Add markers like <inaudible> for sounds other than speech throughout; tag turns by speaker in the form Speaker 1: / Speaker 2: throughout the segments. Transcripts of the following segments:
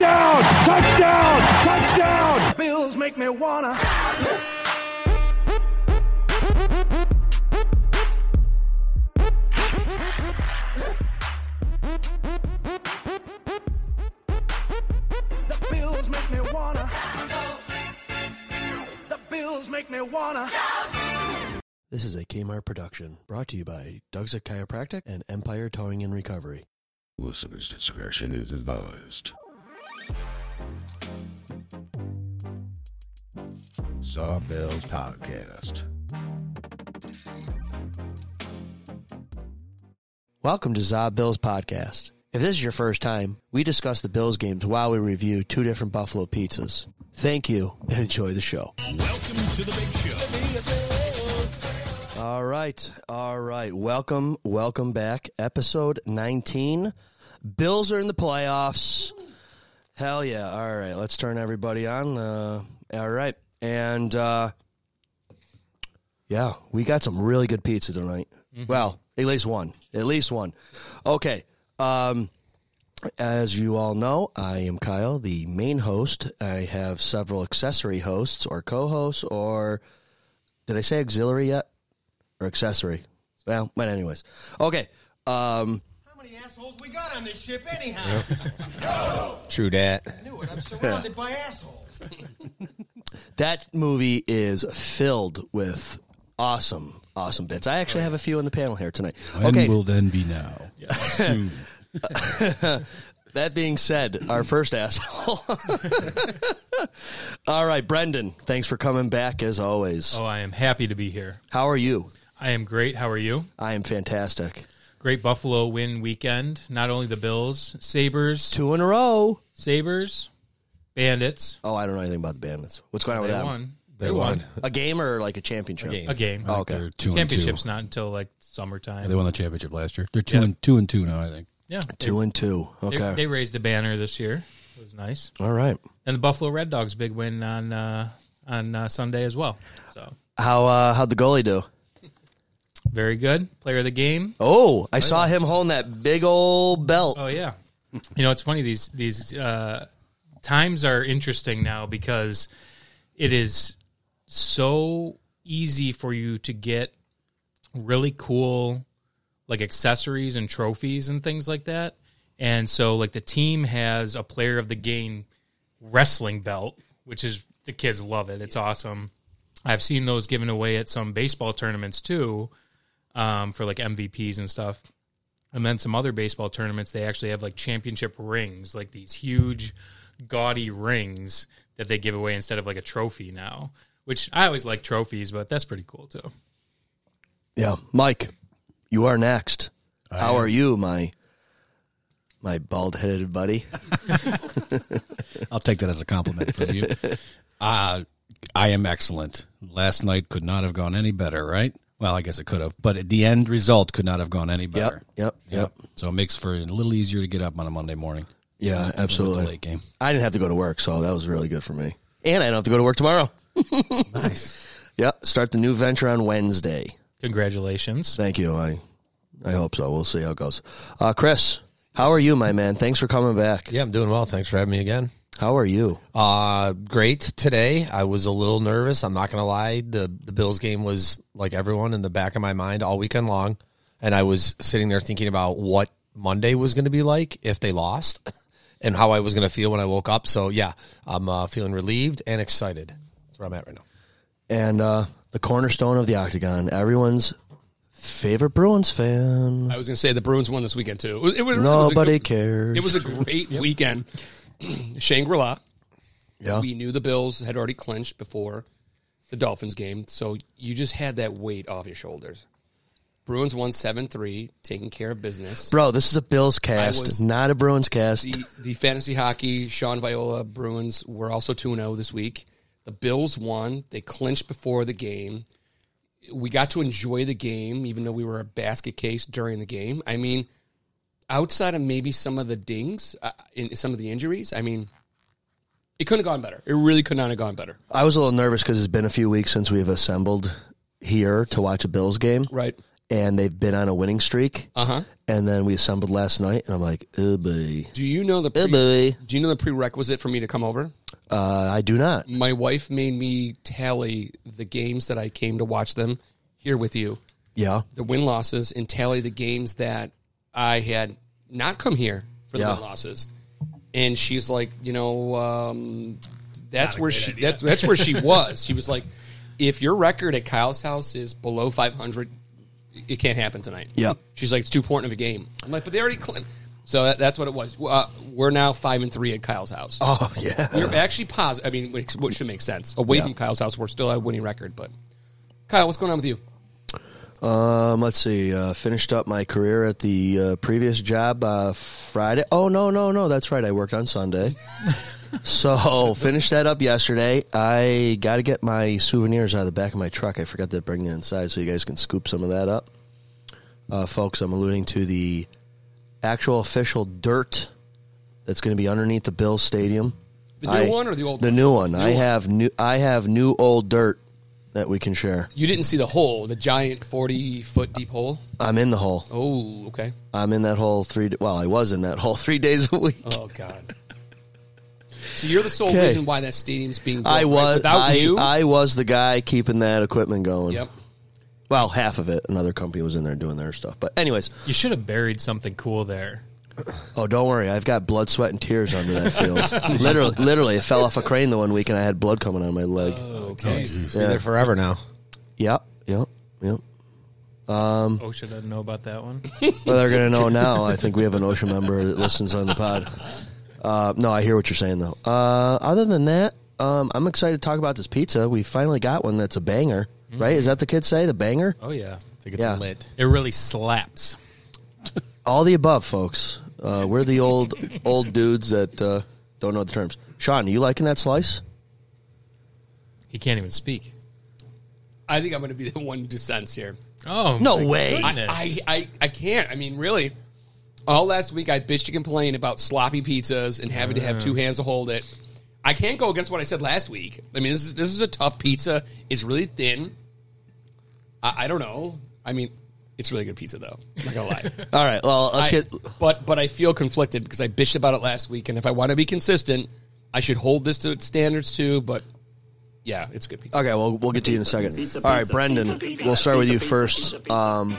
Speaker 1: Touchdown! Touchdown! Touchdown!
Speaker 2: Bills make me wanna. The Bills make me wanna. The Bills make me wanna.
Speaker 3: This is a Kmart production brought to you by Doug's at Chiropractic and Empire Towing and Recovery.
Speaker 4: Listener's discretion is advised. Sawbills Podcast.
Speaker 3: Welcome to Zob Bills Podcast. If this is your first time, we discuss the Bills games while we review two different Buffalo pizzas. Thank you and enjoy the show.
Speaker 5: Welcome to the big show.
Speaker 3: All right. All right. Welcome. Welcome back. Episode 19. Bills are in the playoffs. Hell yeah. All right. Let's turn everybody on. Uh, all right. And uh, yeah, we got some really good pizza tonight. Well, at least one. At least one. Okay. Um, as you all know, I am Kyle, the main host. I have several accessory hosts or co hosts or did I say auxiliary yet? or accessory. Well, but anyways, okay. Um,
Speaker 6: How many assholes we got on this ship anyhow?
Speaker 5: True dat.
Speaker 6: I knew it. I'm surrounded by assholes.
Speaker 3: that movie is filled with awesome, awesome bits. I actually have a few on the panel here tonight. Okay,
Speaker 4: then be now? Soon.
Speaker 3: that being said, our first asshole. <laughs> All right, Brendan, thanks for coming back as always.
Speaker 7: Oh, I am happy to be here.
Speaker 3: How are you?
Speaker 7: I am great. How are you?
Speaker 3: I am fantastic.
Speaker 7: Great Buffalo win weekend. Not only the Bills, Sabers,
Speaker 3: Two in a row.
Speaker 7: Sabers, Bandits.
Speaker 3: Oh, I don't know anything about the Bandits. What's going on
Speaker 7: They
Speaker 3: with them?
Speaker 7: won. They, won.
Speaker 3: A game or like a championship?
Speaker 7: a game.
Speaker 3: Oh, okay.
Speaker 4: Two and two.
Speaker 7: Championships not until like summertime.
Speaker 4: They won the championship last year. They're two
Speaker 7: Yeah.
Speaker 4: and two and two now. I think.
Speaker 7: yeah,
Speaker 3: Two and two.
Speaker 7: They,
Speaker 3: Okay.
Speaker 7: they, they raised a banner this year. It was nice.
Speaker 3: All right.
Speaker 7: And the Buffalo Red Dogs big win on uh, on uh, Sunday as well. So
Speaker 3: How uh, how'd the goalie do?
Speaker 7: very good player of the game.
Speaker 3: Oh, I saw him holding that big old belt.
Speaker 7: Oh yeah. You know, it's funny these these uh, times are interesting now because it is so easy for you to get really cool like accessories and trophies and things like that. And so like the team has a player of the game wrestling belt, which is the kids love it. It's awesome. I've seen those given away at some baseball tournaments too, um, for like MVPs and stuff and then some other baseball tournaments they actually have like championship rings like these huge gaudy rings that they give away instead of like a trophy now which i always like trophies but that's pretty cool too
Speaker 3: Yeah, Mike, you are next. How are you, my my bald headed buddy?
Speaker 4: I'll take that as a compliment from <laughs> you. Uh, I am excellent. Last night could not have gone any better, right? Well, I guess it could have, but the end result could not have gone any better.
Speaker 3: yep, yep.
Speaker 4: So it makes for a little easier to get up on a Monday morning.
Speaker 3: Yeah,
Speaker 4: with the
Speaker 3: absolutely.
Speaker 4: late game.
Speaker 3: I didn't have to go to work, so that was really good for me. And I don't have to go to work tomorrow. <laughs>
Speaker 4: Nice.
Speaker 3: Yeah, start the new venture on Wednesday.
Speaker 7: congratulations
Speaker 3: Thank you. I I hope so. We'll see how it goes. Uh, Chris, how are you, my man? Thanks for coming back.
Speaker 8: Yeah, I'm doing well. Thanks for having me again.
Speaker 3: How are you?
Speaker 8: Uh great today. I was a little nervous. I'm not gonna lie. The the Bills game was like everyone in the back of my mind all weekend long. And I was sitting there thinking about what Monday was gonna be like if they lost <laughs> and how I was gonna feel when I woke up. So yeah, I'm uh, feeling relieved and excited. That's where I'm at right now.
Speaker 3: And uh, the cornerstone of the octagon, everyone's favorite Bruins fan.
Speaker 9: I was going to say the Bruins won this weekend too. It was, it was,
Speaker 3: Nobody
Speaker 9: it was a,
Speaker 3: cares.
Speaker 9: It was
Speaker 3: <laughs>
Speaker 9: a great weekend. <clears throat> Shangri La.
Speaker 3: Yeah.
Speaker 9: We knew the Bills had already clinched before the Dolphins game, so you just had that weight off your shoulders. Bruins won seven three, taking care of business.
Speaker 3: Bro, this is a Bills cast,
Speaker 9: was-
Speaker 3: not a Bruins cast.
Speaker 9: the the fantasy hockey Sean Viola Bruins were also 2 0 this week. The Bills won. They clinched before the game. We got to enjoy the game, even though we were a basket case during the game. I mean, outside of maybe some of the dings uh, in some of the injuries, I mean, it couldn't have gone better. It really could not have gone better.
Speaker 3: I was a little nervous because it's been a few weeks since we've assembled here to watch a Bills game.
Speaker 9: Right. Uh-huh.
Speaker 3: and they've been on a winning streak.
Speaker 10: Uh huh.
Speaker 3: And then we assembled last night, and I'm like, oh boy,
Speaker 10: Do you know the
Speaker 3: oh
Speaker 10: pre-
Speaker 3: boy.
Speaker 10: Do you know the prerequisite for me to come over?
Speaker 3: Uh, I do not.
Speaker 10: My wife made me tally the games that I came to watch them here with you,
Speaker 3: Yeah,
Speaker 10: the win losses, and tally the games that I had not come here for the
Speaker 3: Yeah.
Speaker 10: win losses. And she's like, you know, um, that's where she that's that's where she was. She was like, if your record at Kyle's house is below 500, it can't happen tonight.
Speaker 3: Yeah.
Speaker 10: She's like, it's too important of a game. I'm like, but they already. Cl-. So that, that's what it was. Uh, we're now five and three at Kyle's house.
Speaker 3: Oh <laughs> yeah.
Speaker 10: You're actually positive. I mean, which, which should make sense. Away from Kyle's house, we're still at a winning record. But Kyle, what's going on with you?
Speaker 3: Um, let's see. Uh, finished up my career at the uh, previous job uh, Friday. Oh no, no, no. That's right. I worked on
Speaker 10: <laughs>
Speaker 3: Sunday. so finished that up yesterday. I got to get my souvenirs out of the back of my truck. I forgot to bring it inside, so you guys can scoop some of that up, uh, folks. I'm alluding to the actual official dirt that's going to be underneath the Bill Stadium.
Speaker 10: The new
Speaker 3: I-
Speaker 10: one or the old?
Speaker 3: The
Speaker 10: one?
Speaker 3: new one. I
Speaker 10: one.
Speaker 3: have new. I have new old dirt that we can share.
Speaker 10: You didn't see the hole, the giant forty foot deep hole.
Speaker 3: I'm in the hole.
Speaker 10: Oh, okay.
Speaker 3: I'm in that whole three. Well, I was in that <laughs> whole three days a week.
Speaker 10: Oh God. So you're the sole
Speaker 3: 'Kay.
Speaker 10: reason why that stadium's being. Built,
Speaker 3: I
Speaker 10: right?
Speaker 3: was.
Speaker 10: without
Speaker 3: I,
Speaker 10: you.
Speaker 3: I was the guy keeping that equipment going.
Speaker 10: yep.
Speaker 3: Well, half of it. Another company was in there doing their stuff. But anyways,
Speaker 7: You should have buried something cool there.
Speaker 3: oh, don't worry. I've got blood, sweat, and tears under that
Speaker 10: <laughs>
Speaker 3: field. literally, literally, it fell off a crane the one week, and I had blood coming on my leg.
Speaker 10: Oh.
Speaker 7: Okay.
Speaker 8: Be there forever now.
Speaker 3: Yep. Yep. Yep.
Speaker 7: OSHA doesn't Oh, know about that one.
Speaker 3: Well, they're gonna know now. I think we have an OSHA member that listens on the pod. Uh, no, I hear what you're saying though. Uh, other than that, um, I'm excited to talk about this pizza. We finally got one that's a banger, right? Is that the kids say the banger?
Speaker 7: <laughs> Oh yeah,
Speaker 8: I think it's
Speaker 3: Yeah.
Speaker 8: lit.
Speaker 7: it really slaps.
Speaker 3: All the above, folks. Uh, we're the old old dudes that uh, don't know the terms. Sean, are you liking that slice?
Speaker 7: He can't even speak.
Speaker 10: I think I'm going to be the one who dissents here.
Speaker 7: Oh
Speaker 3: No
Speaker 7: my
Speaker 3: way.
Speaker 7: goodness.
Speaker 10: I, I, I can't. I mean, really, all last week I bitched and complained about sloppy pizzas and having to have two hands to hold it. I can't go against what I said last week. I mean, this is this is a tough pizza. It's really thin. I, I don't know. I mean, it's really good pizza though. I'm not gonna lie.
Speaker 3: All right. Well, <laughs> let's
Speaker 10: I-
Speaker 3: get.
Speaker 10: but but I feel conflicted because I bitched about it last week, and if I want to be consistent, I should hold this to its standards too. But yeah, it's good pizza.
Speaker 3: Okay, well, we'll get to you in a second. All right, Brendan, we'll start with you first. Um,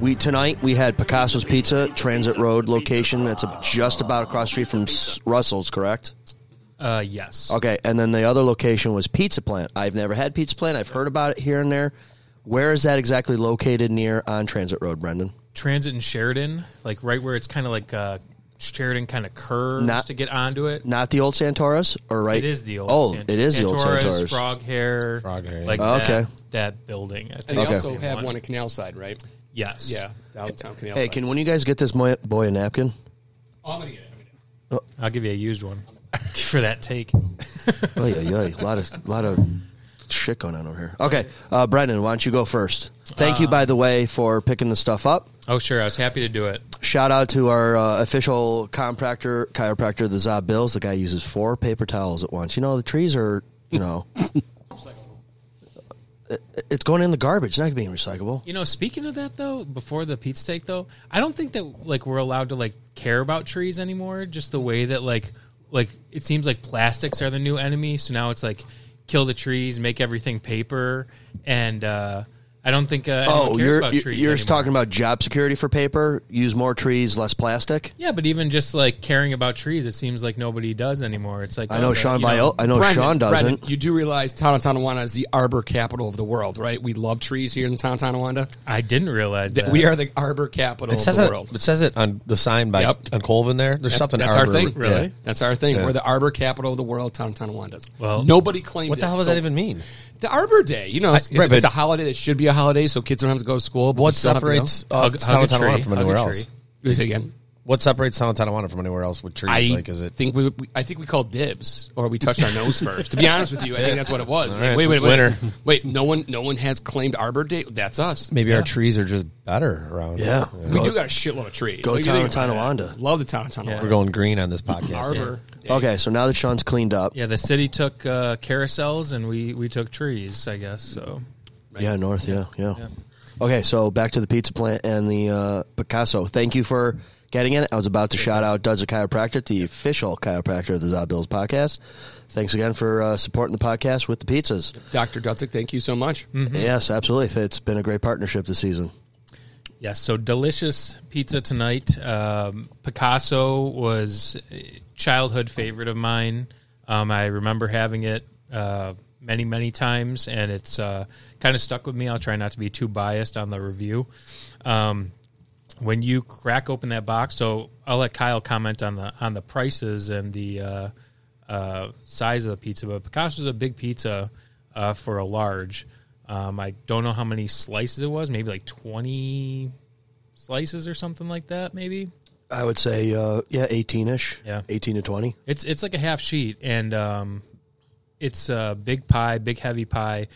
Speaker 3: we tonight we had Picasso's Pizza, Transit Road location. That's a, just about across the street from S- Russell's, correct?
Speaker 7: Uh, yes.
Speaker 3: Okay, and then the other location was Pizza Plant. I've never had Pizza Plant. I've heard about it here and there. Where is that exactly located near on Transit Road, Brendan?
Speaker 7: Transit and Sheridan, like right where it's kind of like uh, Sheridan kind of curves
Speaker 3: Not-
Speaker 7: to get onto it.
Speaker 3: Not the old Santoris, or right?
Speaker 7: It is the old.
Speaker 3: Oh,
Speaker 7: Sant-
Speaker 3: it is the old
Speaker 7: Santora's,
Speaker 3: Santoris.
Speaker 7: Frog hair.
Speaker 8: Frog hair, yeah.
Speaker 7: Like
Speaker 3: Oh,
Speaker 7: that,
Speaker 3: okay.
Speaker 7: That building. I think
Speaker 10: And they
Speaker 7: it's the
Speaker 10: also
Speaker 7: same
Speaker 10: have one at Canal Side, right?
Speaker 7: Yes.
Speaker 10: Yeah, downtown Canal
Speaker 3: Hey,
Speaker 10: Side.
Speaker 3: can when you guys get this mo- boy a napkin?
Speaker 10: Oh, I'm gonna get it. I'm gonna get it.
Speaker 7: I'll give you a used one <laughs> for that take.
Speaker 3: Oh yeah, yeah, a lot of lot of shit going on over here. Okay, uh, Brendan, why don't you go first? Thank
Speaker 7: Uh,
Speaker 3: you, by the way, for picking the stuff up.
Speaker 7: Oh sure, I was happy to do it.
Speaker 3: Shout out to our uh, official chiropractor, chiropractor, the Zob Bills. The guy uses four paper towels at once. You know, the trees are, you
Speaker 7: <laughs>
Speaker 3: know, It- it's going in the garbage. It's not being recyclable.
Speaker 7: You know, speaking of that though, before the pizza take though, I don't think that like we're allowed to like care about trees anymore. Just the way that like like it seems like plastics are the new enemy. So now it's like kill the trees, make everything paper, and uh, I don't think uh, anyone
Speaker 3: Oh,
Speaker 7: cares
Speaker 3: you're
Speaker 7: about
Speaker 3: you're,
Speaker 7: trees
Speaker 3: you're
Speaker 7: anymore.
Speaker 3: talking about job security for paper. Use more trees, less plastic.
Speaker 7: Yeah, but even just like caring about trees, it seems like nobody does anymore. It's like
Speaker 3: I know
Speaker 7: okay,
Speaker 3: Sean
Speaker 7: you know,
Speaker 3: Viola. I know
Speaker 10: Brendan,
Speaker 3: Sean doesn't.
Speaker 10: Brendan, you do realize Tonawanda is the arbor capital of the world, right? We love trees here in Tonawanda.
Speaker 7: I didn't realize that
Speaker 10: That we are the arbor capital
Speaker 8: It
Speaker 10: of
Speaker 8: says
Speaker 10: the
Speaker 8: it,
Speaker 10: world.
Speaker 8: it says it on the sign by
Speaker 10: Yep.
Speaker 8: on Colvin there. There's something
Speaker 10: that's
Speaker 8: arbor.
Speaker 10: our thing.
Speaker 7: Really?
Speaker 10: Yeah. That's our thing. We're the arbor capital of the world, Tonawanda.
Speaker 7: Well-
Speaker 10: nobody claimed
Speaker 8: What the
Speaker 10: it.
Speaker 8: hell does
Speaker 10: So-
Speaker 8: that even mean?
Speaker 10: The Arbor Day. You know, it's,
Speaker 8: right,
Speaker 10: it's,
Speaker 8: but-
Speaker 10: a holiday that should be a holiday, so kids don't have to go to school. But we
Speaker 8: What
Speaker 10: still have to go.
Speaker 8: separates uh,
Speaker 7: Hug- hug a
Speaker 8: Town of Tonawanda
Speaker 7: tree,
Speaker 8: from
Speaker 7: hug a
Speaker 8: anywhere
Speaker 7: tree.
Speaker 8: else?
Speaker 10: Let me say again.
Speaker 8: What separates Town of Tonawanda from anywhere else with trees?
Speaker 10: I
Speaker 8: like, is it
Speaker 10: think we, we I think we called dibs or we touched our
Speaker 8: <laughs>
Speaker 10: nose first. To be honest with you, I think that's what it was.
Speaker 8: right.
Speaker 10: Wait, wait, wait.
Speaker 8: Winner.
Speaker 10: Wait, no one no one has claimed Arbor Day. That's us.
Speaker 8: maybe our trees are just better around?
Speaker 3: Yeah.
Speaker 10: We do got a shitload of trees.
Speaker 3: Go
Speaker 10: What do
Speaker 3: town
Speaker 10: you
Speaker 3: of
Speaker 10: think about that?
Speaker 3: Tonawanda.
Speaker 10: Love the town of Tonawanda.
Speaker 8: we're going green on this podcast.
Speaker 10: Arbor. Day.
Speaker 3: Okay, so now that Sean's cleaned up,
Speaker 7: Yeah, the city took uh, carousels and we, we took trees, I guess. So
Speaker 3: yeah, north, yeah, yeah.
Speaker 8: Yeah.
Speaker 3: Okay, so back to the pizza plant and the uh, Picasso. Thank you for getting in. I was about to shout out Does a Chiropractor, the official chiropractor of the Zod Bills podcast. Thanks again for uh, supporting the podcast with the pizzas.
Speaker 9: Dr. Dutzik, thank you so much.
Speaker 8: Hmm.
Speaker 3: Yes, absolutely. It's been a great partnership this season.
Speaker 7: Yes, so delicious pizza tonight. Um, Picasso was a childhood favorite of mine. Um, I remember having it uh, many, many times, and it's uh, kind of stuck with me. I'll try not to be too biased on the review. Um, when you crack open that box, so I'll let Kyle comment on the on the prices and the uh, uh, size of the pizza. But Picasso's a big pizza uh, for a large. Um, I don't know how many slices it was, maybe like twenty slices or something like that. Maybe
Speaker 3: I would say, uh, yeah, 18 ish.
Speaker 7: Yeah.
Speaker 3: 18 to 20.
Speaker 7: it's it's like a half sheet, and um, it's a big pie, big heavy pie,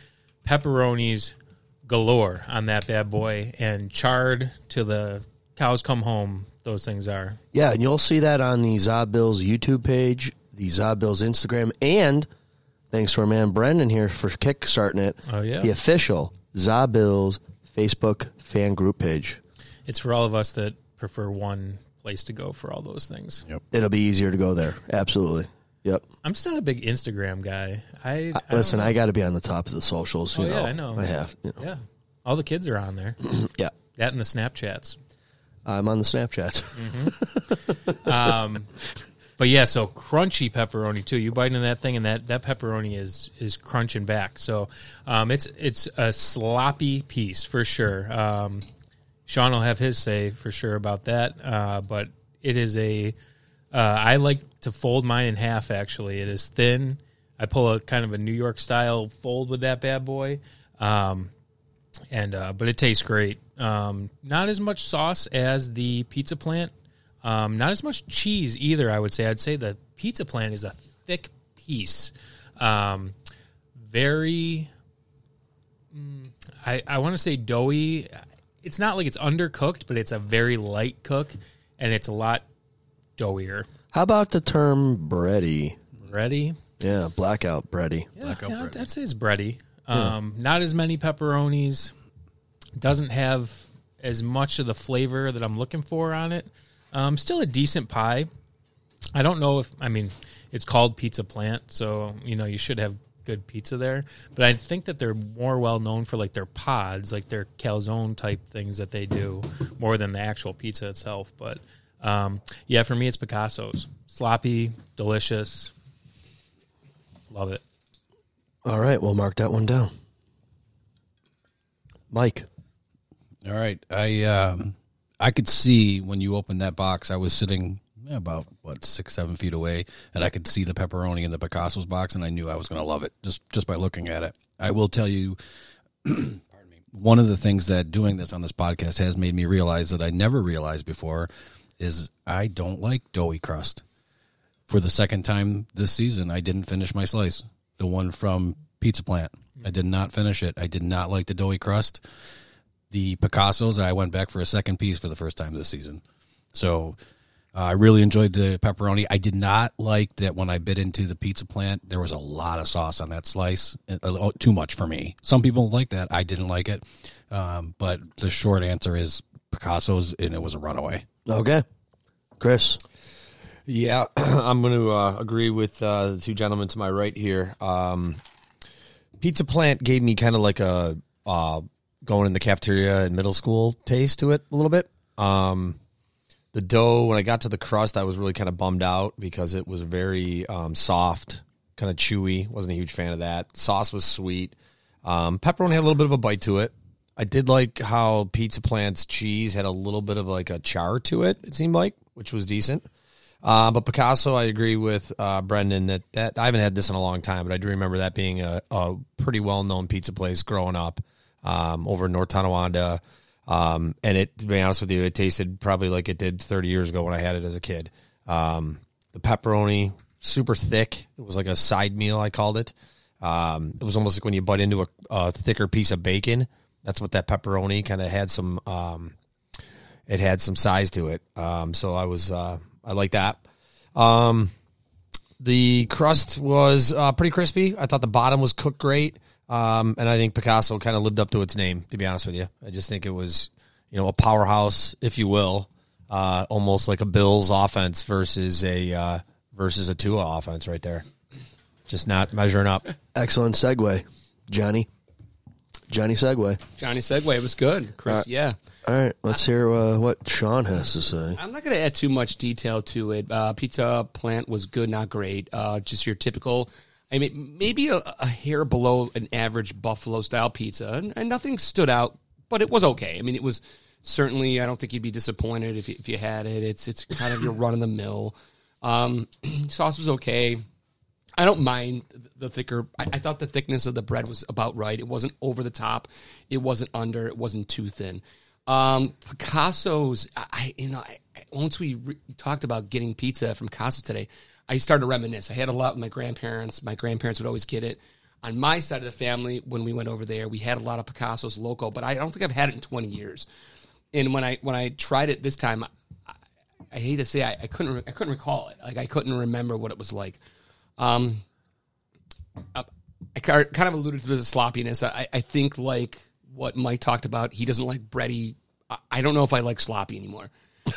Speaker 7: pepperonis galore on that bad boy, and charred till the cows come home. Those things are
Speaker 3: Yeah, and you'll see that on the Zod Bills YouTube page, the Zod Bills Instagram, and thanks to our man Brendan here for kickstarting it.
Speaker 7: Oh, yeah.
Speaker 3: the official Zod Bills Facebook fan group page.
Speaker 7: it's for all of us that prefer one place to go for all those things.
Speaker 3: It'll be easier to go there. Absolutely. Yep.
Speaker 7: I'm just not a big Instagram guy. I, I don't-
Speaker 3: Listen, I got to be on the top of the socials. You
Speaker 7: Oh,
Speaker 3: know,
Speaker 7: yeah, I know.
Speaker 3: I have. You know.
Speaker 7: yeah, all the kids are on there. <clears throat>
Speaker 3: Yeah.
Speaker 7: that and the Snapchats.
Speaker 3: I'm on the Snapchat.
Speaker 7: <laughs> But yeah, so crunchy pepperoni too. You bite into that thing, and that, that pepperoni is is crunching back. So um, it's it's a sloppy piece for sure. Um, Sean will have his say for sure about that. Uh, but it is a uh, I like to fold mine in half. Actually, it is thin. I pull a kind of a New York style fold with that bad boy, um, and uh, but it tastes great. Um, not as much sauce as the pizza plant. Um, not as much cheese either. I would say. I'd say the pizza plant is a thick piece. Um, very. mm, I I want to say doughy. It's not like it's undercooked, but it's a very light cook, and it's a lot doughier.
Speaker 3: How about the term bready?
Speaker 7: Ready?
Speaker 3: Yeah, blackout bready.
Speaker 7: Yeah, yeah, I'd say it's bready. Um, Not as many pepperonis. Doesn't have as much of the flavor that I'm looking for on it. Um, still a decent pie. I don't know if I mean it's called Pizza Plant, so you know you should have good pizza there. But I think that they're more well known for like their pods, like their calzone type things that they do, more than the actual pizza itself. But um, yeah, for me it's Picasso's. Sloppy, delicious, love it.
Speaker 3: All right, we'll mark that one down. Mike.
Speaker 4: All right, I um, I could see when you opened that box. I was sitting yeah, about what six, seven feet away, and I could see the pepperoni in the Picasso's box, and I knew I was going to love it just just by looking at it. I will tell you, <clears throat> one of the things that doing this on this podcast has made me realize that I never realized before is I don't like doughy crust. For the second time this season, I didn't finish my slice, the one from Pizza Plant. I did not finish it. I did not like the doughy crust the Picasso's. I went back for a second piece for the first time this season. So uh, I really enjoyed the pepperoni. I did not like that when I bit into the pizza plant, there was a lot of sauce on that slice. It- uh, too much for me. Some people like that. I didn't like it. Um, but the short answer is Picasso's, and it was a runaway.
Speaker 3: Okay. Chris.
Speaker 8: Yeah, <clears throat> I'm going to uh, agree with uh, the two gentlemen to my right here. Um, Pizza Plant gave me kind of like a uh, going in the cafeteria in middle school taste to it a little bit. Um, the dough, when I got to the crust, I was really kind of bummed out because it was very um, soft, kind of chewy. Wasn't a huge fan of that. Sauce was sweet. Um, pepperoni had a little bit of a bite to it. I did like how Pizza Plant's cheese had a little bit of like a char to it. It seemed like, which was decent. Uh, but Picasso, I agree with uh, Brendan that, that I haven't had this in a long time, but I do remember that being a, a pretty well known pizza place growing up um, over in North Tonawanda. Um, and it, to be honest with you, it tasted probably like it did 30 years ago when I had it as a kid. Um, the pepperoni, super thick. It was like a side meal, I called it. Um, it was almost like when you bite into a, a thicker piece of bacon. That's what that pepperoni kind of had some. Um, it had some size to it. Um, so I was uh, I like that. Um, the crust was uh, pretty crispy. I thought the bottom was cooked great. Um, and I think Picasso kind of lived up to its name, to be honest with you. I just think it was, you know, a powerhouse, if you will, uh, almost like a Bills offense versus a uh, versus a Tua offense, right there. Just not measuring up.
Speaker 3: Excellent segue, Johnny. Johnny segue.
Speaker 10: Johnny Segway was good, Chris.
Speaker 3: Uh,
Speaker 10: yeah.
Speaker 3: All right, let's hear uh, what Sean has to say.
Speaker 10: <laughs> I'm not going to add too much detail to it. Uh, pizza plant was good, not great. Uh, just your typical, I mean, maybe a, a hair below an average buffalo style pizza, and, and nothing stood out, but it was okay. I mean, it was certainly. I don't think you'd be disappointed if you, if you had it. It's it's kind of your run of the mill. Um, <clears throat> sauce was okay. I don't mind the thicker. I, I thought the thickness of the bread was about right. It wasn't over the top. It wasn't under. It wasn't too thin. Um, Picasso's. I- I you know I, I- once we re- talked about getting pizza from Picasso today, I started to reminisce. I had a lot with my grandparents. My grandparents would always get it. On my side of the family, when we went over there, we had a lot of Picasso's local, but I don't think I've had it in twenty years. And when I when I tried it this time, I, I hate to say I, I couldn't re- I couldn't recall it. Like I couldn't remember what it was like. Um, uh, I ki- kind of alluded to the sloppiness. I, I think like what Mike talked about, he doesn't like bready. I, I don't know if I like sloppy anymore.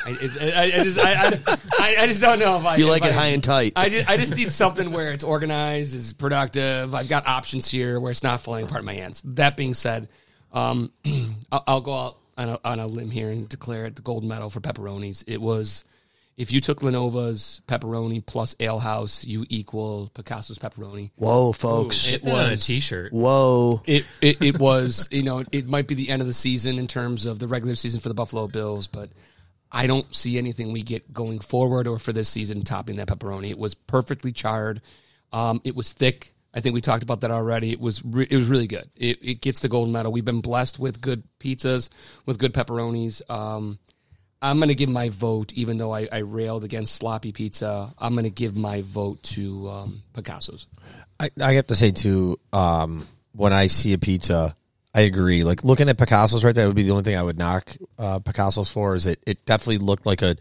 Speaker 10: I, I, I- I just I, I, I just don't know if I
Speaker 3: You like
Speaker 10: if
Speaker 3: it
Speaker 10: I-
Speaker 3: high and tight.
Speaker 10: I just I just need something where it's organized, it's productive. I've got options here where it's not falling apart in my hands. That being said, um, <clears throat> I'll, I'll go out on a, on a limb here and declare it the gold medal for pepperonis. It was if you took Lenova's pepperoni plus alehouse, you equal Picasso's pepperoni.
Speaker 3: Whoa, folks.
Speaker 7: Oh, It was on a T-shirt.
Speaker 3: Whoa.
Speaker 10: It, it it was <laughs> you know it might be the end of the season in terms of the regular season for the Buffalo Bills, but I don't see anything we get going forward or for this season topping that pepperoni. It was perfectly charred. Um, it was thick. I think we talked about that already. It was re- it was really good. It, it gets the gold medal. We've been blessed with good pizzas, with good pepperonis. Um, I'm going to give my vote, even though I, I railed against sloppy pizza. I'm going to give my vote to um, Picasso's.
Speaker 8: I, I have to say too, um, when I see a pizza, I agree. Like looking at Picasso's right there would be the only thing I would knock uh, Picasso's for. Is it? It definitely looked like a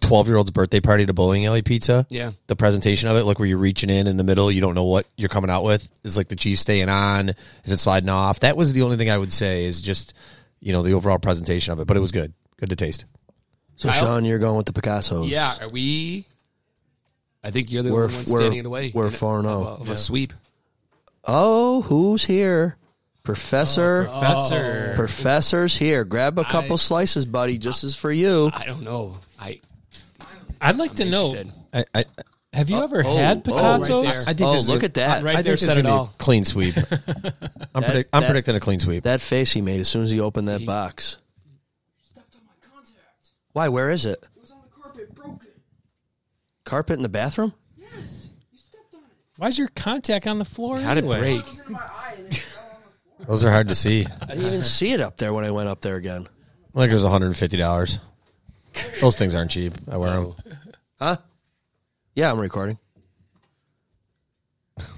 Speaker 8: twelve year old's birthday party to bowling alley pizza.
Speaker 10: Yeah.
Speaker 8: the presentation of it, like where you're reaching in in the middle, you don't know what you're coming out with. Is like the cheese staying on? Is it sliding off? That was the only thing I would say is just you know the overall presentation of it, but it was good, good to taste.
Speaker 3: So,
Speaker 10: Kyle?
Speaker 3: Sean, you're going with the Picassos.
Speaker 10: Yeah, are we? I think you're the
Speaker 3: We're-
Speaker 10: only one
Speaker 3: we're-
Speaker 10: standing in the way.
Speaker 3: we're
Speaker 10: in a-
Speaker 3: 4-0.
Speaker 10: Of, a, of a sweep.
Speaker 3: Oh, who's here? Professor.
Speaker 7: Professor.
Speaker 3: Oh. Professor's here. Grab a couple
Speaker 10: I-
Speaker 3: slices, buddy, just as for you.
Speaker 10: I don't know. I
Speaker 7: I'd like to know.
Speaker 10: said
Speaker 8: I, I,
Speaker 7: Have you ever
Speaker 3: oh,
Speaker 7: had
Speaker 3: oh,
Speaker 7: Picasso's?
Speaker 10: right there.
Speaker 8: I think
Speaker 3: oh,
Speaker 8: this is
Speaker 3: look
Speaker 8: a-
Speaker 3: at that.
Speaker 7: Right
Speaker 8: I
Speaker 7: there
Speaker 8: think this
Speaker 7: said
Speaker 8: is
Speaker 7: it
Speaker 8: gonna be a
Speaker 7: all.
Speaker 8: clean sweep.
Speaker 3: <laughs>
Speaker 8: I'm, predict, I'm
Speaker 3: that-
Speaker 8: predicting a clean sweep.
Speaker 3: That face he made as soon as he opened that box. Why? Where is it?
Speaker 11: was on the carpet, broken.
Speaker 3: Carpet in the bathroom?
Speaker 11: Yes, you stepped on it.
Speaker 7: Why's your contact on the floor?
Speaker 10: How'd it
Speaker 7: anyway?
Speaker 10: break?
Speaker 11: It was in my eye and it fell on the floor.
Speaker 8: Those are hard to see.
Speaker 3: I didn't even see it up there when I went up there again.
Speaker 8: I think it was one hundred and fifty dollars. Those things aren't cheap. I wear them.
Speaker 3: Yeah, I'm recording.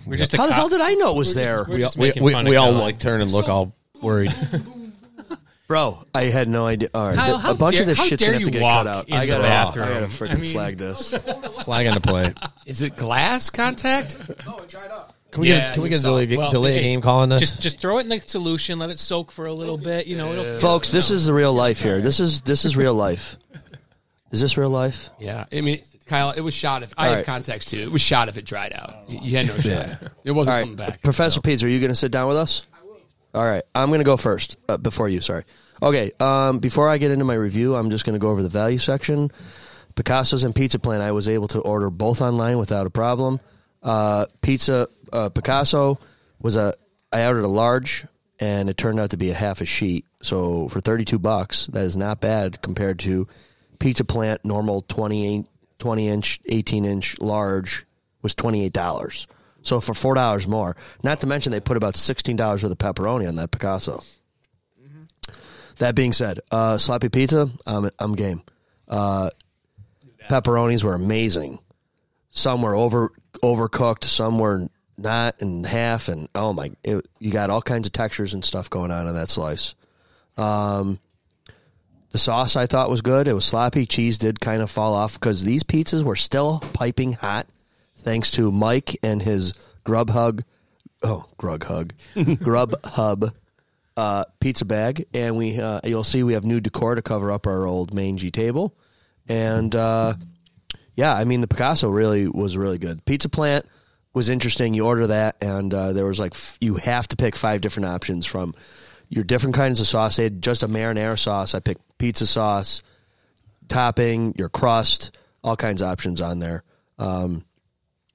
Speaker 7: We're just
Speaker 3: How
Speaker 7: a
Speaker 3: the
Speaker 7: cop-
Speaker 3: hell did I know it was there?
Speaker 7: we're
Speaker 8: We,
Speaker 7: just
Speaker 8: we,
Speaker 7: making
Speaker 8: we,
Speaker 7: fun
Speaker 8: we
Speaker 7: of
Speaker 8: all
Speaker 7: Kyle.
Speaker 8: like turn and look all worried.
Speaker 3: <laughs> Bro, I had no idea. All right,
Speaker 7: Kyle,
Speaker 3: th-
Speaker 7: how
Speaker 3: a bunch
Speaker 7: dare-
Speaker 3: of this
Speaker 7: how
Speaker 3: shit's gonna
Speaker 7: dare
Speaker 3: have to
Speaker 7: you
Speaker 3: get
Speaker 7: walk
Speaker 3: cut out.
Speaker 7: in
Speaker 3: I
Speaker 7: the
Speaker 3: gotta,
Speaker 7: bathroom?
Speaker 3: I gotta freaking
Speaker 7: I mean-
Speaker 3: flag
Speaker 7: <laughs>
Speaker 3: this.
Speaker 8: Flag on the play.
Speaker 10: Is it glass contact?
Speaker 11: No, it dried up.
Speaker 8: Can we
Speaker 10: Yeah,
Speaker 8: get, can we
Speaker 10: you
Speaker 8: get a
Speaker 10: saw.
Speaker 8: delay,
Speaker 7: Well,
Speaker 8: delay
Speaker 7: hey,
Speaker 8: a game call on this?
Speaker 7: Just just throw it in the solution. Let it soak for a little bit. You know, it'll,
Speaker 3: Folks, this is the real life here. This is this is real life. Is this real life?
Speaker 10: Yeah, I mean, Kyle, it was shot. If I
Speaker 3: All
Speaker 10: had
Speaker 3: right.
Speaker 10: context too, it was shot if it dried out. You you had no shot. It
Speaker 3: All
Speaker 10: wasn't
Speaker 3: right,
Speaker 10: coming back.
Speaker 3: Professor Pease, are you going to sit down with us? I will. All right, I'm going to go first uh, before you. Sorry. Okay. Um, before I get into my review, I'm just going to go over the value section. Picasso's and Pizza Plan. I was able to order both online without a problem. Uh, pizza uh, Picasso was a. I ordered a large, and it turned out to be a half a sheet. So for 32 bucks, that is not bad compared to Pizza Plant normal 20, 20 inch, 18 inch large was twenty eight dollars. So for four dollars more, not to mention they put about sixteen dollars worth of pepperoni on that Picasso. That being said, uh, sloppy pizza, I'm, I'm game. Uh, pepperonis were amazing. Some were over overcooked, some were not and half, and oh my, it, you got all kinds of textures and stuff going on in that slice. Um, The sauce I thought was good. It was sloppy. Cheese did kind of fall off because these pizzas were still piping hot, thanks to Mike and his Grubhub oh Grub <laughs> Hug, Grub Hub uh, pizza bag, and we uh, you'll see we have new decor to cover up our old mangy table, and uh, yeah, I mean the Picasso really was really good. Pizza Plant was interesting. You order that, and uh, there was like f- you have to pick five different options from your different kinds of sauce. They had just a marinara sauce. I picked pizza sauce, topping, your crust, all kinds of options on there. Um,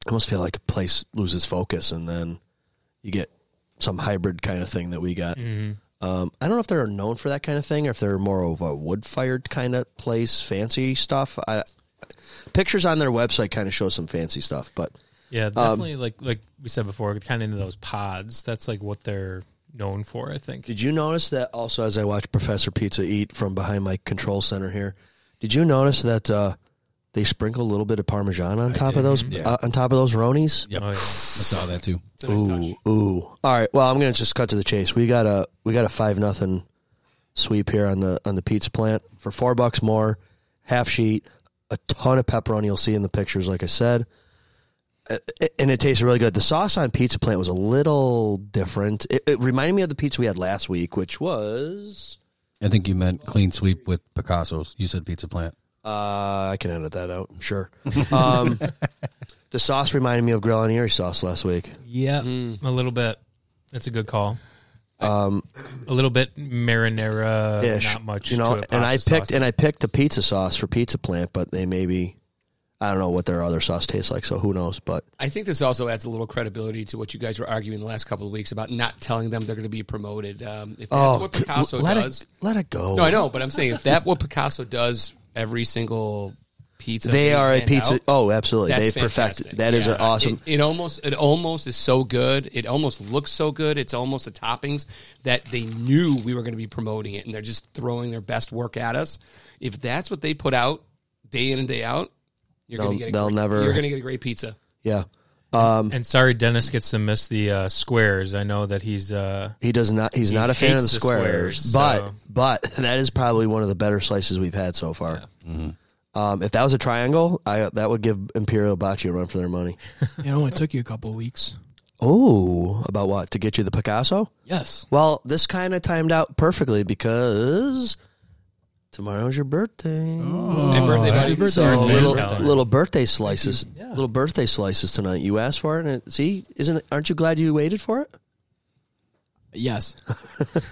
Speaker 3: I almost feel like a place loses focus, and then you get some hybrid kind of thing that we got. Um, I don't know if they're known for that kind of thing, or if they're more of a wood fired kind of place, fancy stuff. I, pictures on their website kind of show some fancy stuff, but
Speaker 7: Yeah,
Speaker 3: um,
Speaker 7: definitely. like like we said before, kind of into those pods. That's like what they're known for. I think.
Speaker 3: Did you notice that also as I watched Professor Pizza eat from behind my control center here? Did you notice that uh, they sprinkle a little bit of Parmesan on top of those uh, on top of those Ronies?
Speaker 7: Oh, yeah.
Speaker 4: I saw that too.
Speaker 3: Ooh, ooh. All right. Well, I'm gonna just cut to the chase. We got a we got a five nothing sweep here on the on the pizza plant for four bucks more, half sheet, a ton of pepperoni. You'll see in the pictures, like I said, Uh, and it tastes really good. The sauce on pizza plant was a little different. It, it reminded me of the pizza we had last week, which was
Speaker 4: I think you meant clean sweep with Picasso's. You said pizza plant.
Speaker 3: uh, I can edit that out. Sure. Um, the sauce reminded me of Grill and Erie sauce last week.
Speaker 7: Yeah,
Speaker 3: Hmm.
Speaker 7: a little bit. That's a good call. Um, a little bit marinara,
Speaker 3: ish,
Speaker 7: not much.
Speaker 3: You
Speaker 7: to
Speaker 3: know,
Speaker 7: it,
Speaker 3: and I
Speaker 7: pasta
Speaker 3: picked
Speaker 7: sauce.
Speaker 3: and I picked the pizza sauce for Pizza Plant, but they maybe I don't know what their other sauce tastes like, so who knows? But
Speaker 10: I think this also adds a little credibility to what you guys were arguing the last couple of weeks about not telling them they're going to be promoted. Um, if that's
Speaker 3: oh,
Speaker 10: what Picasso
Speaker 3: let
Speaker 10: does,
Speaker 3: it let it go.
Speaker 10: no, I know, but I'm saying if that what Picasso does every single pizza,
Speaker 3: They are a
Speaker 10: hand
Speaker 3: pizza.
Speaker 10: out,
Speaker 3: oh, absolutely,
Speaker 10: that's
Speaker 3: they've
Speaker 10: fantastic.
Speaker 3: perfected. That is
Speaker 10: Yeah,
Speaker 3: an awesome.
Speaker 10: It, it almost it almost is so good. It almost looks so good. It's almost the toppings that they knew we were going to be promoting it, and they're just throwing their best work at us. If that's what they put out day in and day out, you're going
Speaker 3: They'll-
Speaker 10: to get a
Speaker 3: they'll
Speaker 10: great,
Speaker 3: never-
Speaker 10: you're going to get a great pizza.
Speaker 3: yeah,
Speaker 7: And sorry, Dennis gets to miss the uh, squares. I know that he's. Uh,
Speaker 3: he does not. He's not a fan of the
Speaker 7: hates the
Speaker 3: squares,
Speaker 7: squares,
Speaker 3: but
Speaker 7: so-
Speaker 3: but that is probably one of the better slices we've had so far.
Speaker 7: Mm-hmm.
Speaker 3: Um, if that was a triangle, I, that would give Imperial Bocce a run for their money.
Speaker 2: You know, <laughs> it took you a couple of weeks.
Speaker 3: Oh, about what to get you the Picasso?
Speaker 10: Yes,
Speaker 3: Well, this kind of timed out perfectly because tomorrow's your birthday.
Speaker 2: Oh,
Speaker 10: Happy birthday, buddy.
Speaker 3: so
Speaker 7: Oh, birthday, man.
Speaker 3: little
Speaker 7: Birthday.
Speaker 3: little birthday slices, little birthday slices tonight. You asked for it, and it, see, isn't it, aren't you glad you waited for it?
Speaker 2: Yes.
Speaker 10: <laughs>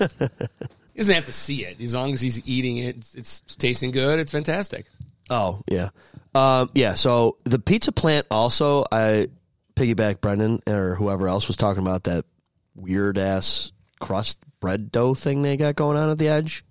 Speaker 10: He doesn't have to see it as long as he's eating it. It's, it's tasting good. It's fantastic.
Speaker 3: Oh yeah, um, yeah. So the pizza plant also, I piggyback Brendan or whoever else was talking about that weird ass crust bread dough thing they got going on at the edge.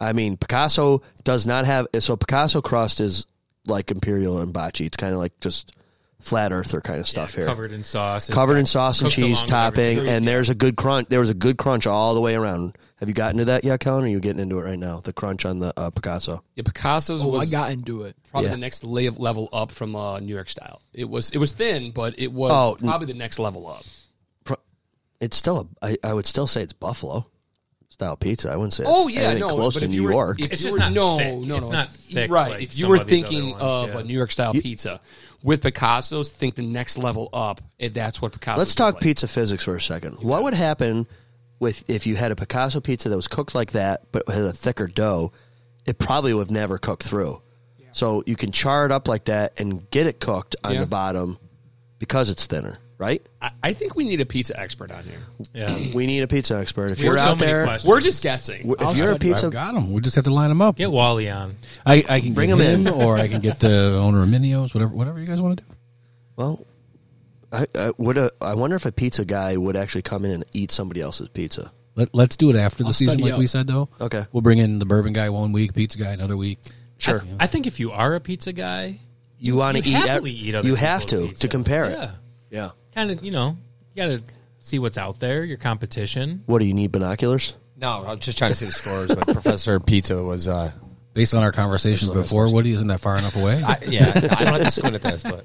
Speaker 3: I mean, Picasso does not have so Picasso crust is like imperial and bocce. It's kind of like just flat earther kind of stuff here,
Speaker 7: covered in sauce. and
Speaker 3: covered in sauce and
Speaker 7: cooked along
Speaker 3: cheese
Speaker 7: with everything.
Speaker 3: topping, and there's a good crunch. There was a good crunch all the way around. Have you gotten to that yet, Colin? Or are you getting into it right now? The crunch on the uh, Picasso.
Speaker 10: Yeah, Picasso's
Speaker 2: Oh, I
Speaker 10: was
Speaker 2: got into it.
Speaker 10: probably
Speaker 3: yeah.
Speaker 10: the next la- level up from uh, New York style. It was it was thin, but it was
Speaker 3: Oh, n-
Speaker 10: probably the next level up.
Speaker 3: it's still a. I, I would still say it's Buffalo style pizza. I wouldn't say. It's
Speaker 10: Oh yeah,
Speaker 3: anything
Speaker 10: no,
Speaker 3: close
Speaker 10: but
Speaker 3: to
Speaker 10: if
Speaker 3: New
Speaker 10: you were,
Speaker 3: York.
Speaker 10: if
Speaker 7: It's
Speaker 10: you
Speaker 7: just
Speaker 10: were-
Speaker 7: not
Speaker 10: no,
Speaker 7: thick.
Speaker 10: no, no,
Speaker 7: It's not thick
Speaker 10: right.
Speaker 7: like
Speaker 10: if you
Speaker 7: some
Speaker 10: were
Speaker 7: of these other
Speaker 10: thinking
Speaker 7: ones,
Speaker 10: of
Speaker 7: yeah.
Speaker 10: a New York style pizza with Picasso's, think the next level up, and that's what Picasso.
Speaker 3: Let's talk pizza physics for a second. What would happen with if you had a Picasso pizza that was cooked like that, but had a thicker dough? It probably would have never cooked through. So you can char it up like that and get it cooked on
Speaker 10: Yeah.
Speaker 3: the bottom because it's thinner, right?
Speaker 10: <clears throat> I, I think we need a pizza expert on here.
Speaker 7: Yeah.
Speaker 3: We need a pizza expert. If
Speaker 7: We have
Speaker 3: you're
Speaker 7: so
Speaker 3: out
Speaker 7: many
Speaker 3: there,
Speaker 7: questions.
Speaker 10: We're just guessing.
Speaker 3: w- if you're a
Speaker 4: I've
Speaker 3: pizza,
Speaker 4: got them. We just have to line them up.
Speaker 7: Get Wally on.
Speaker 4: I, I can
Speaker 3: Bring 'em
Speaker 4: get
Speaker 3: in.
Speaker 4: him, or I can get the owner of Minios, whatever, whatever you guys want to do.
Speaker 3: well. I, I would. uh, I wonder if a pizza guy would actually come in and eat somebody else's pizza.
Speaker 4: Let, let's do it after the
Speaker 2: I'll
Speaker 4: season,
Speaker 2: study
Speaker 4: like we
Speaker 2: up.
Speaker 4: said, though.
Speaker 3: Okay.
Speaker 4: We'll bring in the bourbon guy one week, pizza guy another week.
Speaker 7: Sure. I, th- I think if you are a pizza guy,
Speaker 3: You want to eat,
Speaker 7: You happily
Speaker 3: ev-
Speaker 7: eat other
Speaker 3: You have
Speaker 7: people's
Speaker 3: to
Speaker 7: pizza.
Speaker 3: to compare it.
Speaker 7: yeah,
Speaker 3: Yeah.
Speaker 7: kind of. You know, you got to see what's out there. Your competition.
Speaker 3: What do you need binoculars?
Speaker 8: No, I'm just trying to see the scores. But Professor Pizza was, uh,
Speaker 4: Based on our conversations before, Woody isn't that far enough away.
Speaker 8: I, yeah, I don't have to squint at
Speaker 3: <laughs>
Speaker 8: this, but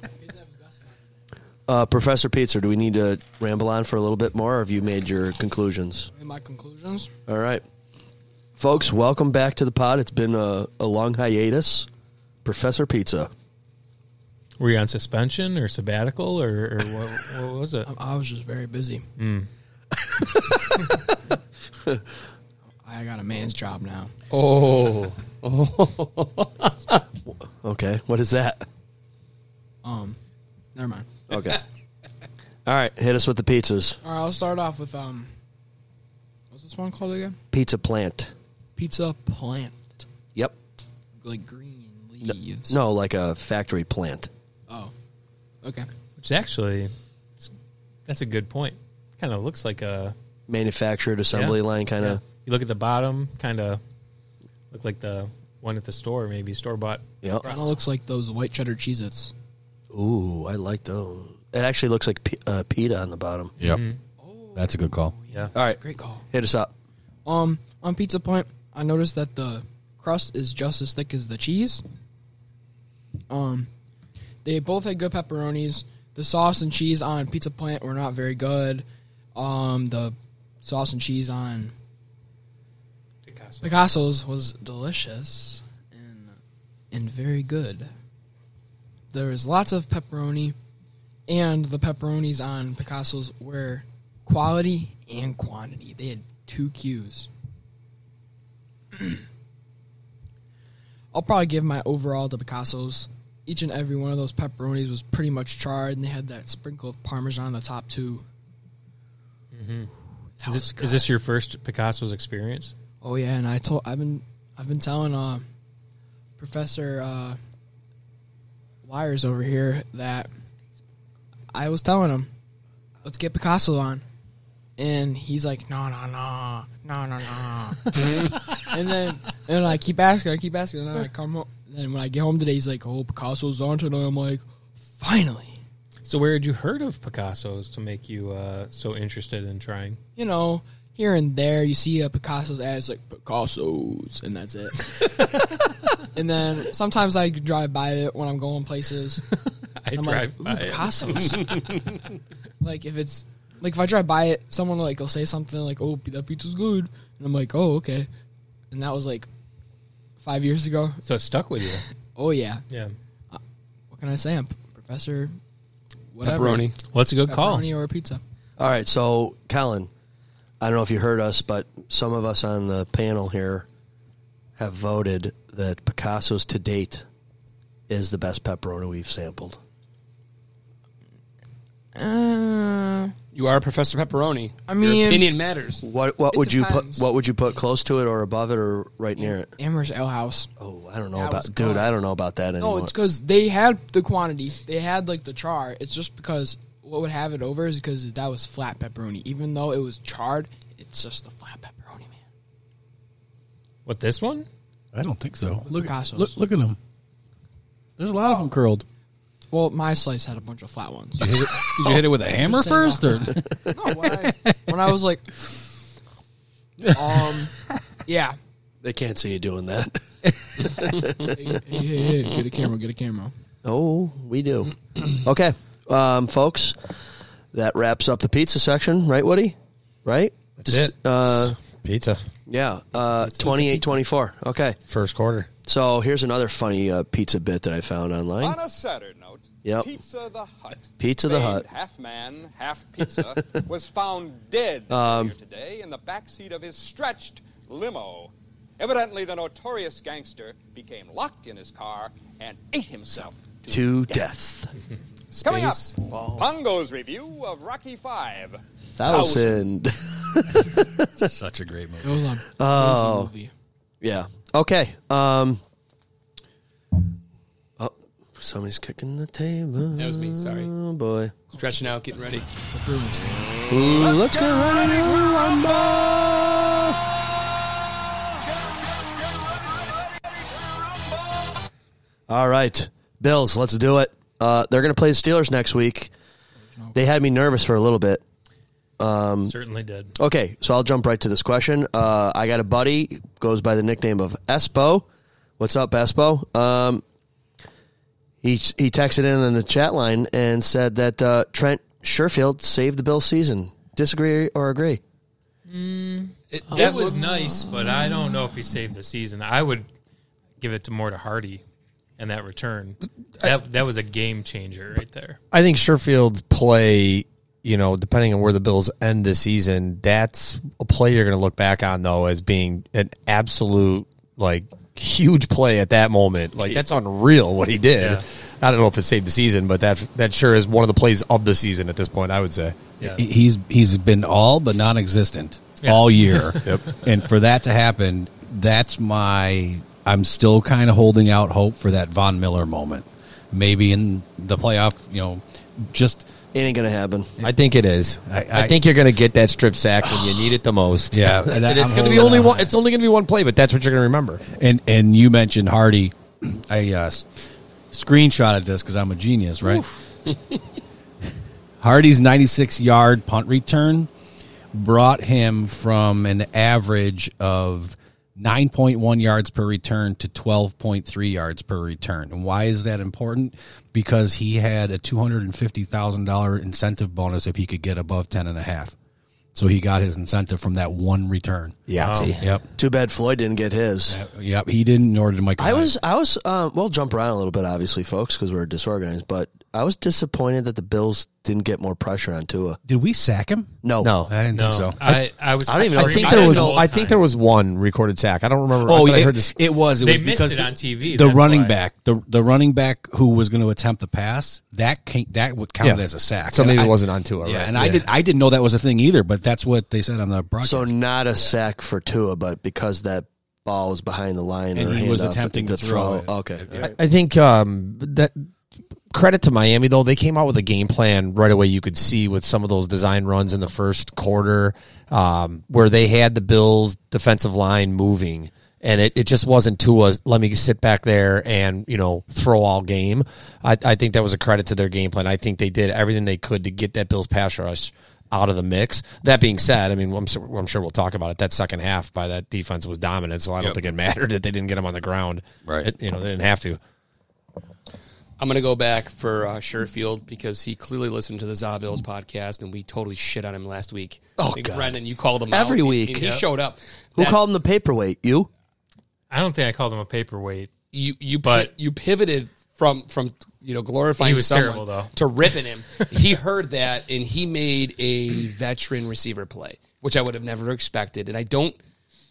Speaker 3: Uh, Professor Pizza, do we need to ramble on for a little bit more, or have you made your conclusions?
Speaker 2: In my conclusions,
Speaker 3: All right, folks, welcome back to the pod. It's been a, a long hiatus. Professor Pizza,
Speaker 7: Were you on suspension or sabbatical or, or what, what was it?
Speaker 10: I was just very busy.
Speaker 7: Mm.
Speaker 10: <laughs> I got a man's job now.
Speaker 3: Oh. okay. What is that?
Speaker 10: Um, never mind.
Speaker 3: Okay. <laughs> All right. Hit us with the pizzas.
Speaker 10: All right, I'll start off with um, what's this one called again?
Speaker 3: Pizza plant.
Speaker 10: Pizza plant,
Speaker 3: Yep.
Speaker 10: like green
Speaker 3: No,
Speaker 10: leaves.
Speaker 3: no, like a factory plant.
Speaker 10: Oh, okay.
Speaker 7: Which actually, it's- that's a good point. Kind of looks like a
Speaker 3: Manufactured assembly
Speaker 7: yeah,
Speaker 3: line kind
Speaker 7: yeah.
Speaker 3: of.
Speaker 7: You look at the bottom, kind of look like the one at the store, maybe store bought.
Speaker 3: Yep.
Speaker 10: Kind of looks like those white cheddar Cheez-Its.
Speaker 3: Ooh, I like those. It actually looks like p- uh, pita on the bottom.
Speaker 4: Yep. That's a good call.
Speaker 7: Yeah.
Speaker 3: All right.
Speaker 10: Great call.
Speaker 3: Hit us up.
Speaker 10: Um, on Pizza Point, I noticed that the crust is just as thick as the cheese. Um, they both had good pepperonis. The sauce and cheese on Pizza Plant were not very good. Um, the sauce and cheese on Picasso's was delicious and and very good. There was lots of pepperoni, and the pepperonis on Picasso's were quality and quantity. They had two Qs. <clears throat> I'll probably give my overall to Picasso's. Each and every one of those pepperonis was pretty much charred, and they had that sprinkle of parmesan on the top too.
Speaker 7: Is
Speaker 10: That was
Speaker 7: this,
Speaker 10: good.
Speaker 7: is this your first Picasso's experience?
Speaker 10: Oh yeah, and I told I've been I've been telling uh, Professor uh, Wires over here that I was telling him let's get Picasso on, and he's like no no no no no no, and then and I keep asking I keep asking and then I come home and when I get home today he's like oh Picasso's on tonight I'm like finally
Speaker 7: So where had you heard of Picasso's to make you uh, so interested in trying?
Speaker 10: you know. Here and there, you see a Picasso's ads like Picasso's, and
Speaker 7: <laughs>
Speaker 10: that's it. And then sometimes I drive by it when I'm going places.
Speaker 7: <laughs> I
Speaker 10: I'm
Speaker 7: drive
Speaker 10: like,
Speaker 7: by
Speaker 10: Ooh,
Speaker 7: it. <laughs>
Speaker 10: Picasso's. like if it's like if I drive by it, someone like will say something like, "Oh, that pizza's good," and I'm like, "Oh, okay." And that was like five years ago.
Speaker 7: So it stuck with you.
Speaker 10: Oh yeah.
Speaker 7: Yeah.
Speaker 10: What can I say? I'm professor. Whatever.
Speaker 9: Pepperoni.
Speaker 7: Well, it's a good call.
Speaker 10: Pepperoni or pizza.
Speaker 3: All right. So, Colin, I don't know if you heard us, but some of us on the panel here have voted that Picasso's to date is the best pepperoni we've sampled.
Speaker 10: Uh,
Speaker 9: You are Professor Pepperoni.
Speaker 10: I
Speaker 9: Your
Speaker 10: mean-
Speaker 9: opinion matters.
Speaker 3: What what
Speaker 9: It
Speaker 3: would
Speaker 9: depends.
Speaker 3: you put? What would you put close to it, or above it, or right near it?
Speaker 10: Amherst Ale House.
Speaker 3: Oh, I don't know
Speaker 10: That
Speaker 3: about
Speaker 10: was
Speaker 3: dude.
Speaker 10: good.
Speaker 3: I don't know about that
Speaker 10: No,
Speaker 3: anymore.
Speaker 10: Oh, it's because they had the quantity. They had like the char. It's just because what would have it over is because that was flat pepperoni. Even though it was charred, it's just the flat pepperoni, man.
Speaker 7: What this one?
Speaker 4: I don't think so. Look,
Speaker 10: Picasso's.
Speaker 4: look, look at them. There's a lot of them curled.
Speaker 10: Well, my slice had a bunch of flat ones.
Speaker 4: Did you hit it, did you hit it with a hammer
Speaker 10: Just saying
Speaker 4: first, or
Speaker 10: off the bat. no, when I, when I was like,
Speaker 3: <laughs>
Speaker 10: um, yeah,
Speaker 3: they can't see you doing that. <laughs>
Speaker 10: hey, hey, hey, hey, get a camera, get a camera.
Speaker 3: Oh, we do. <clears throat> okay, um, folks, that wraps up the pizza section, right, Woody? Right? That's
Speaker 8: it.
Speaker 3: Uh,
Speaker 8: Pizza.
Speaker 3: yeah, uh, 28-24. Okay,
Speaker 8: First quarter.
Speaker 3: so here's another funny uh, pizza bit that I found online.
Speaker 2: On a sadder note,
Speaker 3: Yep.
Speaker 2: Pizza the Hut.
Speaker 3: Pizza the
Speaker 2: famed
Speaker 3: Hut.
Speaker 2: Half man, half
Speaker 3: <laughs>
Speaker 2: pizza, was found dead
Speaker 3: Um,
Speaker 2: earlier today in the backseat of his stretched limo. Evidently, the notorious gangster became locked in his car and ate himself to,
Speaker 3: To death.
Speaker 2: Coming up,
Speaker 7: Space
Speaker 2: Pongo's review of Rocky Five.
Speaker 3: Thousand.
Speaker 4: such a great
Speaker 10: It
Speaker 4: movie?
Speaker 10: was a, it was
Speaker 3: Oh.
Speaker 10: a movie.
Speaker 3: yeah. Okay. Um, oh, somebody's kicking the table.
Speaker 9: That was me. Sorry.
Speaker 3: Oh, boy.
Speaker 9: Stretching out, getting ready.
Speaker 10: Bruins game.
Speaker 3: Let's get ready to rumble. All right, Bills, let's do it. Uh, they're going to play the Steelers next week. They had me nervous for a little bit.
Speaker 7: Certainly did.
Speaker 3: Okay, so I'll jump right to this question. Uh, I got a buddy goes by the nickname of Espo. What's up, Espo? Um, he he texted in on the chat line and said that uh, Trent Sherfield saved the Bills season. Disagree or agree?
Speaker 7: It, was nice, but I don't know if he saved the season. I would give it to more to Hardy and that return. That that was a game changer right there.
Speaker 8: I think Sherfield's play, you know, depending on where the Bills end this season, that's a play you're going to look back on though as being an absolute like huge play at that moment. Like that's unreal what he did.
Speaker 7: Yeah.
Speaker 8: I don't know if it saved the season, but that that sure is one of the plays of the season at this point. I would say.
Speaker 7: Yeah.
Speaker 4: He- He's he's been all but non-existent
Speaker 7: Yeah.
Speaker 4: all
Speaker 8: <laughs>
Speaker 4: year, and for that to happen, that's my. I'm still kind of holding out hope for that Von Miller moment, maybe in the playoff. You know, just
Speaker 3: It ain't gonna happen.
Speaker 8: I think it is. I,
Speaker 4: I-
Speaker 8: think you're going to get that strip sack when you need it the
Speaker 4: <sighs> <laughs>
Speaker 8: most.
Speaker 4: yeah,
Speaker 8: and it's going to be only one. It's only going to be one play, but that's what you're going to remember.
Speaker 4: And and you mentioned Hardy, I uh, s- screenshotted this because I'm a genius, right? <laughs> Hardy's 96 yard punt return brought him from an average of 9.1 yards per return to 12.3 yards per return. And why is that important? Because he had a $250,000 incentive bonus if he could get above 10 and a half. So he got his incentive from that one return.
Speaker 8: Yeah, see.
Speaker 4: Oh, Yep.
Speaker 3: Too bad Floyd didn't get his.
Speaker 4: Yep. He didn't, nor did Michael.
Speaker 3: I
Speaker 4: Mayer.
Speaker 3: was, I was, um, well, jump around a little bit, obviously, folks, because we're disorganized. But I was disappointed that the Bills didn't get more pressure on Tua.
Speaker 4: Did we sack him?
Speaker 3: No,
Speaker 8: no.
Speaker 4: I didn't
Speaker 7: No,
Speaker 4: think so.
Speaker 7: I, I was.
Speaker 3: I don't even know.
Speaker 8: I
Speaker 3: Three
Speaker 8: think
Speaker 3: back
Speaker 8: there
Speaker 3: in
Speaker 8: was.
Speaker 3: the whole
Speaker 8: I think there was one recorded sack. I don't remember. I thought I
Speaker 4: it,
Speaker 8: heard this.
Speaker 4: Oh, it was. It
Speaker 7: They
Speaker 4: was
Speaker 7: missed
Speaker 4: because
Speaker 7: it
Speaker 4: the-
Speaker 7: on TV,
Speaker 4: The
Speaker 7: that's
Speaker 4: running
Speaker 7: why.
Speaker 4: back, the the running back who was going to attempt the pass, that came, that would count
Speaker 8: Yeah.
Speaker 4: as a sack.
Speaker 8: So
Speaker 4: And
Speaker 8: maybe it
Speaker 4: I-
Speaker 8: wasn't on Tua,
Speaker 4: Yeah,
Speaker 8: right?
Speaker 4: and I
Speaker 8: Yeah.
Speaker 4: did. I didn't know that was a thing either, but that's what they said on the broadcast.
Speaker 3: so not a sack for Tua, but because that ball was behind the line,
Speaker 4: And
Speaker 3: or
Speaker 4: he was
Speaker 3: handoff,
Speaker 4: attempting
Speaker 3: the
Speaker 4: to throw it.
Speaker 3: Okay,
Speaker 8: I, I think um, that credit to Miami though they came out with a game plan right away. You could see with some of those design runs in the first quarter um, where they had the Bills defensive line moving. And it, it just wasn't Tua. Let me sit back there and you know throw all game. I, I think that was a credit to their game plan. I think they did everything they could to get that Bills pass rush out of the mix. That being said, I mean, I'm sure, I'm sure we'll talk about it. That second half by that defense was dominant, so I don't think it mattered that they didn't get him on the ground.
Speaker 4: Right.
Speaker 8: It- you know, they didn't have to.
Speaker 9: I'm going to go back for uh, Sherfield because he clearly listened to the Zabills podcast, and we totally shit on him last week.
Speaker 3: Oh,
Speaker 9: I think
Speaker 3: God.
Speaker 9: Brendan, you called him
Speaker 3: Every
Speaker 9: out, and-
Speaker 3: week.
Speaker 9: and
Speaker 3: Yeah.
Speaker 9: he showed up.
Speaker 3: who
Speaker 9: That-
Speaker 3: called him the paperweight? You?
Speaker 7: I don't think I called him a paperweight.
Speaker 9: you? You
Speaker 7: But-
Speaker 9: but you pivoted from from you know glorifying
Speaker 7: He was
Speaker 9: someone
Speaker 7: terrible, though.
Speaker 9: to ripping
Speaker 7: <laughs>
Speaker 9: him. he heard that and he made a veteran receiver play, which I would have never expected. And I don't,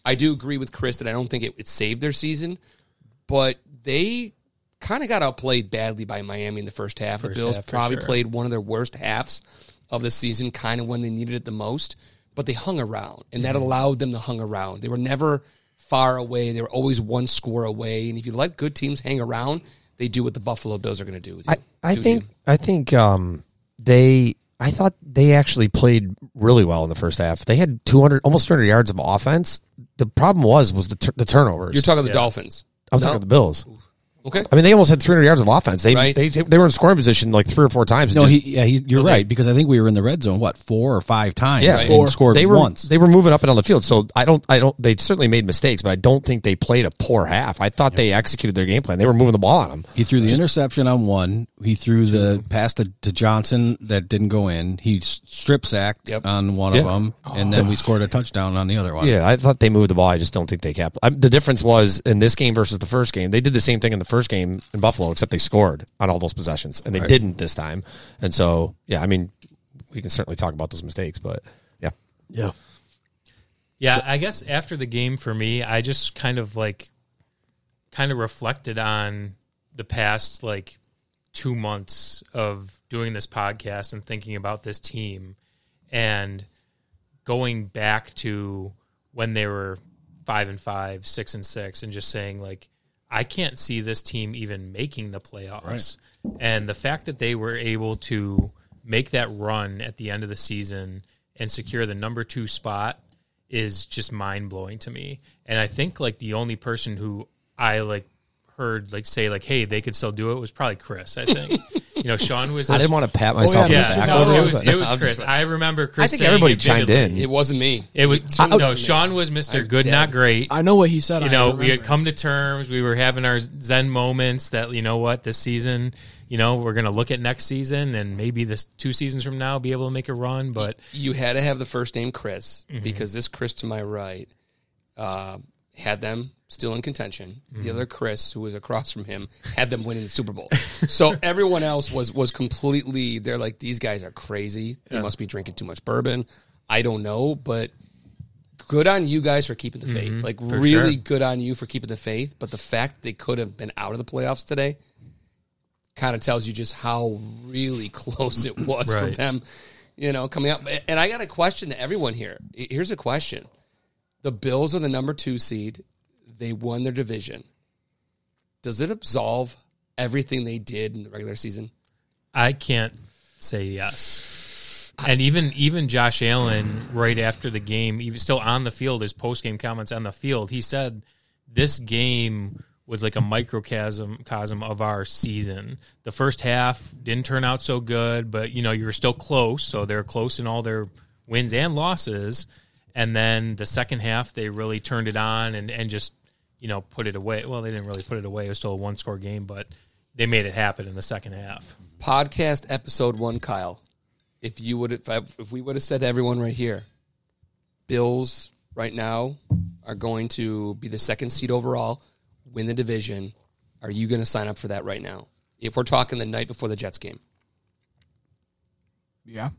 Speaker 9: I do agree with Chris that I don't think it, it saved their season, but they kind of got outplayed badly by Miami in the first half. the Bills
Speaker 7: half, for
Speaker 9: probably
Speaker 7: sure.
Speaker 9: played one of their worst halves of the season, kind of when they needed it the most. But they hung around, and that allowed them to hung around. They were never far away. They were always one score away. And if you let good teams hang around, they do what the Buffalo Bills are going to do. with you.
Speaker 8: I, I
Speaker 9: Do
Speaker 8: think
Speaker 9: you.
Speaker 8: I think um, they I thought they actually played really well in the first half. They had 200 almost 300 yards of offense. The problem was was the, tur- the turnovers.
Speaker 9: you're talking the Dolphins.
Speaker 8: I'm talking the Bills.
Speaker 9: Okay.
Speaker 8: I mean, they almost had 300 yards of offense. They
Speaker 9: Right.
Speaker 8: they they were in scoring position like three or four times.
Speaker 4: no,
Speaker 8: Just-
Speaker 4: he, yeah, he, you're right because I think we were in the red zone what four or five times.
Speaker 8: yeah,
Speaker 4: and
Speaker 8: four.
Speaker 4: scored
Speaker 8: they were,
Speaker 4: once.
Speaker 8: They were moving up and down the field. So I don't I don't they certainly made mistakes, but I don't think they played a poor half. I thought they executed their game plan. They were moving the ball on them.
Speaker 4: he threw the interception on one. He threw the pass to, to Johnson that didn't go in. He s- strip sacked
Speaker 9: Yep.
Speaker 4: on one of
Speaker 8: Yeah.
Speaker 4: them, and then we scored a touchdown on the other one.
Speaker 8: Yeah, I thought they moved the ball. I just don't think they cap. I, the difference was in this game versus the first game. They did the same thing in the first game in Buffalo, except they scored on all those possessions, and they didn't this time. And so, yeah, I mean, we can certainly talk about those mistakes, but yeah,
Speaker 3: Yeah.
Speaker 7: Yeah, I guess after the game for me, I just kind of like kind of reflected on the past like 2 months of doing this podcast and thinking about this team and going back to when they were 5 and 5, 6 and 6 and just saying like I can't see this team even making the playoffs. And the fact that they were able to make that run at the end of the season and secure the number 2 spot is just mind blowing to me. And I think like the only person who I like heard like say like, "Hey, they could still do it" was probably Chris. I think you know Sean was.
Speaker 8: I didn't want to pat myself
Speaker 7: yeah,
Speaker 8: on the back.
Speaker 7: no,
Speaker 8: over
Speaker 7: it
Speaker 8: it,
Speaker 7: was
Speaker 8: but-
Speaker 7: it was
Speaker 8: I'm
Speaker 7: Chris.
Speaker 8: just-
Speaker 7: I remember Chris.
Speaker 8: I think
Speaker 7: saying
Speaker 8: everybody
Speaker 7: it
Speaker 8: chimed
Speaker 7: vividly.
Speaker 8: in.
Speaker 9: It wasn't me.
Speaker 7: It was no. Sean was Mister Good, not great.
Speaker 10: I know what he said.
Speaker 7: You
Speaker 10: I
Speaker 7: know,
Speaker 10: remember.
Speaker 7: we had come to terms. We were having our Zen moments. That you know what, this season, you know, we're gonna look at next season and maybe this two seasons from now be able to make a run. But
Speaker 9: You had to have the first name Chris because this Chris to my right uh, had them still in contention. The other Chris, who was across from him, had them winning the Super
Speaker 7: <laughs>
Speaker 9: Bowl. so everyone else was was completely. They're like, these guys are crazy. They must be drinking too much bourbon. I don't know, but good on you guys for keeping the faith.
Speaker 7: Mhm,
Speaker 9: like
Speaker 7: for
Speaker 9: really
Speaker 7: sure.
Speaker 9: good on you for keeping the faith. But the fact they could have been out of the playoffs today kind of tells you just how really <laughs> close it was for
Speaker 7: Right.
Speaker 9: them. You know, coming up. And I got a question to everyone here. Here's a question: The Bills are the number two seed. They won their division. Does it absolve everything they did in the regular season?
Speaker 7: I can't say yes. And even even Josh Allen, right after the game, even still on the field, his post game comments on the field, he said this game was like a microcosm cosm of our season. The first half didn't turn out so good, but you know you were still close, so they're close in all their wins and losses. And then the second half, they really turned it on and and just you know put it away. Well, they didn't really put it away; it was still a one score game, but they made it happen in the second half.
Speaker 9: Podcast episode one, Kyle. If you would, if, I, if we would have said to everyone right here, Bills right now are going to be the second seed overall, win the division. Are you going to sign up for that right now? If we're talking the night before the Jets game,
Speaker 10: Yeah.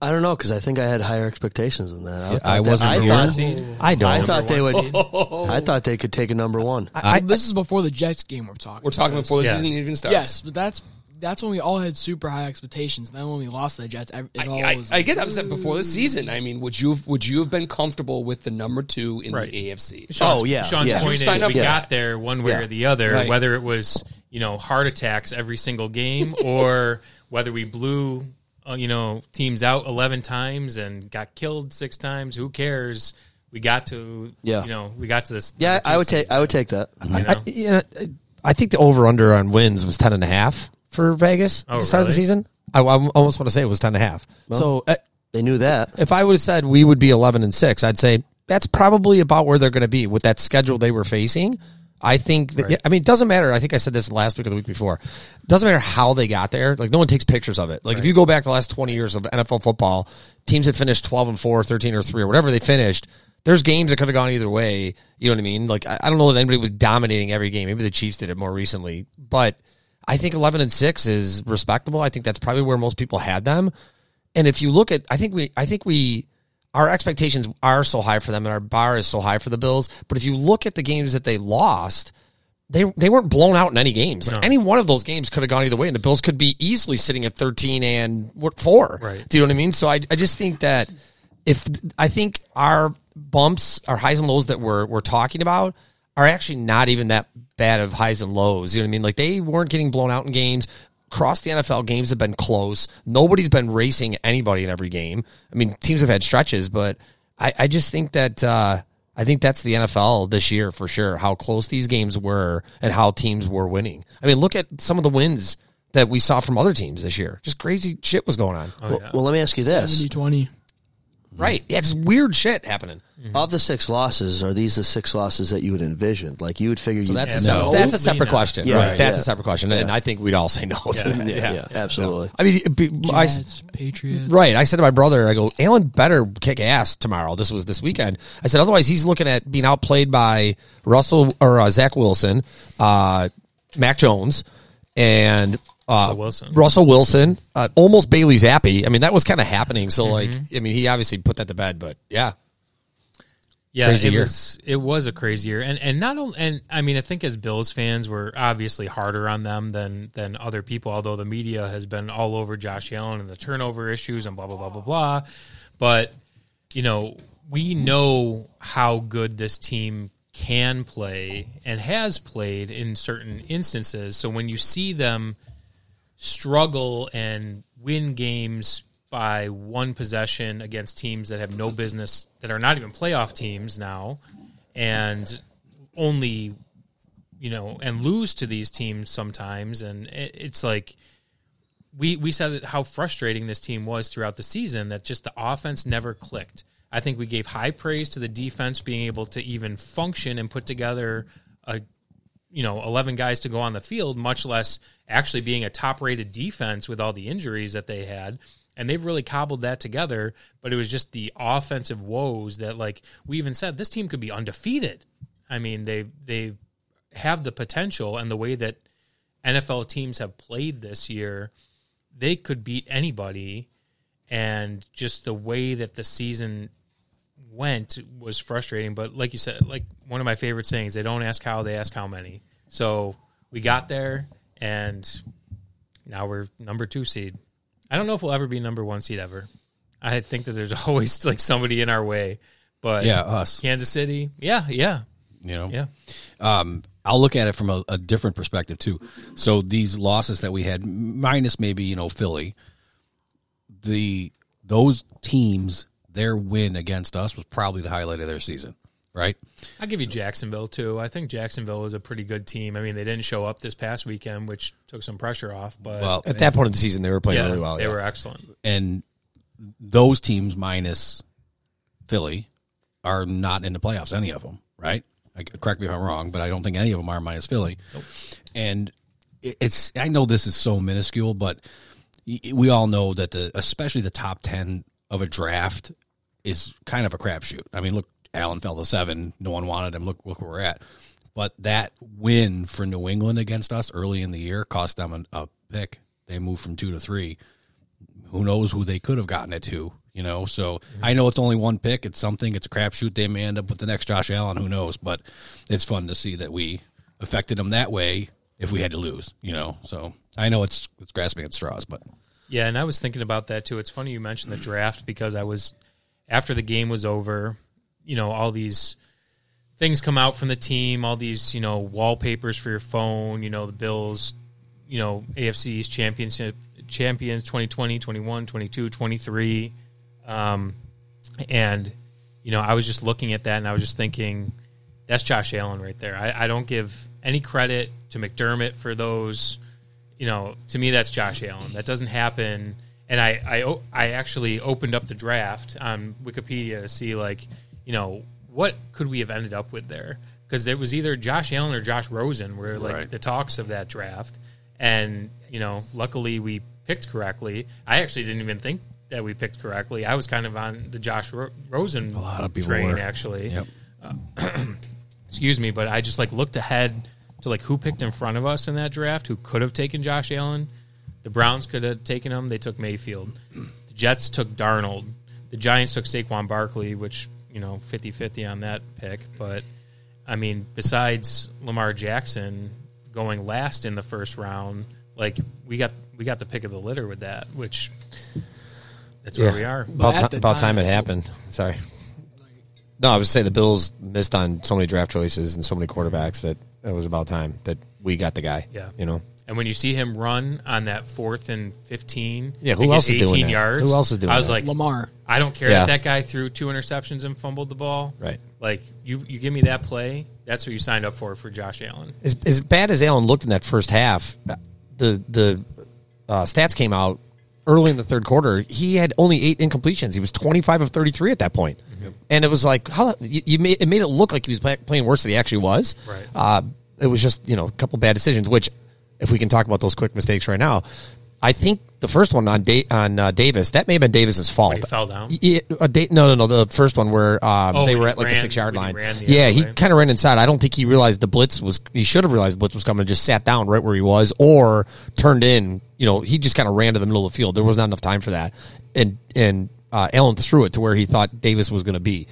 Speaker 3: I don't know because I think I had higher expectations than that.
Speaker 4: Yeah,
Speaker 3: thought
Speaker 4: I
Speaker 3: that-
Speaker 4: wasn't
Speaker 3: I
Speaker 4: here.
Speaker 3: thought,
Speaker 4: I don't.
Speaker 3: I thought they would.
Speaker 9: Number
Speaker 4: <laughs>
Speaker 9: one seed.
Speaker 3: I thought they could take a number one.
Speaker 10: I, this is before the Jets game we're talking.
Speaker 9: we're talking before the
Speaker 7: Yeah.
Speaker 9: season even starts.
Speaker 10: Yes, but that's that's when we all had super high expectations. Then when we lost to the Jets, I- it all
Speaker 9: I,
Speaker 10: was
Speaker 9: I get upset before the season. I mean, would you have, would you have been comfortable with the number two in
Speaker 7: Right.
Speaker 9: the AFC?
Speaker 7: Sean's,
Speaker 3: Oh, yeah,
Speaker 7: Sean's
Speaker 3: yeah.
Speaker 7: point
Speaker 9: You sign
Speaker 7: is
Speaker 9: up
Speaker 7: we
Speaker 9: for
Speaker 7: got there one way
Speaker 3: Yeah.
Speaker 7: or the other,
Speaker 9: Right.
Speaker 7: whether it was you know heart attacks every single game
Speaker 9: <laughs>
Speaker 7: or whether we blew uh, you know teams out eleven times and got killed six times. Who cares? We got to
Speaker 3: Yeah.
Speaker 7: you know we got to this.
Speaker 3: yeah,
Speaker 7: number two
Speaker 3: I would
Speaker 7: seed.
Speaker 3: take. I would take that.
Speaker 4: Mm-hmm.
Speaker 7: know?
Speaker 8: I, yeah, I- I think the over under on wins was ten and a half for Vegas at
Speaker 7: Oh,
Speaker 8: the start of the
Speaker 7: really?
Speaker 8: season. I, I almost want to say it was ten and a half. so uh,
Speaker 3: They knew that.
Speaker 8: if I would have said we would be eleven and six, I'd say that's probably about where they're going to be with that schedule they were facing. I think that I mean it doesn't matter. I think I said this last week or the week before. It doesn't matter how they got there. Like no one takes pictures of it. Like if you go back the last twenty years of NFL football, teams that finished twelve and four, 13 or three, or whatever they finished. There's games that could have gone either way. You know what I mean? Like I I don't know that anybody was dominating every game. Maybe the Chiefs did it more recently, but I think eleven and six is respectable. I think that's probably where most people had them. And if you look at, I think we, I think we, our expectations are so high for them, and our bar is so high for the Bills. But if you look at the games that they lost, they they weren't blown out in any games. Like, Any one of those games could have gone either way, and the Bills could be easily sitting at thirteen and what four.
Speaker 7: Right.
Speaker 8: Do you know what I mean? So I I just think that if I think our bumps, our highs and lows that we're we're talking about are actually not even that bad of highs and lows. You know what I mean? Like they weren't getting blown out in games. Across the NFL, games have been close. Nobody's been racing anybody in every game. I mean, teams have had stretches, but I, I just think that uh, I think that's the NFL this year for sure. How close these games were and how teams were winning. I mean, look at some of the wins that we saw from other teams this year. Just crazy shit was going on.
Speaker 4: Oh,
Speaker 3: well, well, let me ask you this:
Speaker 10: 70-20.
Speaker 8: Right? Yeah, just weird shit happening.
Speaker 4: Mm-hmm.
Speaker 3: of the six losses, are these the six losses that you would envision? Like you would figure?
Speaker 8: So
Speaker 3: you,
Speaker 8: that's a
Speaker 7: Yeah,
Speaker 8: separate,
Speaker 4: <laughs>
Speaker 7: no.
Speaker 8: that's a
Speaker 7: Absolutely
Speaker 8: separate
Speaker 7: not.
Speaker 8: question.
Speaker 3: Yeah,
Speaker 8: right.
Speaker 3: right.
Speaker 8: That's
Speaker 3: Yeah.
Speaker 8: a separate question, and I think we'd all say no. to that.
Speaker 3: yeah, yeah, absolutely.
Speaker 8: I mean, it be- I,
Speaker 10: Jets, Patriots.
Speaker 8: right. I said to my brother, I go, Allen better kick ass tomorrow. This was this weekend. I said, otherwise he's looking at being outplayed by Russell or uh, Zach Wilson, uh, Mac Jones, and uh,
Speaker 7: Russell Wilson.
Speaker 8: Russell Wilson, uh, almost Bailey Zappi. I mean, that was kind of happening. So, like, I mean, he obviously put that to bed, but yeah.
Speaker 7: Yeah,
Speaker 8: Crazy
Speaker 7: it
Speaker 8: year.
Speaker 7: was it was a crazy year, and and not only and I mean I think as Bills fans we're obviously harder on them than than other people. Although the media has been all over Josh Allen and the turnover issues and blah blah blah blah blah, but you know we know how good this team can play and has played in certain instances. So when you see them struggle and win games by one possession against teams that have no business that are not even playoff teams now and only you know and lose to these teams sometimes and it, it's like we we said that how frustrating this team was throughout the season that just the offense never clicked. I think we gave high praise to the defense being able to even function and put together a you know 11 guys to go on the field much less actually being a top rated defense with all the injuries that they had. And they've really cobbled that together, but it was just the offensive woes that like we even said this team could be undefeated. I mean, they they have the potential and the way that NFL teams have played this year, they could beat anybody and just the way that the season went was frustrating. But like you said, like one of my favorite sayings, they don't ask how, they ask how many. So we got there, and now we're number two seed. I don't know if we'll ever be number one seed ever. I think that there's <laughs> always like somebody in our way, but
Speaker 4: Yeah, us.
Speaker 7: Kansas City, yeah, yeah,
Speaker 4: you know
Speaker 7: Yeah.
Speaker 4: um i'll look at it from a, a different perspective too so these losses that we had minus maybe you know philly the those teams their win against us was probably the highlight of their season right
Speaker 7: I'll give you Jacksonville too. I think Jacksonville is a pretty good team. I mean, they didn't show up this past weekend, which took some pressure off. But
Speaker 4: Well,
Speaker 8: At that point of the season, they were playing
Speaker 7: yeah,
Speaker 8: really well.
Speaker 7: They
Speaker 8: yeah.
Speaker 7: were excellent.
Speaker 4: and those teams minus philly are not in the playoffs any of them right I, correct me if i'm wrong but i don't think any of them are minus philly and it- it's i know this is so minuscule but y- we all know that the especially the top 10 of a draft is kind of a crapshoot. I mean, look, Allen fell to seven. No one wanted him. Look, look where we're at. But that win for New England against us early in the year cost them an, a pick. They moved from two to three. Who knows who they could have gotten it to? You know, so I know it's only one pick. It's something. It's a crapshoot. They may end up with the next Josh Allen. Who knows? But it's fun to see that we affected them that way. If we had to lose, you know, so I know it's it's grasping at straws, but
Speaker 7: Yeah, and I was thinking about that too. It's funny you mentioned the draft because I was after the game was over, you know, all these things come out from the team, all these, you know, wallpapers for your phone, you know, the Bills, you know, AFC's championship champions 2020, 21, 22, 23. Um, and you know, I was just looking at that and I was just thinking that's Josh Allen right there. I, I don't give any credit to McDermott for those you know, to me, that's Josh Allen. That doesn't happen. And I, I, o- I actually opened up the draft on Wikipedia to see, like, you know, what could we have ended up with there? Because it was either Josh Allen or Josh Rosen were like
Speaker 4: Right.
Speaker 7: the talks of that draft. And, you know, luckily we picked correctly. I actually didn't even think that we picked correctly. I was kind of on the Josh Ro- Rosen
Speaker 4: a lot of people
Speaker 7: train,
Speaker 4: were.
Speaker 7: actually
Speaker 4: Yep.
Speaker 7: excuse me, but I just like looked ahead to like who picked in front of us in that draft, who could have taken Josh Allen. The Browns could have taken him. They took Mayfield. The Jets took Darnold. The Giants took Saquon Barkley, which, you know, 50 50 on that pick. But, I mean, besides Lamar Jackson going last in the first round, like, we got we got the pick of the litter with that, which that's where we are.
Speaker 10: At
Speaker 8: About, ti-
Speaker 10: the
Speaker 8: about time,
Speaker 10: time-
Speaker 8: it happened. Sorry. No, I was saying the Bills missed on so many draft choices and so many quarterbacks that it was about time that we got the guy.
Speaker 7: Yeah.
Speaker 8: You know?
Speaker 7: And when you see him run on that fourth and fifteen,
Speaker 8: Yeah, who
Speaker 7: to get
Speaker 8: else is doing that?
Speaker 7: yards?
Speaker 8: Who else is doing
Speaker 7: I was
Speaker 8: that?
Speaker 7: like,
Speaker 10: Lamar.
Speaker 7: I don't care
Speaker 8: Yeah.
Speaker 7: that that guy threw two interceptions and fumbled the ball.
Speaker 8: Right.
Speaker 7: Like you, you give me that play. That's what you signed up for for Josh Allen.
Speaker 8: As, as bad as Allen looked in that first half, the the uh, stats came out early in the third quarter. He had only eight incompletions. He was twenty five of thirty three at that point, and it was like how you, you made, it made it look like he was play, playing worse than he actually was.
Speaker 7: Right.
Speaker 8: Uh, it was just you know a couple bad decisions. Which, if we can talk about those quick mistakes right now, I think the first one on da- on uh, Davis that may have been Davis's fault.
Speaker 7: he fell down?
Speaker 8: Yeah, uh, da- no, no, no. The first one where um,
Speaker 7: Oh,
Speaker 8: they
Speaker 7: when
Speaker 8: were
Speaker 7: he
Speaker 8: at like the
Speaker 7: ran-
Speaker 8: six yard
Speaker 7: when he
Speaker 8: line.
Speaker 7: ran the
Speaker 8: yeah,
Speaker 7: other
Speaker 8: he
Speaker 7: way.
Speaker 8: kind of ran inside. I don't think he realized the blitz was. He should have realized the blitz was coming and just sat down right where he was, or turned in. You know, he just kind of ran to the middle of the field. There was not enough time for that, and and uh, Allen threw it to where he thought Davis was going to be.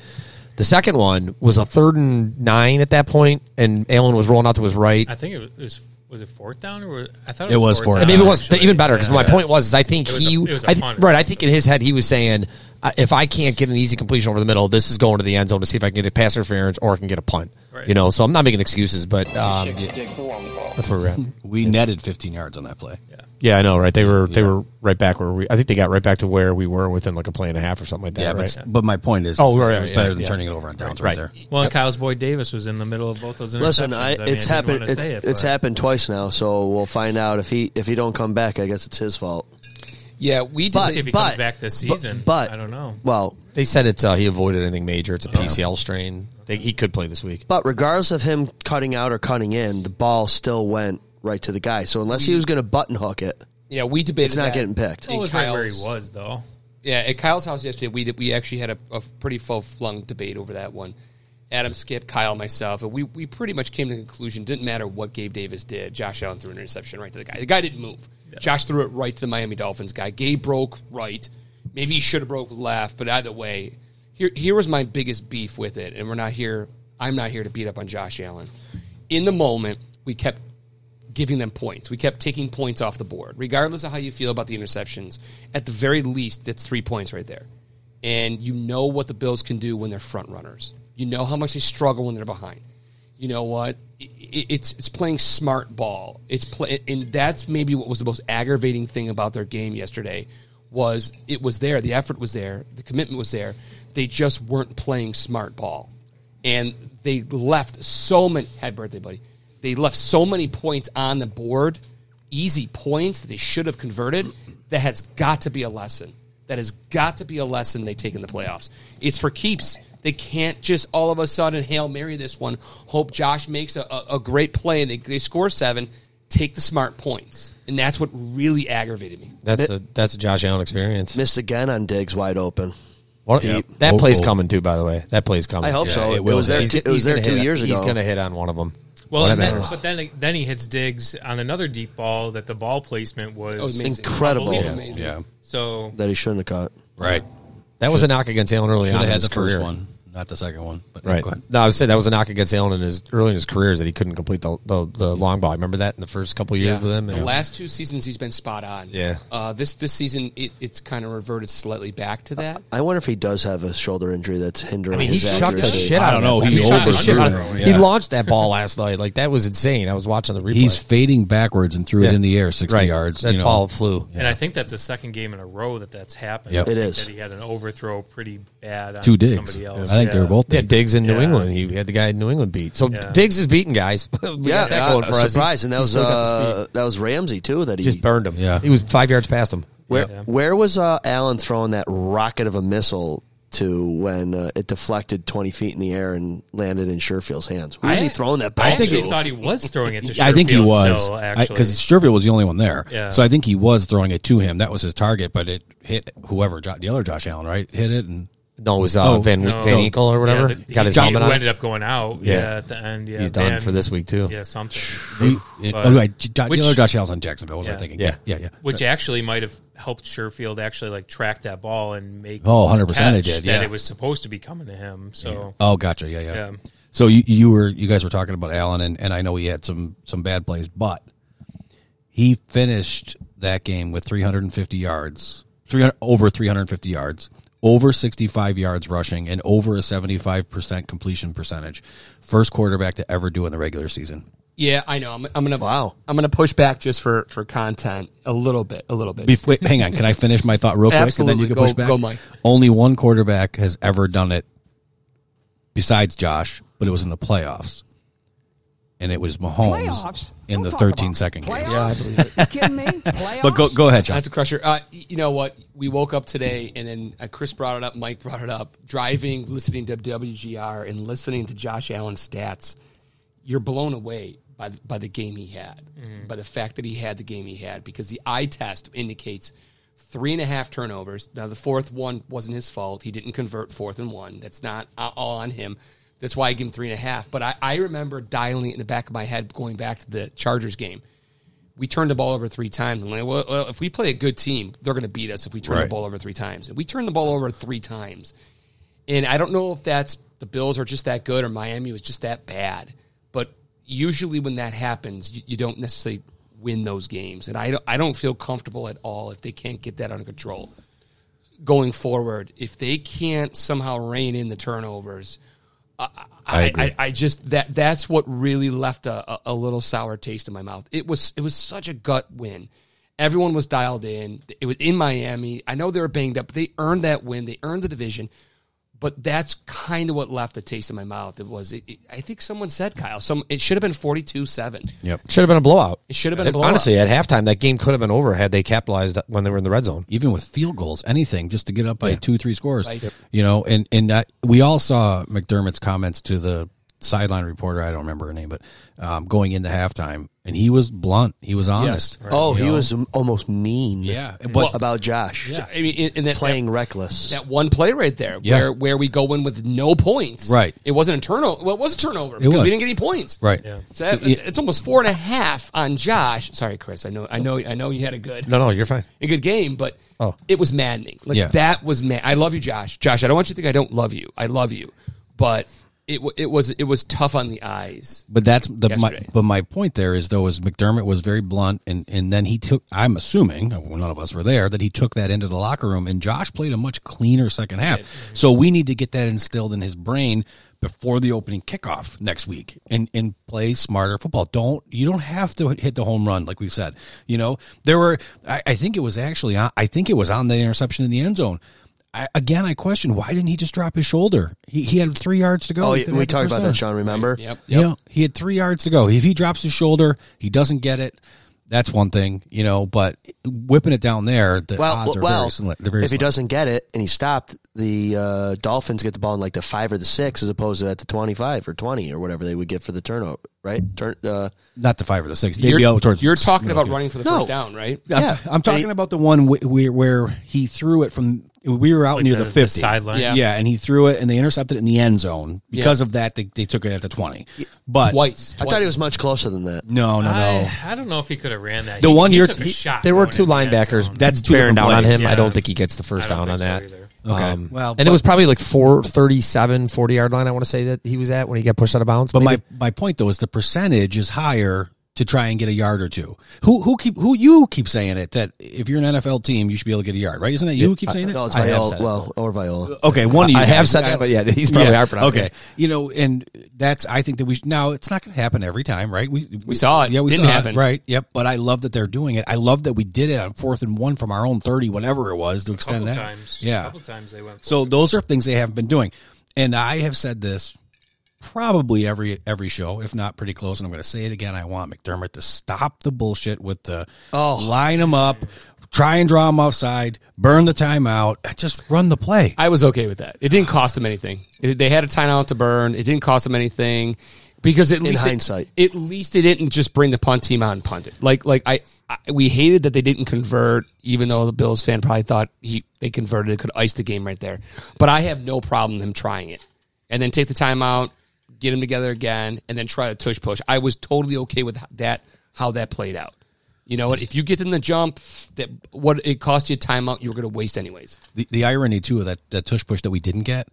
Speaker 8: The second one was a third and nine at that point, and Allen was rolling out to his right.
Speaker 7: I think it was, it was was it fourth down or was, I thought
Speaker 4: It
Speaker 7: it was
Speaker 4: was fourth
Speaker 7: down,
Speaker 8: Maybe it was
Speaker 7: actually.
Speaker 8: even better because
Speaker 7: Yeah.
Speaker 8: my point was is I think
Speaker 7: It was a-
Speaker 8: he
Speaker 7: it was a
Speaker 8: I thi-
Speaker 7: punt.
Speaker 8: right. I think in his head he was saying, "I- "If I can't get an easy completion over the middle, this is going to the end zone to see if I can get a pass interference or I can get a punt."
Speaker 7: Right.
Speaker 8: You know, so I'm not making excuses, but um, that's where we're at.
Speaker 4: We netted 15 yards on that play.
Speaker 8: <laughs> yeah, I know, right? They were they were right back where we. I think they got right back to where we were within like a play and a half or something like that.
Speaker 4: Yeah,
Speaker 8: right?
Speaker 4: but but my point is,
Speaker 8: Oh, right,
Speaker 4: it was
Speaker 8: right,
Speaker 4: better
Speaker 8: yeah,
Speaker 4: than
Speaker 8: yeah.
Speaker 4: turning it over on downs
Speaker 8: Right.
Speaker 4: right, there.
Speaker 7: Well, and Kyle's boy Davis was in the middle of both those interceptions.
Speaker 3: Listen, I,
Speaker 7: mean,
Speaker 3: it's
Speaker 7: didn't
Speaker 3: happened.
Speaker 7: wanna
Speaker 3: It's,
Speaker 7: say it,
Speaker 3: it's
Speaker 7: but-
Speaker 3: happened twice now, so we'll find out if he if he don't come back. I guess it's his fault.
Speaker 9: Yeah, we did.
Speaker 3: But
Speaker 7: see if he
Speaker 3: but,
Speaker 7: comes back this
Speaker 3: but-
Speaker 7: season.
Speaker 3: But,
Speaker 7: I don't know.
Speaker 3: Well,
Speaker 8: They said it's uh, he avoided anything major. It's a PCL strain. They, he could play this week.
Speaker 3: but regardless of him cutting out or cutting in, the ball still went right to the guy. So unless he was going to button hook it,
Speaker 9: Yeah, we debated.
Speaker 3: It's not
Speaker 9: that
Speaker 3: getting picked.
Speaker 9: in
Speaker 3: Well, it's right where he
Speaker 9: Kyle's-
Speaker 7: was, though.
Speaker 9: Yeah, at Kyle's house yesterday, we did, we actually had a, a pretty full flung debate over that one. Adam, Skip, Kyle, myself, and we we pretty much came to the conclusion. Didn't matter what Gabe Davis did. Josh Allen threw an interception right to the guy. The guy didn't move. Josh threw it right to the Miami Dolphins guy. Gabe broke right. Maybe he should have broke left, but either way, here here was my biggest beef with it. And we're not here. I'm not here to beat up on Josh Allen. In the moment, we kept giving them points. We kept taking points off the board, regardless of how you feel about the interceptions. At the very least, that's three points right there. And you know what the Bills can do when they're front runners. You know how much they struggle when they're behind. You know what? I- I- It's it's playing smart ball. It's play, and that's maybe what was the most aggravating thing about their game yesterday was it was there, the effort was there, the commitment was there. They just weren't playing smart ball and they left so many happy birthday buddy they left so many points on the board easy points that they should have converted that has got to be a lesson that has got to be a lesson they take in the playoffs it's for keeps they can't just all of a sudden hail mary this one hope josh makes a, a, a great play and they, they score seven take the smart points and that's what really aggravated me
Speaker 8: That's a that's a Josh Allen experience.
Speaker 3: Missed again on Diggs wide open.
Speaker 8: What-
Speaker 3: Deep.
Speaker 8: That
Speaker 3: Oh,
Speaker 8: play's
Speaker 3: cool.
Speaker 8: coming too. By the way, that play's coming.
Speaker 3: I hope so. It was there two- it was there
Speaker 8: gonna
Speaker 3: two
Speaker 8: hit-
Speaker 3: years
Speaker 8: He's
Speaker 3: ago.
Speaker 8: going to hit on one of them.
Speaker 7: Well,
Speaker 8: One
Speaker 7: and
Speaker 8: of
Speaker 7: then,
Speaker 8: them.
Speaker 7: but then then he hits digs on another deep ball that the ball placement was,
Speaker 9: was amazing.
Speaker 3: Incredible.
Speaker 7: unbelievable.
Speaker 4: Yeah.
Speaker 7: So
Speaker 3: That he shouldn't have caught.
Speaker 4: Right.
Speaker 8: that was a knock against Allen early
Speaker 4: Should
Speaker 8: on
Speaker 4: have
Speaker 8: in
Speaker 4: had
Speaker 8: his
Speaker 4: the
Speaker 8: career.
Speaker 4: first one, not the second one. But
Speaker 8: Right.
Speaker 4: Go ahead.
Speaker 8: No, I was saying that was a knock against Allen in his early in his career is that he couldn't complete the the, the long ball. I remember that in the first couple years with him.
Speaker 9: The last two seasons he's been spot on.
Speaker 8: Yeah.
Speaker 9: Uh, this this season it, it's kind of reverted slightly back to that.
Speaker 3: I wonder if he does have a shoulder injury that's hindering
Speaker 9: I mean, he
Speaker 3: his
Speaker 8: chucked the
Speaker 3: accuracy.
Speaker 8: shit
Speaker 4: I don't
Speaker 8: out
Speaker 4: know.
Speaker 8: of that.
Speaker 4: He
Speaker 8: ball. chucked the shit
Speaker 4: overthrew
Speaker 8: out of
Speaker 4: it.
Speaker 8: He
Speaker 4: Yeah.
Speaker 8: launched that ball last night. Like that was insane. I was watching the replay.
Speaker 4: He's fading backwards and threw
Speaker 8: Yeah.
Speaker 4: it in the air sixty
Speaker 8: Right.
Speaker 4: yards.
Speaker 8: That
Speaker 4: you know.
Speaker 8: ball flew.
Speaker 7: and I think that's the second game in a row that that's happened.
Speaker 4: Yep.
Speaker 7: I
Speaker 4: It
Speaker 7: think
Speaker 3: is.
Speaker 7: that he had an overthrow pretty bad on
Speaker 4: two digs.
Speaker 7: somebody else.
Speaker 4: I think they were
Speaker 7: Yeah.
Speaker 4: both.
Speaker 8: Yeah,
Speaker 4: Digs.
Speaker 8: Diggs in New
Speaker 7: Yeah.
Speaker 8: England. He had the guy in New England beat. So
Speaker 7: Yeah. uh,
Speaker 8: Diggs is beaten, guys. <laughs> We got
Speaker 3: Yeah,
Speaker 8: that going for us.
Speaker 3: surprise,
Speaker 8: He's-
Speaker 3: and that
Speaker 8: he's
Speaker 3: was
Speaker 8: still got the
Speaker 3: uh, that was Ramsey too. That he
Speaker 8: speed. just burned him.
Speaker 4: Yeah.
Speaker 8: he was five yards past him.
Speaker 3: Where where was uh, Allen throwing that rocket of a missile to when uh, it deflected twenty feet in the air and landed in Sherfield's hands? Who was he throwing that ball
Speaker 7: I think
Speaker 3: to?
Speaker 7: he thought he was throwing it
Speaker 4: <laughs>
Speaker 7: to.
Speaker 4: I think he
Speaker 7: Sherfield
Speaker 4: was
Speaker 7: still, actually.
Speaker 4: because Sherfield was the only one there.
Speaker 7: Yeah.
Speaker 4: So I think he was throwing it to him. That was his target, but it hit whoever Jo- the other Josh Allen right hit it and
Speaker 8: No, it was uh,
Speaker 4: Oh,
Speaker 8: Van
Speaker 7: No.
Speaker 8: Van Inkle or whatever.
Speaker 7: Yeah, the-
Speaker 8: got his
Speaker 7: he-
Speaker 8: helmet
Speaker 7: who
Speaker 8: on.
Speaker 7: ended up going out. Yeah.
Speaker 8: Yeah.
Speaker 7: at the end. Yeah,
Speaker 8: He's done
Speaker 7: Van-
Speaker 8: for this week too.
Speaker 7: Yeah, something.
Speaker 4: we, it,
Speaker 7: But-
Speaker 4: oh, right, Jo-
Speaker 7: which-
Speaker 4: the other Josh Allen's on Jacksonville. Was I
Speaker 7: Yeah.
Speaker 4: thinking?
Speaker 8: Yeah.
Speaker 4: yeah, yeah.
Speaker 7: which actually might have helped Sherfield actually like track that ball and make
Speaker 4: Oh,
Speaker 7: the
Speaker 4: 100% it
Speaker 7: catch
Speaker 4: did, yeah.
Speaker 7: that it was supposed to be coming to him. So
Speaker 4: Oh, gotcha. Yeah, yeah.
Speaker 7: Yeah.
Speaker 4: So you, you were you guys were talking about Allen, and, and I know he had some some bad plays, but he finished that game with 350 yards, 300 over 350 yards, over 65 yards rushing, and over a 75 percent completion percentage. First quarterback to ever do in the regular season
Speaker 9: Yeah, I know. I'm, I'm gonna wow. I'm gonna push back just for for content a little bit, a little bit.
Speaker 4: Bef- wait, hang on. Can I finish my thought real quick? And
Speaker 9: Absolutely.
Speaker 4: then you can
Speaker 9: Go-
Speaker 4: push back?
Speaker 9: go, Mike.
Speaker 4: Only one quarterback has ever done it besides Josh, but it was in the playoffs. And it was Mahomes
Speaker 1: Playoffs?
Speaker 4: in
Speaker 1: Don't
Speaker 4: the
Speaker 1: talk
Speaker 4: 13
Speaker 1: about
Speaker 4: second game.
Speaker 1: playoffs?
Speaker 9: yeah, I believe it.
Speaker 1: You kidding me? Playoffs?
Speaker 4: But
Speaker 10: <laughs>
Speaker 4: go, go ahead, Josh.
Speaker 9: That's a crusher. Uh, y- you know what? We woke up today, and then uh, Chris brought it up. Mike brought it up. Driving, listening to WGR, and listening to Josh Allen's stats, you're blown away by the, by the game he had, by the fact that he had the game he had, because the eye test indicates three and a half turnovers. Now the fourth one wasn't his fault. He didn't convert fourth and one. That's not a- all on him. That's why I give him three and a half. But I, I remember dialing it in the back of my head going back to the Chargers game we turned the ball over three times. I'm like, well, well, if we play a good team, they're going to beat us if we turn the
Speaker 4: Right.
Speaker 9: ball over three times. And we turned the ball over three times. And I don't know if that's the Bills are just that good or Miami was just that bad. But usually when that happens, you, you don't necessarily win those games. And I don't, I don't feel comfortable at all if they can't get that under control going forward. If they can't somehow rein in the turnovers, I,
Speaker 4: agree.
Speaker 9: I, I just that that's what really left a, a, a little sour taste in my mouth. It was it was such a gut win. Everyone was dialed in. It was in Miami. I know they were banged up. But they earned that win. They earned the division. But that's kind of what left a taste in my mouth. It was. It, it- I think someone said Kyle. Some it should have been forty two seven.
Speaker 4: yep.
Speaker 8: Should have been a blowout.
Speaker 9: It should have been a blowout.
Speaker 8: Honestly, at halftime, that game could have been over had they capitalized when they were in the red zone.
Speaker 4: Even with field goals, anything just to get up by two, three scores,
Speaker 9: Right.
Speaker 4: you know, and and I, we all saw McDermott's comments to the sideline reporter. I don't remember her name, but um, going into halftime, and he was blunt. He was honest.
Speaker 3: oh,
Speaker 4: You
Speaker 3: he
Speaker 4: know?
Speaker 3: was um, almost mean.
Speaker 4: Yeah, but-
Speaker 3: about Josh.
Speaker 9: I mean, in, in that,
Speaker 3: Playing reckless.
Speaker 9: that one play right there,
Speaker 4: Yeah.
Speaker 9: where where we go in with no points.
Speaker 4: Right.
Speaker 9: It wasn't a turnover. Well, it was a turnover because
Speaker 4: was.
Speaker 9: we didn't get any points.
Speaker 4: right.
Speaker 9: So that, it's almost four and a half on Josh. Sorry, Chris. I know, I know, I know you had a good
Speaker 8: No, no, you're fine.
Speaker 9: a good game, but
Speaker 8: Oh.
Speaker 9: it was maddening. Like
Speaker 4: Yeah.
Speaker 9: that was mad. I love you, Josh. Josh, I don't want you to think I don't love you. I love you, but it wa- it was it was tough on the eyes.
Speaker 4: But that's the my,
Speaker 9: Yesterday.
Speaker 4: but my point there is though is McDermott was very blunt and and then he took I'm assuming uh, well, none of us were there that he took that into the locker room and Josh played a much cleaner second half. So we need to get that instilled in his brain before the opening kickoff next week and and play smarter football. Don't you don't have to hit the home run like we said. You know there were I, I think it was actually on, I think it was on the interception in the end zone. I, again, I question why didn't he just drop his shoulder? He, he had three yards to go.
Speaker 3: Oh,
Speaker 4: He
Speaker 3: yeah,
Speaker 4: could
Speaker 3: we
Speaker 4: make a
Speaker 3: talked
Speaker 4: first
Speaker 3: about that,
Speaker 4: down.
Speaker 3: Sean. Remember?
Speaker 9: Yep.
Speaker 4: You know, he had three yards to go. If he drops his shoulder, he doesn't get it. That's one thing, you know. But whipping it down there, the
Speaker 3: Well,
Speaker 4: odds are
Speaker 3: well,
Speaker 4: very slim. they're very
Speaker 3: if he
Speaker 4: slim.
Speaker 3: doesn't get it and he stopped, the uh, Dolphins get the ball in like the five or the six, as opposed to at the twenty-five or twenty or whatever they would get for the turnover, right? Turn. Uh,
Speaker 4: not the five or the six, they'd
Speaker 9: You're,
Speaker 4: be out towards.
Speaker 9: you're talking about
Speaker 4: Yeah.
Speaker 9: running for the
Speaker 3: No.
Speaker 9: first down, right?
Speaker 4: I'm,
Speaker 3: Yeah.
Speaker 4: I'm talking about the one wh- where, where he threw it from. We were out near the,
Speaker 7: the
Speaker 4: fifty
Speaker 7: sideline.
Speaker 4: yeah.
Speaker 9: Yeah.
Speaker 4: and he threw it and they intercepted it in the end zone. Because of that, they, they took it at the twenty. But
Speaker 9: Twice.
Speaker 3: I thought he was much closer than that.
Speaker 4: no, no, no.
Speaker 7: I, I don't know if he could have ran that.
Speaker 4: The
Speaker 7: He-
Speaker 4: one
Speaker 7: he
Speaker 4: you're-
Speaker 7: took a
Speaker 4: he-
Speaker 7: shot
Speaker 8: There were
Speaker 7: going
Speaker 8: two
Speaker 7: in the end
Speaker 8: linebackers.
Speaker 7: zone.
Speaker 4: That's two
Speaker 8: bearing
Speaker 4: different
Speaker 8: down on
Speaker 4: plays.
Speaker 8: him. I
Speaker 7: Yeah.
Speaker 8: don't think he gets the first
Speaker 7: I
Speaker 8: down
Speaker 7: don't
Speaker 8: on that.
Speaker 7: think so either.
Speaker 4: Okay.
Speaker 8: Um,
Speaker 4: Well,
Speaker 8: and
Speaker 4: but-
Speaker 8: it was probably like 437, 40 yard line, I want to say that he was at when he got pushed out of bounds.
Speaker 4: But
Speaker 8: maybe.
Speaker 4: my, my point though is the percentage is higher to try and get a yard or two. Who who keep who you keep saying it that if you're an NFL team you should be able to get a yard, right? Isn't that you who keep saying it?
Speaker 3: No, it's
Speaker 8: I have
Speaker 3: Viola.
Speaker 8: said it.
Speaker 3: Well, or Viola.
Speaker 4: Okay, one of you.
Speaker 8: I have
Speaker 4: guys.
Speaker 8: said that, but yeah, he's probably harping on it.
Speaker 4: Okay, you know, and that's I think that we should, now it's not going to happen every time, right? We we
Speaker 9: saw it.
Speaker 4: Yeah, we
Speaker 9: Didn't
Speaker 4: saw
Speaker 9: happen.
Speaker 4: it. Right. Yep. But I love that they're doing it. I love that we did it on fourth and one from our own thirty, whatever it was, to extend
Speaker 7: couple
Speaker 4: that.
Speaker 7: times.
Speaker 4: Yeah.
Speaker 7: couple times they went.
Speaker 4: So those are things they haven't been doing. And I have said this probably every every show, if not pretty close, and I'm going to say it again. I want McDermott to stop the bullshit with the oh. line them up, try and draw them offside, burn the timeout, just run the play.
Speaker 9: I was okay with that. It didn't cost him anything. It- they had a timeout to burn. It didn't cost them anything because at least it-
Speaker 3: hindsight.
Speaker 9: at least it didn't just bring the punt team out and punt it. Like like I, I we hated that they didn't convert, even though the Bills fan probably thought he they converted it could ice the game right there. But I have no problem him trying it and then take the timeout, get him together again, and then try to tush push. I was totally okay with that how that played out. You know what? If you get in the jump, that what it cost you a timeout, you were going to waste anyways.
Speaker 4: The, the irony too of that that tush push that we didn't get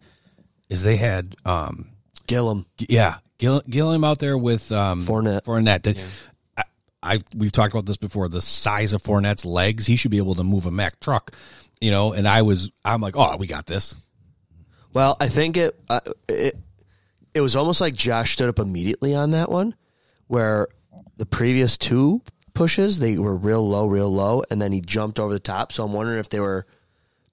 Speaker 4: is they had um
Speaker 3: Gillum.
Speaker 4: Yeah, Gill, Gilliam out there with um,
Speaker 3: Fournette.
Speaker 4: Fournette. That- I, I we've talked about this before. The size of Fournette's legs, he should be able to move a Mack truck. You know, and I was, I'm like, oh, we got this.
Speaker 3: Well, I think it, uh, it it was almost like Josh stood up immediately on that one, where the previous two pushes they were real low, real low, and then he jumped over the top. So I'm wondering if they were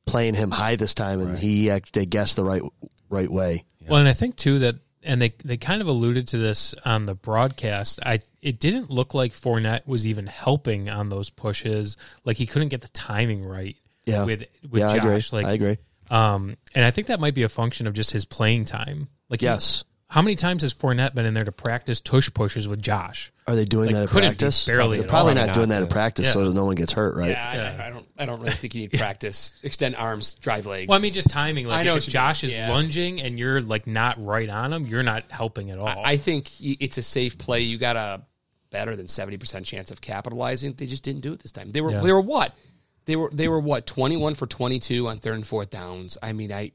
Speaker 3: playing him high this time, and he act, they guessed the right right way.
Speaker 7: Well, and I think too that, and they they kind of alluded to this on the broadcast. I it didn't look like Fournette was even helping on those pushes. Like he couldn't get the timing right.
Speaker 3: Yeah.
Speaker 7: with with
Speaker 3: yeah,
Speaker 7: Josh.
Speaker 3: I agree.
Speaker 7: Like
Speaker 3: I agree.
Speaker 7: Um, and I think that might be a function of just his playing time. Like he-
Speaker 3: Yes.
Speaker 7: how many times has Fournette been in there to practice tush pushes with Josh?
Speaker 3: Are they doing
Speaker 7: Like,
Speaker 3: that at
Speaker 7: couldn't be
Speaker 3: practice?
Speaker 7: barely
Speaker 3: They're
Speaker 7: at
Speaker 3: probably
Speaker 7: all.
Speaker 3: not
Speaker 7: Probably
Speaker 3: doing that at practice,
Speaker 7: Yeah.
Speaker 3: so no one gets hurt, right?
Speaker 9: Yeah, I- I, I don't. I don't really think you
Speaker 7: <laughs>
Speaker 9: need practice. Extend arms, drive legs.
Speaker 7: Well, I mean, just timing. Like
Speaker 9: I know
Speaker 7: if
Speaker 9: what you
Speaker 7: Josh
Speaker 9: mean.
Speaker 7: is
Speaker 9: Yeah.
Speaker 7: lunging and you're like not right on him, you're not helping at all.
Speaker 9: I think y- it's a safe play. You got a better than seventy percent chance of capitalizing. They just didn't do it this time. They were.
Speaker 7: Yeah.
Speaker 9: They were what? They were. They were what? Twenty one for twenty two on third and fourth downs. I mean, I.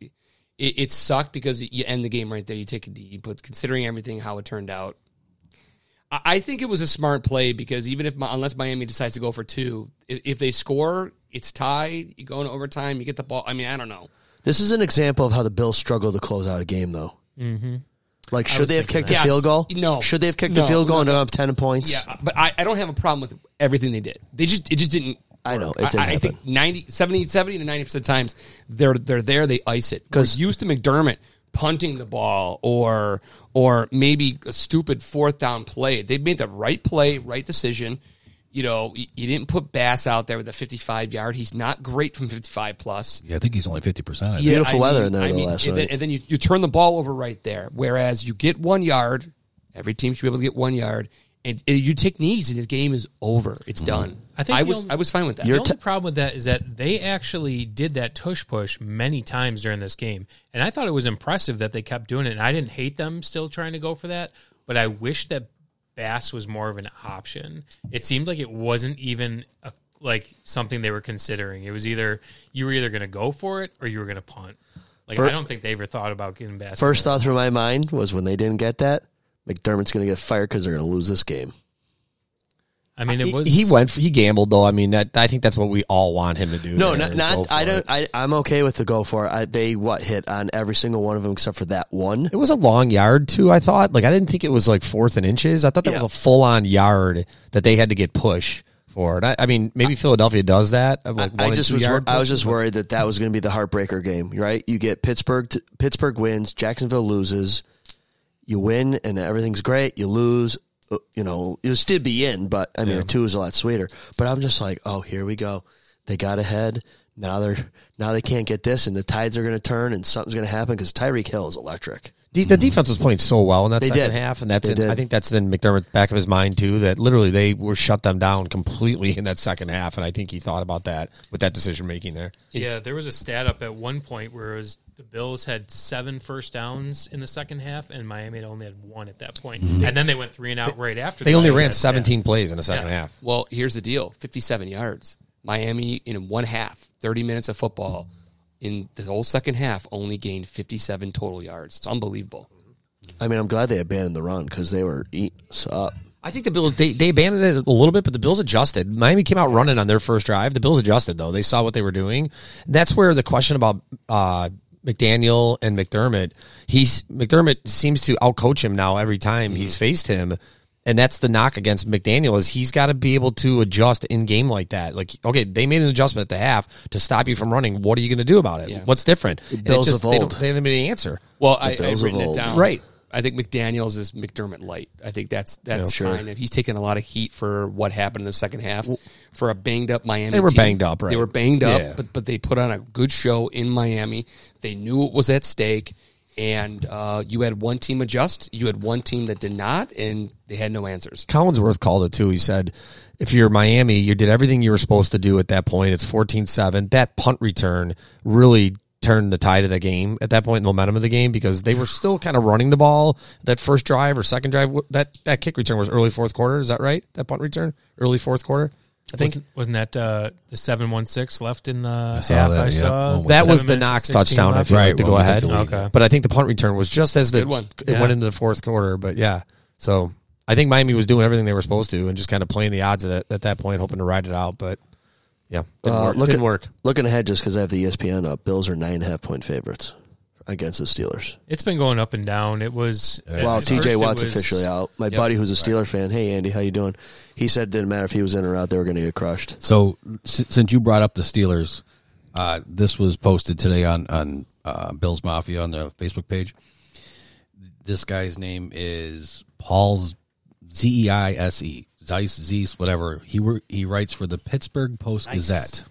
Speaker 9: It, it sucked because you end the game right there. You take a D, but considering everything how it turned out, I, I think it was a smart play because even if Mi- unless Miami decides to go for two, i- if they score, it's tied. You go into overtime. You get the ball. I mean, I don't know.
Speaker 3: This is an example of how the Bills struggle to close out a game, though. Mm-hmm. Like, should
Speaker 7: was
Speaker 3: they have
Speaker 7: thinking
Speaker 3: kicked
Speaker 9: that.
Speaker 3: a field goal?
Speaker 9: Yes. No.
Speaker 3: Should they have kicked a
Speaker 9: No,
Speaker 3: field goal
Speaker 9: no,
Speaker 3: and gone up ten points?
Speaker 9: Yeah, but I, I don't have a problem with everything they did. They just it just didn't.
Speaker 3: I know,
Speaker 9: work.
Speaker 3: it didn't
Speaker 9: I, I
Speaker 3: happen.
Speaker 9: think 90, 70, 70 to ninety percent times they're they're there. They ice it because used to McDermott punting the ball or or maybe a stupid fourth down play. They made the right play, right decision. You know, you you didn't put Bass out there with a 55 yard. He's not great from 55 plus.
Speaker 4: Yeah, I think he's only fifty percent.
Speaker 9: Yeah,
Speaker 3: Beautiful
Speaker 9: I
Speaker 3: weather
Speaker 9: mean-
Speaker 3: in there,
Speaker 9: I
Speaker 3: though,
Speaker 9: mean,
Speaker 3: last
Speaker 9: and then,
Speaker 3: night.
Speaker 9: and then you, you turn the ball over right there. Whereas you get one yard, every team should be able to get one yard, and, and you take knees, and the game is over. It's
Speaker 3: Mm-hmm.
Speaker 9: done. I think I
Speaker 7: the
Speaker 9: was
Speaker 7: only-
Speaker 9: I was fine with that.
Speaker 7: the only problem with that is that they actually did that tush push many times during this game, and I thought it was impressive that they kept doing it. And I didn't hate them still trying to go for that, but I wish that Bass was more of an option. It seemed like it wasn't even a, like something they were considering. It was either you were either going to go for it or you were going to punt. Like
Speaker 3: Fir-
Speaker 7: I don't think they ever thought about getting Bass.
Speaker 3: First thought through my mind was when they didn't get that, McDermott's going to get fired because they're going to lose this game.
Speaker 7: I mean, it was
Speaker 8: he went. For, he gambled though. I mean, that I think that's what we all want him to do.
Speaker 3: No,
Speaker 8: there,
Speaker 3: not,
Speaker 8: is go
Speaker 3: not
Speaker 8: for
Speaker 3: I
Speaker 8: it.
Speaker 3: don't. I, I'm okay with the go for it. I, they what hit on every single one of them except for that one.
Speaker 8: It was a long yard too. I thought. Like I didn't think it was like fourth and inches. I thought that
Speaker 3: Yeah.
Speaker 8: was a full on yard that they had to get push for. And I, I mean, maybe Philadelphia does that. of, Like
Speaker 3: I
Speaker 8: one and
Speaker 3: just
Speaker 8: two
Speaker 3: was. wor-
Speaker 8: yard
Speaker 3: I was
Speaker 8: pushes,
Speaker 3: just
Speaker 8: but-
Speaker 3: worried that that was going to be the heartbreaker game, right? You get Pittsburgh. T- Pittsburgh wins. Jacksonville loses. You win and everything's great. You lose. uh, You know, you'll still be in, but I mean, a two is a lot sweeter. But I'm just like, oh, here we go. They got ahead. Now they're now they can't get this, and the tides are going to turn, and something's going to happen because Tyreek Hill is electric.
Speaker 8: The, the defense was playing so well in that
Speaker 3: Mm-hmm. They
Speaker 8: second
Speaker 3: did.
Speaker 8: half, and that's
Speaker 3: They
Speaker 8: in,
Speaker 3: did.
Speaker 8: I think that's in McDermott's back of his mind too. That literally they were shut them down completely in that second half, and I think he thought about that with that decision making there.
Speaker 7: Yeah, there was a stat up at one point where it was the Bills had seven first downs in the second half, and Miami had only had one at that point. And then they went three and out right after.
Speaker 8: Mm-hmm. They
Speaker 7: that.
Speaker 8: only ran
Speaker 7: That stat.
Speaker 8: 17 plays in the second
Speaker 7: Yeah.
Speaker 8: half.
Speaker 9: Well, here's the deal: 57 yards. Miami in one half, 30 minutes of football, in the whole second half, only gained 57 total yards. It's unbelievable.
Speaker 3: I mean, I'm glad they abandoned the run because they were eating us up.
Speaker 8: I think the Bills they, they abandoned it a little bit, but the Bills adjusted. Miami came out running on their first drive. The Bills adjusted though; they saw what they were doing. That's where the question about uh, McDaniel and McDermott. He's McDermott seems to outcoach him now every time
Speaker 3: Mm-hmm.
Speaker 8: he's faced him, and that's the knock against McDaniel is he's got to be able to adjust in game like that. Like, okay, they made an adjustment at the half to stop you from running. What are you going to do about it?
Speaker 9: Yeah.
Speaker 8: What's different? And it
Speaker 3: Bills
Speaker 8: just-
Speaker 3: of
Speaker 8: They,
Speaker 3: old.
Speaker 8: don't, they haven't made any answer.
Speaker 9: Well, I,
Speaker 3: Bills
Speaker 9: I've
Speaker 3: of
Speaker 9: written it
Speaker 3: old.
Speaker 9: down.
Speaker 8: Right.
Speaker 9: I think McDaniel's is McDermott light. I think that's that's
Speaker 8: Yeah, sure.
Speaker 9: fine. He's taken a lot of heat for what happened in the second half for a banged up Miami.
Speaker 8: They were
Speaker 9: team.
Speaker 8: banged up, right.
Speaker 9: They were banged up,
Speaker 8: Yeah.
Speaker 9: but but they put on a good show in Miami. They knew what was at stake, and uh, you had one team adjust. You had one team that did not, and they had no answers.
Speaker 8: Collinsworth called it too. He said, if you're Miami, you did everything you were supposed to do at that point. It's 14 7. That punt return really turned the tide of the game at that point, the momentum of the game, because they were still kind of running the ball that first drive or second drive. That that kick return was early fourth quarter. Is that right? That punt return? Early fourth quarter? I think.
Speaker 7: Wasn't, wasn't that uh, the seven one six left in the
Speaker 4: saw
Speaker 7: half?
Speaker 4: that,
Speaker 7: I
Speaker 4: yeah.
Speaker 7: saw
Speaker 4: Well,
Speaker 8: That
Speaker 7: Seven
Speaker 8: was the
Speaker 7: minutes and
Speaker 8: Knox
Speaker 7: 16
Speaker 8: touchdown, I
Speaker 7: left.
Speaker 8: feel
Speaker 4: Right,
Speaker 8: like, to
Speaker 4: when
Speaker 8: go
Speaker 4: we took
Speaker 8: ahead.
Speaker 4: the lead.
Speaker 7: Okay.
Speaker 8: But I think the punt return was just as the
Speaker 9: Good one.
Speaker 8: it
Speaker 7: Yeah.
Speaker 8: went into the fourth quarter. But yeah, so I think Miami was doing everything they were supposed to and just kind of playing the odds at, that- at that point, hoping to ride it out. But yeah, didn't
Speaker 3: Uh,
Speaker 8: work.
Speaker 3: look
Speaker 8: didn't
Speaker 3: at-
Speaker 8: work.
Speaker 3: Looking ahead, just because I have the E ESPN up, Bills are nine and a half point favorites against the Steelers.
Speaker 7: It's been going up and down. It was
Speaker 3: Wow,
Speaker 7: at first
Speaker 3: TJ
Speaker 7: it
Speaker 3: Watt's
Speaker 7: was-
Speaker 3: officially out. My buddy, who's a Steeler fan, hey Andy, how you doing? He said it didn't matter if he was in or out, they were going to get crushed.
Speaker 4: So s- since you brought up the Steelers, uh, this was posted today on on uh, Bills Mafia on the Facebook page. This guy's name is Paul's Z E I S E Zeiss Zeiss whatever he wor- he writes for the Pittsburgh Post Gazette.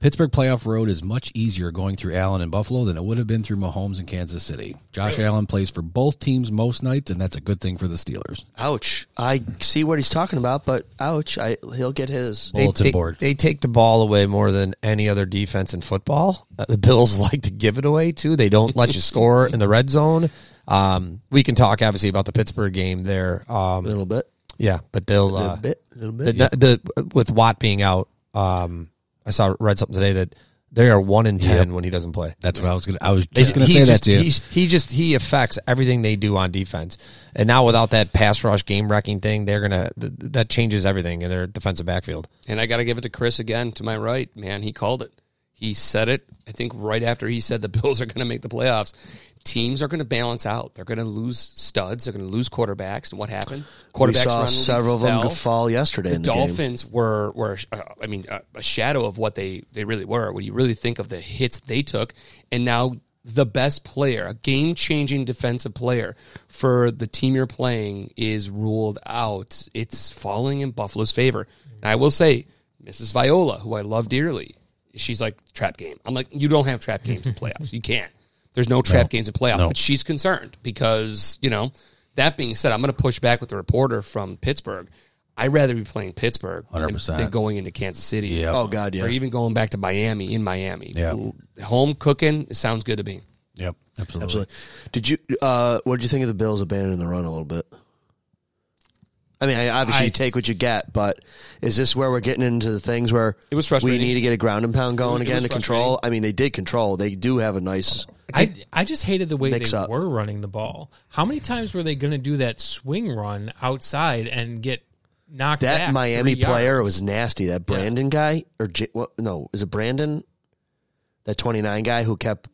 Speaker 4: Pittsburgh playoff road is much easier going through Allen and Buffalo than it would have been through Mahomes and Kansas City. Josh Allen plays for both teams most nights, and that's a good thing for the Steelers.
Speaker 3: Ouch! I see what he's talking about, but ouch! I he'll get his.
Speaker 4: Bulletin
Speaker 8: they,
Speaker 4: board.
Speaker 8: They take the ball away more than any other defense in football. Uh, The Bills <laughs> like to give it away too. They don't let you score in the red zone. Um, we can talk obviously about the Pittsburgh game there. Um,
Speaker 3: little bit,
Speaker 8: Yeah, but they'll
Speaker 3: little
Speaker 8: uh,
Speaker 3: bit, little bit.
Speaker 8: the, the with Watt being out. Um, I saw read something today that they are one in ten when he doesn't play.
Speaker 4: That's what I was gonna. I was just gonna say
Speaker 8: He's
Speaker 4: that
Speaker 8: just-
Speaker 4: to you.
Speaker 8: he's- He just he affects everything they do on defense, and now without that pass rush game wrecking thing, they're gonna th- that changes everything in their defensive backfield.
Speaker 9: And I got to give it to Chris again to my right, man. He called it. He said it, I think, right after he said the <laughs> Bills are going to make the playoffs. Teams are going to balance out. They're going to lose studs. They're going to lose quarterbacks. And what happened?
Speaker 3: we
Speaker 9: Quarterbacks
Speaker 3: saw
Speaker 9: were on the
Speaker 3: several of
Speaker 9: leads,
Speaker 3: them
Speaker 9: fell.
Speaker 3: fall yesterday
Speaker 9: The,
Speaker 3: in the game.
Speaker 9: Dolphins were, were uh, I mean, uh, a shadow of what they, they really were when you really think of the hits they took. And now the best player, a game changing defensive player for the team you're playing is ruled out, it's falling in Buffalo's favor. And I will say, Mrs. Viola, who I love dearly, she's like, trap game. I'm like, you don't have trap games in playoffs. You can't. There's no trap games in playoffs.
Speaker 4: No.
Speaker 9: But she's concerned because, you know, that being said, I'm going to push back with the reporter from Pittsburgh. I'd rather be playing Pittsburgh than-
Speaker 4: 100%.
Speaker 9: than going into Kansas City.
Speaker 4: Yep.
Speaker 3: Oh, God, yeah.
Speaker 9: Or even going back to Miami in Miami.
Speaker 4: Yeah.
Speaker 9: Home cooking it sounds good to me.
Speaker 4: Yep, absolutely.
Speaker 3: Absolutely. Did you? Uh, what did you think of the Bills abandoning the run a little bit? I mean, I, obviously
Speaker 7: I-
Speaker 3: you take what you get, but is this where we're getting into the things where
Speaker 9: It was
Speaker 3: we
Speaker 9: frustrating.
Speaker 3: need to get a ground and pound going
Speaker 9: It
Speaker 3: again
Speaker 9: was
Speaker 3: to control? I mean, they did control. They do have a nice.
Speaker 7: I, I just hated the way
Speaker 3: Mix
Speaker 7: they
Speaker 3: up.
Speaker 7: were running the ball. How many times were they going to do that swing run outside and get knocked
Speaker 3: That
Speaker 7: back
Speaker 3: Miami
Speaker 7: three yards?
Speaker 3: player was nasty. That Brandon guy or J, what, no, is it Brandon? That twenty nine guy who kept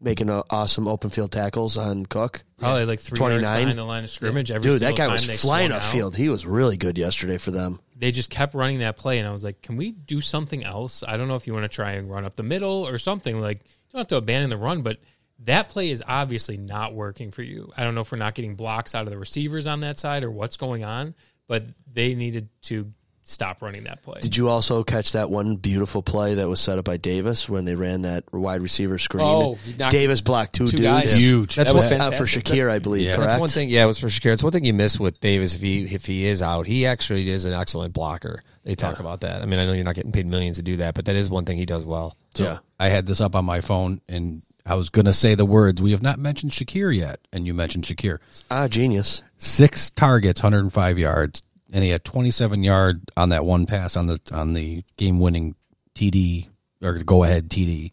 Speaker 3: making uh, awesome open field tackles on Cook.
Speaker 7: probably like three 29.
Speaker 3: 29.
Speaker 7: yards behind the line of scrimmage every
Speaker 3: Dude, that
Speaker 7: single
Speaker 3: guy
Speaker 7: time
Speaker 3: was
Speaker 7: they
Speaker 3: flying
Speaker 7: swung out.
Speaker 3: upfield. He was really good yesterday for them.
Speaker 7: They just kept running that play, and I was like, "Can we do something else? I don't know if you want to try and run up the middle or something. Like, you don't have to abandon the run, but that play is obviously not working for you. I don't know if we're not getting blocks out of the receivers on that side or what's going on, but they needed to stop running that play.
Speaker 3: Did you also catch that one beautiful play that was set up by Davis when they ran that wide receiver screen?
Speaker 9: Oh, he knocked
Speaker 3: Davis blocked two,
Speaker 9: two
Speaker 3: dudes.
Speaker 9: guys.
Speaker 4: Huge.
Speaker 3: That's
Speaker 4: That
Speaker 9: was
Speaker 3: what uh, for
Speaker 9: fantastic.
Speaker 3: Shakir, I believe.
Speaker 4: Yeah.
Speaker 3: correct?
Speaker 8: That's one thing. Yeah, it was for Shakir. It's one thing you miss with Davis if he if he is out. He actually is an excellent blocker. They talk about that. I mean, I know you're not getting paid millions to do that, but that is one thing he does well.
Speaker 3: Yeah.
Speaker 4: I had this up on my phone, and I was going to say the words. We have not mentioned Shakir yet, and you mentioned Shakir.
Speaker 3: Ah, genius.
Speaker 4: Six targets, 105 yards, and he had 27 yard on that one pass on the on the game winning TD or go ahead TD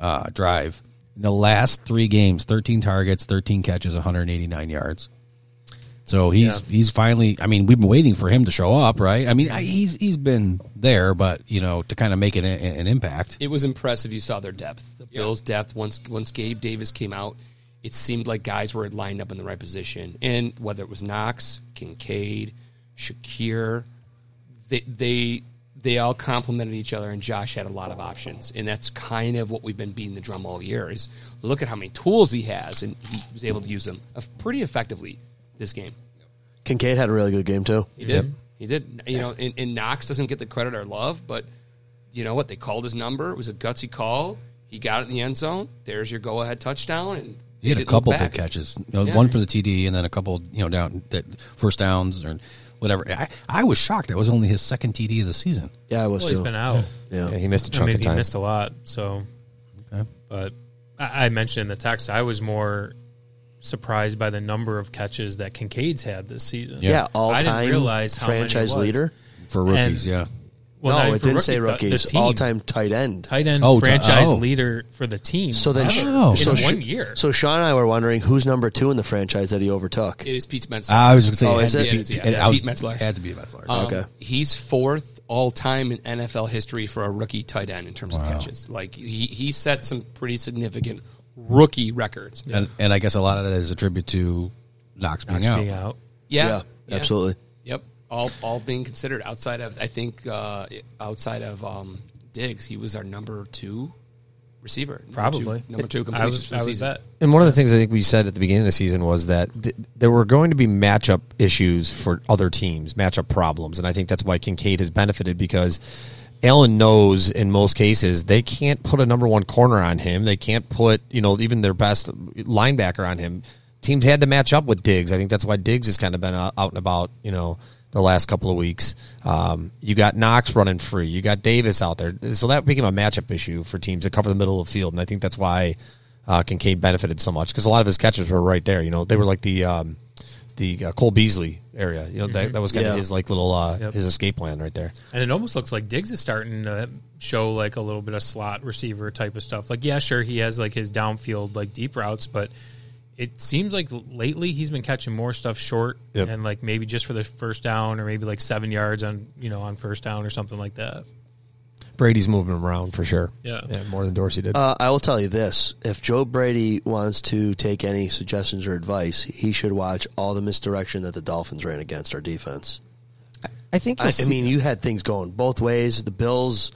Speaker 4: uh, drive. In the last three games, 13 targets, 13 catches, 189 yards. So he's he's finally. I mean, we've been waiting for him to show up, right? I mean, I, he's he's been there, but you know, to kind of make an, an impact.
Speaker 9: It was impressive. You saw their depth, the Bills' depth. Once once Gabe Davis came out, it seemed like guys were lined up in the right position. And whether it was Knox, Kincaid, Shakir, they they they all complemented each other. And Josh had a lot of options, and that's kind of what we've been beating the drum all year. Is look at how many tools he has, and he was able to use them eff- pretty effectively this game.
Speaker 3: Kincaid had a really good game too.
Speaker 9: He did. He did. You know, and, and Knox doesn't get the credit or love, but you know what? They called his number. It was a gutsy call. He got it in the end zone. There's your go-ahead touchdown. And
Speaker 4: He had a
Speaker 9: didn't
Speaker 4: couple
Speaker 9: look
Speaker 4: big
Speaker 9: back.
Speaker 4: catches, you know,
Speaker 9: Yeah.
Speaker 4: one for the TD, and then a couple, you know, down that first downs or whatever. I, I was shocked. That was only his second TD of the season.
Speaker 3: Yeah, I was
Speaker 7: Well, he's
Speaker 3: too.
Speaker 7: been out.
Speaker 3: yeah.
Speaker 8: Yeah, he missed
Speaker 7: I
Speaker 8: a chunk
Speaker 7: mean,
Speaker 8: of
Speaker 7: he
Speaker 8: time.
Speaker 7: missed a lot. So,
Speaker 4: Okay.
Speaker 7: but I, I mentioned in the text, I was more surprised by the number of catches that Kincaid's had this season.
Speaker 3: yeah. all
Speaker 7: I
Speaker 3: time
Speaker 7: didn't realize how many it
Speaker 3: franchise
Speaker 7: was.
Speaker 3: leader.
Speaker 4: for rookies.
Speaker 7: And-
Speaker 4: yeah,
Speaker 7: Well, not
Speaker 3: no,
Speaker 7: even
Speaker 3: it
Speaker 7: for
Speaker 3: didn't say
Speaker 7: rookies, the- the
Speaker 3: rookies.
Speaker 7: team.
Speaker 3: all time tight end.
Speaker 7: tight end
Speaker 4: Oh, ti-
Speaker 7: franchise
Speaker 4: oh.
Speaker 7: leader for the team.
Speaker 3: So then,
Speaker 7: forever,
Speaker 4: Oh.
Speaker 7: in
Speaker 3: so
Speaker 7: one
Speaker 3: Sh-
Speaker 7: year.
Speaker 3: So Sean and I were wondering who's number two in the franchise that he overtook.
Speaker 9: It is Pete Metzler.
Speaker 4: I was going to say
Speaker 3: Oh,
Speaker 4: it Ah, had
Speaker 3: is
Speaker 4: to
Speaker 3: it?
Speaker 4: be-
Speaker 9: Yeah, it's- yeah,
Speaker 4: it-
Speaker 9: yeah,
Speaker 4: I was-
Speaker 9: Pete Metzler.
Speaker 4: had to be Metzler.
Speaker 9: Um,
Speaker 3: okay.
Speaker 9: He's fourth all time in NFL history for a rookie tight end in terms of catches. Like he, he set some pretty significant rookie records. Yeah.
Speaker 4: and and I guess a lot of that is a tribute to Knox being
Speaker 7: Knox
Speaker 4: out.
Speaker 7: being out.
Speaker 3: yeah,
Speaker 9: Yeah.
Speaker 3: absolutely.
Speaker 9: Yep. All all being considered outside of I think uh, outside of um, Diggs, he was our number two receiver. Number
Speaker 7: Probably.
Speaker 9: two, number two
Speaker 7: I
Speaker 9: completions
Speaker 7: was,
Speaker 9: for
Speaker 7: I
Speaker 9: the
Speaker 7: was
Speaker 9: season.
Speaker 7: at.
Speaker 8: And one of the things I think we said at the beginning of the season was that th- there were going to be matchup issues for other teams, matchup problems, and I think that's why Kincaid has benefited because Allen knows in most cases they can't put a number one corner on him, they can't put you know even their best linebacker on him. Teams had to match up with Diggs. I think that's why Diggs has kind of been out out and about, you know, the last couple of weeks. Um, you got Knox running free. You got Davis out there. So that became a matchup issue for teams to cover the middle of the field. And I think that's why uh, Kincaid benefited so much because a lot of his catches were right there. You know, they were like the um, the uh, Cole Beasley area. You know, that, that was kind
Speaker 3: Yeah.
Speaker 8: of his like little uh,
Speaker 7: Yep.
Speaker 8: his escape plan right there.
Speaker 7: And it almost looks like Diggs is starting to show like a little bit of slot receiver type of stuff. Like, yeah, sure, he has like his downfield, like deep routes, but it seems like lately he's been catching more stuff short
Speaker 8: Yep.
Speaker 7: and like maybe just for the first down or maybe like seven yards on, you know, on first down or something like that.
Speaker 8: Brady's moving him around for sure.
Speaker 7: Yeah.
Speaker 8: more than Dorsey did.
Speaker 3: Uh, I will tell you this: if Joe Brady wants to take any suggestions or advice, he should watch all the misdirection that the Dolphins ran against our defense.
Speaker 8: I think
Speaker 3: I, I mean, you had things going both ways. The Bills,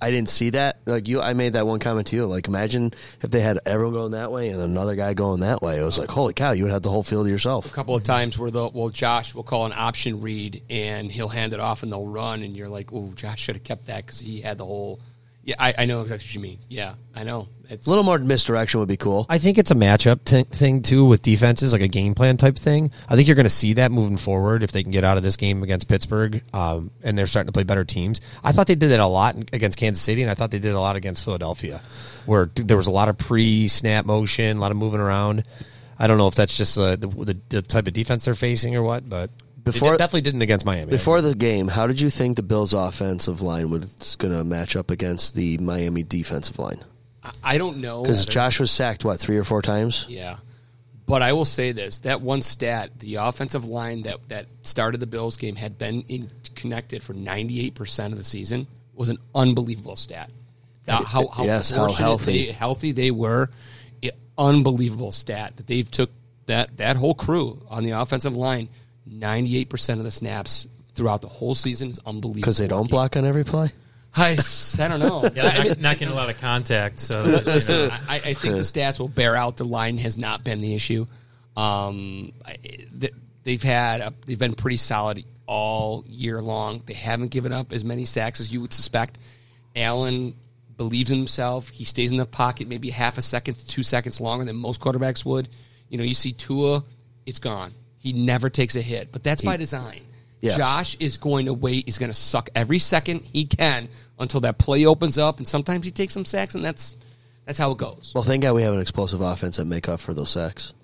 Speaker 3: I didn't see that. Like you, I made that one comment to you. Like imagine if they had everyone going that way and another guy going that way. It was like holy cow, you would have the whole field to yourself.
Speaker 9: a couple of times where the well Josh will call an option read and he'll hand it off and they'll run and you're like, oh, Josh should have kept that because he had the whole. Yeah, I, I know exactly what you mean. Yeah, I know. It's
Speaker 3: A little more misdirection would be cool.
Speaker 8: I think it's a matchup t- thing too with defenses, like a game plan type thing. I think you're going to see that moving forward if they can get out of this game against Pittsburgh, um, and they're starting to play better teams. I thought they did that a lot against Kansas City, and I thought they did a lot against Philadelphia, where d- there was a lot of pre-snap motion, a lot of moving around. I don't know if that's just uh, the, the, the type of defense they're facing or what, but before
Speaker 3: Before-
Speaker 8: they de- definitely didn't against Miami.
Speaker 3: Before the game, how did you think the Bills' offensive line was going to match up against the Miami defensive line?
Speaker 9: I don't know
Speaker 3: Because Josh was sacked what three or four times.
Speaker 9: Yeah, but I will say this: that one stat, the offensive line that that started the Bills game had been in, connected for ninety eight percent of the season was an unbelievable stat. Uh, how how,
Speaker 3: Yes, how
Speaker 9: fortunate
Speaker 3: healthy.
Speaker 9: they, healthy they were, Yeah, unbelievable stat that they've took that that whole crew on the offensive line ninety eight percent of the snaps throughout the whole season is unbelievable
Speaker 3: Because they don't block on every play.
Speaker 9: I, s- I don't know.
Speaker 7: Yeah,
Speaker 9: I
Speaker 7: not,
Speaker 9: mean-
Speaker 7: not getting a lot of
Speaker 9: <laughs>
Speaker 7: contact. So there's, you know,
Speaker 9: I, I I
Speaker 7: <laughs>
Speaker 9: think the stats will bear out the line has not been the issue. Um, I- th- they've had a, they've been pretty solid all year long. They haven't given up as many sacks as you would suspect. Allen believes in himself. He stays in the pocket maybe half a second to two seconds longer than most quarterbacks would. You know, you see Tua, it's gone. He never takes a hit, but that's by design.
Speaker 3: Yes.
Speaker 9: Josh is going to wait. He's going to suck every second he can until that play opens up, and sometimes he takes some sacks, and that's that's how it goes.
Speaker 3: Well, thank God we have an explosive offense that make up for those sacks.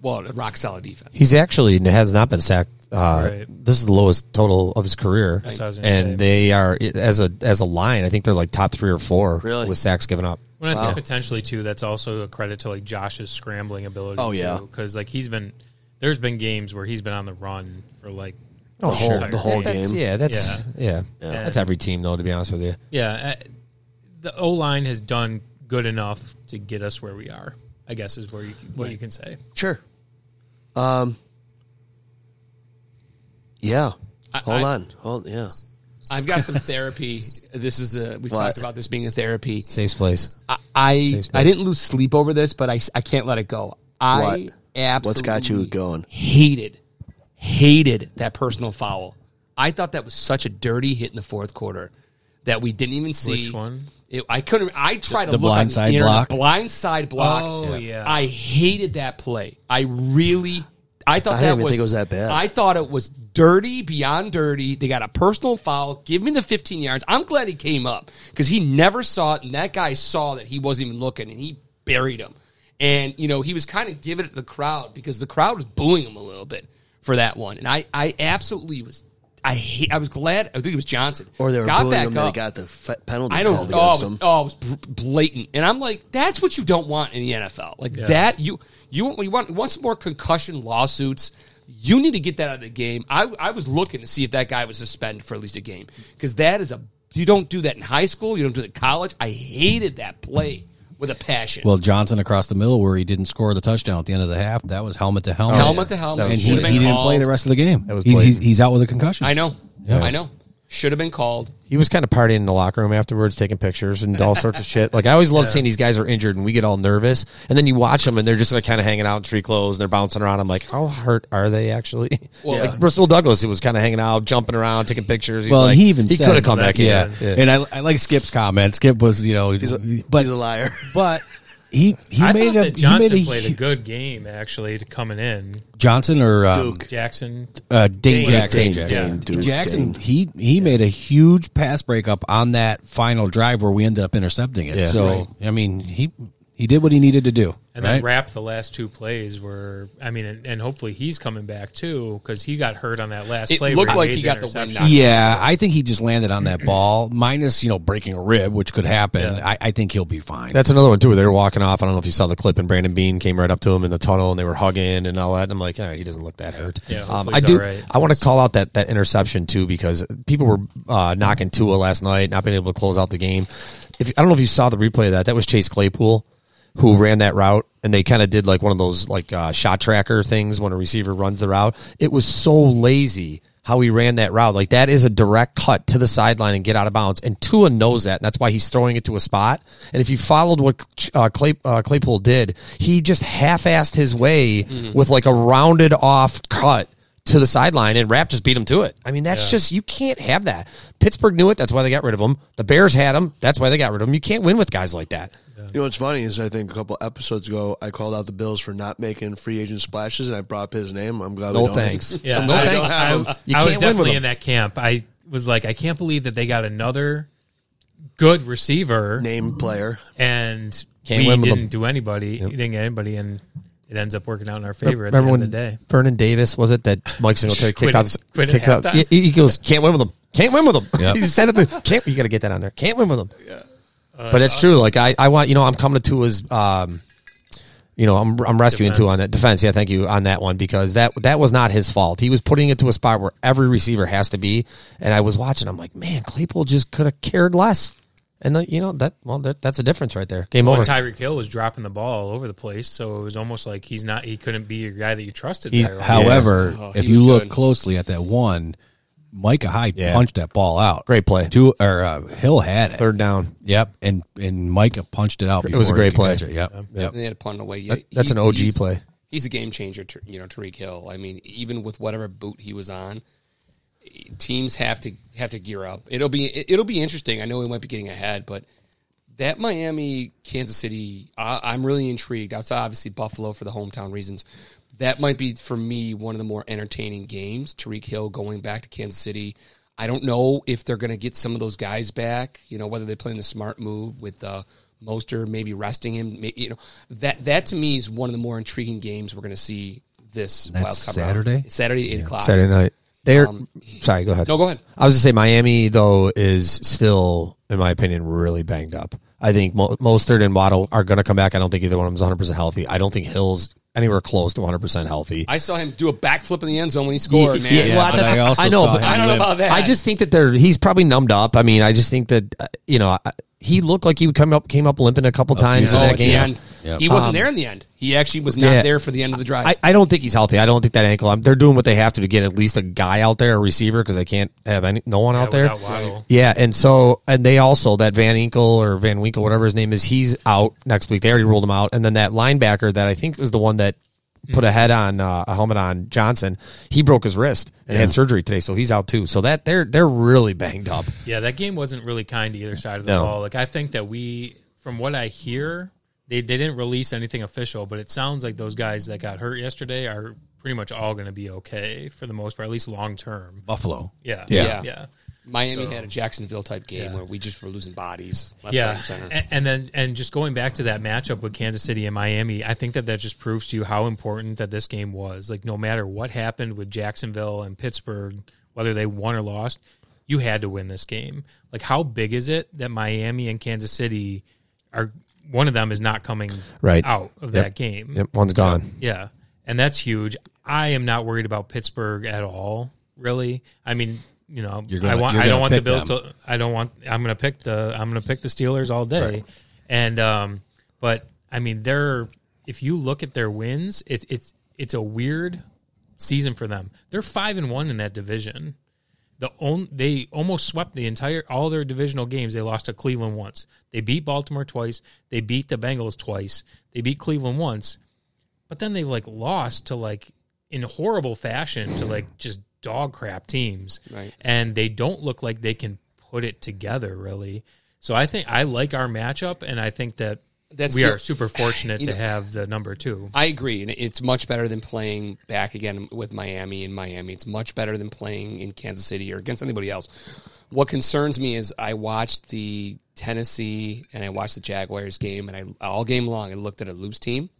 Speaker 9: Well, a rock solid defense.
Speaker 8: He's actually has not been sacked. Uh,
Speaker 7: Right.
Speaker 8: This is the lowest total of his career,
Speaker 7: That's what I was gonna
Speaker 8: and
Speaker 7: say.
Speaker 8: they are as a as a line. I think they're like top three or four
Speaker 3: Really?
Speaker 8: with sacks given up.
Speaker 7: Well, I think potentially too. That's also a credit to like Josh's scrambling ability.
Speaker 3: Oh, yeah.
Speaker 7: because like he's been there's been games where he's been on the run for like
Speaker 8: Oh,
Speaker 3: The whole- the whole
Speaker 8: That's-
Speaker 3: game.
Speaker 8: Yeah, that's yeah.
Speaker 7: And-
Speaker 8: That's every team though. To be honest with you,
Speaker 7: yeah. uh, The O line has done good enough to get us where we are. I guess is where you what you can say.
Speaker 3: Sure. Um. Yeah. Hold
Speaker 9: I-
Speaker 3: on. Hold. Yeah.
Speaker 9: I've got some
Speaker 4: <laughs>
Speaker 9: therapy. This is the we've
Speaker 3: What?
Speaker 9: talked about this being a therapy.
Speaker 8: safe place.
Speaker 9: I I,
Speaker 8: Safe space.
Speaker 9: I didn't lose sleep over this, but I, s- I can't let it go. I
Speaker 3: What?
Speaker 9: absolutely
Speaker 3: What's got you going?
Speaker 9: Hated, hated that personal foul. I thought that was such a dirty hit in the fourth quarter that we didn't even see.
Speaker 7: Which one?
Speaker 9: It, I couldn't. I tried
Speaker 4: the
Speaker 9: to look on
Speaker 4: blindside
Speaker 9: the internet.
Speaker 4: block?
Speaker 9: Blind side block.
Speaker 7: Oh, Yeah. yeah.
Speaker 9: I hated that play. I really. I thought
Speaker 3: I
Speaker 9: that
Speaker 3: didn't even
Speaker 9: was,
Speaker 3: think it was that bad.
Speaker 9: I thought it was dirty beyond dirty. They got a personal foul. Give me the 15 yards. I'm glad he came up because he never saw it, and that guy saw that he wasn't even looking, and he buried him. And you know he was kind of giving it to the crowd because the crowd was booing him a little bit for that one. And I, I absolutely was. I hate, I was glad. I think it was Johnson.
Speaker 3: Or they were
Speaker 9: got
Speaker 3: booing
Speaker 9: back
Speaker 3: them and they
Speaker 9: up.
Speaker 3: got the fe- penalty
Speaker 9: I don't.
Speaker 3: called
Speaker 9: Oh,
Speaker 3: against
Speaker 9: it was,
Speaker 3: them.
Speaker 9: oh, it was br- blatant, and I'm like, that's what you don't want in the NFL. Like that, you you you want you want some more concussion lawsuits. You need to get that out of the game. I I was looking to see if that guy was suspended for at least a game because that is a you don't do that in high school. You don't do it in college. I hated that play with a passion.
Speaker 4: Well, Johnson across the middle where he didn't score the touchdown at the end of the half. That was helmet to helmet.
Speaker 9: Helmet to helmet.
Speaker 4: And
Speaker 9: That was
Speaker 4: he,
Speaker 9: should've been
Speaker 4: he didn't
Speaker 9: called.
Speaker 4: play the rest of the game.
Speaker 8: That was
Speaker 4: he's, he's,
Speaker 8: blatant.
Speaker 4: he's out with a concussion.
Speaker 9: I know,
Speaker 4: Yeah.
Speaker 9: I know, should have been called.
Speaker 8: He was kind of partying in the locker room afterwards, taking pictures and all sorts of shit. Like I always love seeing these guys are injured and we get all nervous, and then you watch them and they're just like kind of hanging out in tree clothes and they're bouncing around. I'm like, how hurt are they actually?
Speaker 9: Well-
Speaker 8: <laughs> like Bristol Douglas, he was kind of hanging out, jumping around, taking pictures. He's
Speaker 4: well,
Speaker 8: like,
Speaker 4: he even
Speaker 8: he
Speaker 4: said-
Speaker 8: could have come back.
Speaker 7: That's
Speaker 8: Yeah.
Speaker 7: good.
Speaker 8: yeah.
Speaker 4: And I, I like Skip's comment. Skip was, you know, but
Speaker 3: He's a liar.
Speaker 4: but he he
Speaker 7: I
Speaker 4: made
Speaker 7: thought
Speaker 4: a
Speaker 7: that Johnson
Speaker 4: he made a,
Speaker 7: played a good game actually to coming in.
Speaker 4: Johnson or um,
Speaker 3: Duke.
Speaker 7: Jackson,
Speaker 4: Uh, Dane,
Speaker 7: Dane.
Speaker 4: Jackson.
Speaker 7: Dane
Speaker 4: Jackson.
Speaker 7: Jackson.
Speaker 3: Duke
Speaker 4: Jackson, he he made a huge pass breakup on that final drive where we ended up intercepting it.
Speaker 8: Yeah.
Speaker 4: so
Speaker 8: Right.
Speaker 4: I mean, he he did what he needed to do.
Speaker 7: and
Speaker 4: right?
Speaker 7: then wrap the last two plays were. I mean, and, and hopefully he's coming back too because he got hurt on that last
Speaker 9: It
Speaker 7: play.
Speaker 9: looked
Speaker 7: where
Speaker 9: like
Speaker 7: made
Speaker 9: he got the
Speaker 7: interception.
Speaker 9: wind knocked
Speaker 4: yeah, I think he just landed on that ball, minus you know breaking a rib, which could happen. I, I think he'll be fine.
Speaker 8: That's another one too. They were walking off. I don't know if you saw the clip, and Brandon Bean came right up to him in the tunnel, and they were hugging and all that. And I'm like, all right, he doesn't look that hurt.
Speaker 7: Yeah,
Speaker 8: um,
Speaker 7: hopefully
Speaker 8: I
Speaker 7: he's
Speaker 8: do.
Speaker 7: all right.
Speaker 8: I want to call out that that interception too because people were uh, knocking Tua last night, not being able to close out the game. If I don't know if you saw the replay of that, that was Chase Claypool who ran that route, and they kind of did like one of those like uh, shot tracker things when a receiver runs the route. It was so lazy. how he ran that route. Like that is a direct cut to the sideline and get out of bounds. And Tua knows that, and that's why he's throwing it to a spot. And if you followed what uh, Clay, uh, Claypool did, he just half-assed his way
Speaker 12: Mhm.
Speaker 8: with like a rounded off cut to the sideline, and Rap just beat him to it. I mean, that's
Speaker 12: Yeah.
Speaker 8: just you can't have that. Pittsburgh knew it. That's why they got rid of him. The Bears had him. That's why they got rid of him. You can't win with guys like that.
Speaker 13: You know what's funny is I think a couple episodes ago I called out the Bills for not making free agent splashes and I brought up his name. I'm glad.
Speaker 8: No
Speaker 13: we don't.
Speaker 7: <laughs>
Speaker 8: thanks. Um,
Speaker 7: Yeah,
Speaker 13: no
Speaker 7: I,
Speaker 13: thanks.
Speaker 7: I,
Speaker 13: Adam.
Speaker 7: I was definitely in that camp. I was like, I can't believe that they got another good receiver,
Speaker 13: name player,
Speaker 7: and
Speaker 8: Can't
Speaker 7: we
Speaker 8: win with
Speaker 7: didn't
Speaker 8: them.
Speaker 7: do anybody, didn't get anybody, and it ends up working out in our favor at the
Speaker 8: Remember
Speaker 7: end
Speaker 8: when
Speaker 7: of the day.
Speaker 8: Vernon Davis was it that Mike Singletary
Speaker 7: Quit
Speaker 8: kicked
Speaker 7: at-
Speaker 8: out?
Speaker 7: quit at
Speaker 8: kicked out.
Speaker 7: halftime.
Speaker 8: He, he goes, can't win with them. Can't win with them.
Speaker 4: Yep.
Speaker 8: <laughs> he said it. to- Can't you got to get that on there? Can't win with them.
Speaker 7: Yeah. Uh,
Speaker 8: but it's true. Like I, I want you know I'm coming to Tua's. Um, you know I'm I'm rescuing Tua on that defense. Yeah, thank you on that one because that that was not his fault. He was putting it to a spot where every receiver has to be. And I was watching. I'm like, man, Claypool just could have cared less. And uh, you know that well that, that's a difference right there. Game
Speaker 7: Well,
Speaker 8: over.
Speaker 7: Tyreek Hill was dropping the ball all over the place, so it was almost like he's not. He couldn't be your guy that you trusted.
Speaker 4: He's,
Speaker 7: there.
Speaker 4: however,
Speaker 7: Oh, he
Speaker 4: if
Speaker 7: was
Speaker 4: you look
Speaker 7: good.
Speaker 4: closely at that one, Micah Hyde punched that ball out.
Speaker 8: Great play.
Speaker 4: Two or uh, Hill had it.
Speaker 8: Third down.
Speaker 4: Yep, and and Micah punched it out.
Speaker 8: It was a
Speaker 4: before
Speaker 8: great
Speaker 4: he could
Speaker 8: play.
Speaker 4: catch it. Yep. yep.
Speaker 9: And they had a punt away.
Speaker 8: That- that's an OG
Speaker 9: he's-
Speaker 8: play.
Speaker 9: He's a game changer, T- you know, Tariq Hill. I mean, even with whatever boot he was on, teams have to have to gear up. It'll be it- it'll be interesting. I know we might be getting ahead, but that Miami Kansas City, I, I'm really intrigued. Outside, obviously, Buffalo for the hometown reasons. That might be for me one of the more entertaining games. Tariq Hill going back to Kansas City. I don't know if they're going to get some of those guys back. You know, whether they're playing the smart move with uh, Moster, maybe resting him. may- You know, that that to me is one of the more intriguing games we're going to see this
Speaker 8: That's
Speaker 9: wild card round.
Speaker 8: Saturday?
Speaker 9: It's Saturday, eight o'clock.
Speaker 8: Saturday night. They're
Speaker 9: Um,
Speaker 8: sorry. Go ahead.
Speaker 9: No, go ahead.
Speaker 8: I was gonna say Miami though is still, in my opinion, really banged up. I think Mo- Mostert and Waddle are gonna come back. I don't think either one of them is 100 percent healthy. I don't think Hill's anywhere close to 100 percent healthy.
Speaker 9: I saw him do a backflip in the end zone when he scored, man.
Speaker 8: Yeah, well, that's- I know, but
Speaker 9: I don't know about that.
Speaker 8: I just think that they're he's probably numbed up. I mean, I just think that uh, you know I, he looked like he would come up came up limping a couple times
Speaker 9: Oh,
Speaker 8: in that
Speaker 9: at the
Speaker 8: game.
Speaker 9: end. He wasn't
Speaker 8: Um,
Speaker 9: there in the end. He actually was not
Speaker 8: yeah.
Speaker 9: there for the end of the drive.
Speaker 8: I, I don't think he's healthy. I don't think that ankle. I'm, they're doing what they have to to get at least a guy out there, a receiver, because they can't have any no one out there.
Speaker 7: without Waddle.
Speaker 8: Yeah, and so and they also that Van Inkle or Van Winkle, whatever his name is, he's out next week. They already ruled him out, and then that linebacker that I think was the one that put a head on uh, a helmet on Johnson, he broke his wrist and had
Speaker 7: Yeah.
Speaker 8: surgery today, so he's out too. So that they're they're really banged up.
Speaker 7: Yeah, that game wasn't really kind to either side of the
Speaker 8: No.
Speaker 7: ball. Like I think that we, from what I hear, they they didn't release anything official, but it sounds like those guys that got hurt yesterday are pretty much all going to be okay for the most part, at least long term.
Speaker 4: Buffalo.
Speaker 7: yeah,
Speaker 4: Yeah.
Speaker 7: yeah, yeah.
Speaker 9: Miami
Speaker 7: So-
Speaker 9: had a Jacksonville type game where we just were losing bodies. Left,
Speaker 7: yeah,
Speaker 9: right, and center.
Speaker 7: A- and then and just going back to that matchup with Kansas City and Miami, I think that that just proves to you how important that this game was. Like no matter what happened with Jacksonville and Pittsburgh, whether they won or lost, you had to win this game. Like how big is it that Miami and Kansas City are one of them is not coming
Speaker 8: Right.
Speaker 7: out of
Speaker 8: Yep.
Speaker 7: that game.
Speaker 8: Yep, one's gone.
Speaker 7: Yeah, and that's huge. I am not worried about Pittsburgh at all. Really, I mean, you know,
Speaker 4: You're gonna-
Speaker 7: I want.
Speaker 4: you're
Speaker 7: I
Speaker 4: gonna
Speaker 7: don't want the
Speaker 4: pick
Speaker 7: Bills
Speaker 4: them.
Speaker 7: to. I don't want. I'm going to pick the. I'm going to pick the Steelers all day,
Speaker 4: Right.
Speaker 7: and um, but I mean, they're. If you look at their wins, it's it's it's a weird season for them. They're five and one in that division. The on, they almost swept the entire all their divisional games. They lost to Cleveland once. They beat Baltimore twice. They beat the Bengals twice. They beat Cleveland once but then they like lost to like in horrible fashion to like just dog crap teams
Speaker 9: Right.
Speaker 7: and they don't look like they can put it together really so i think i like our matchup and i think that
Speaker 9: That's
Speaker 7: we
Speaker 9: the-
Speaker 7: are super
Speaker 9: <laughs>
Speaker 7: fortunate
Speaker 9: you
Speaker 7: to
Speaker 9: know-
Speaker 7: have the number two
Speaker 9: I agree, and it's much better than playing back again with Miami in Miami. It's much better than playing in Kansas City or against anybody else. What concerns me is I watched the Tennessee and I watched the Jaguars game, and I all game long I looked at a loose team.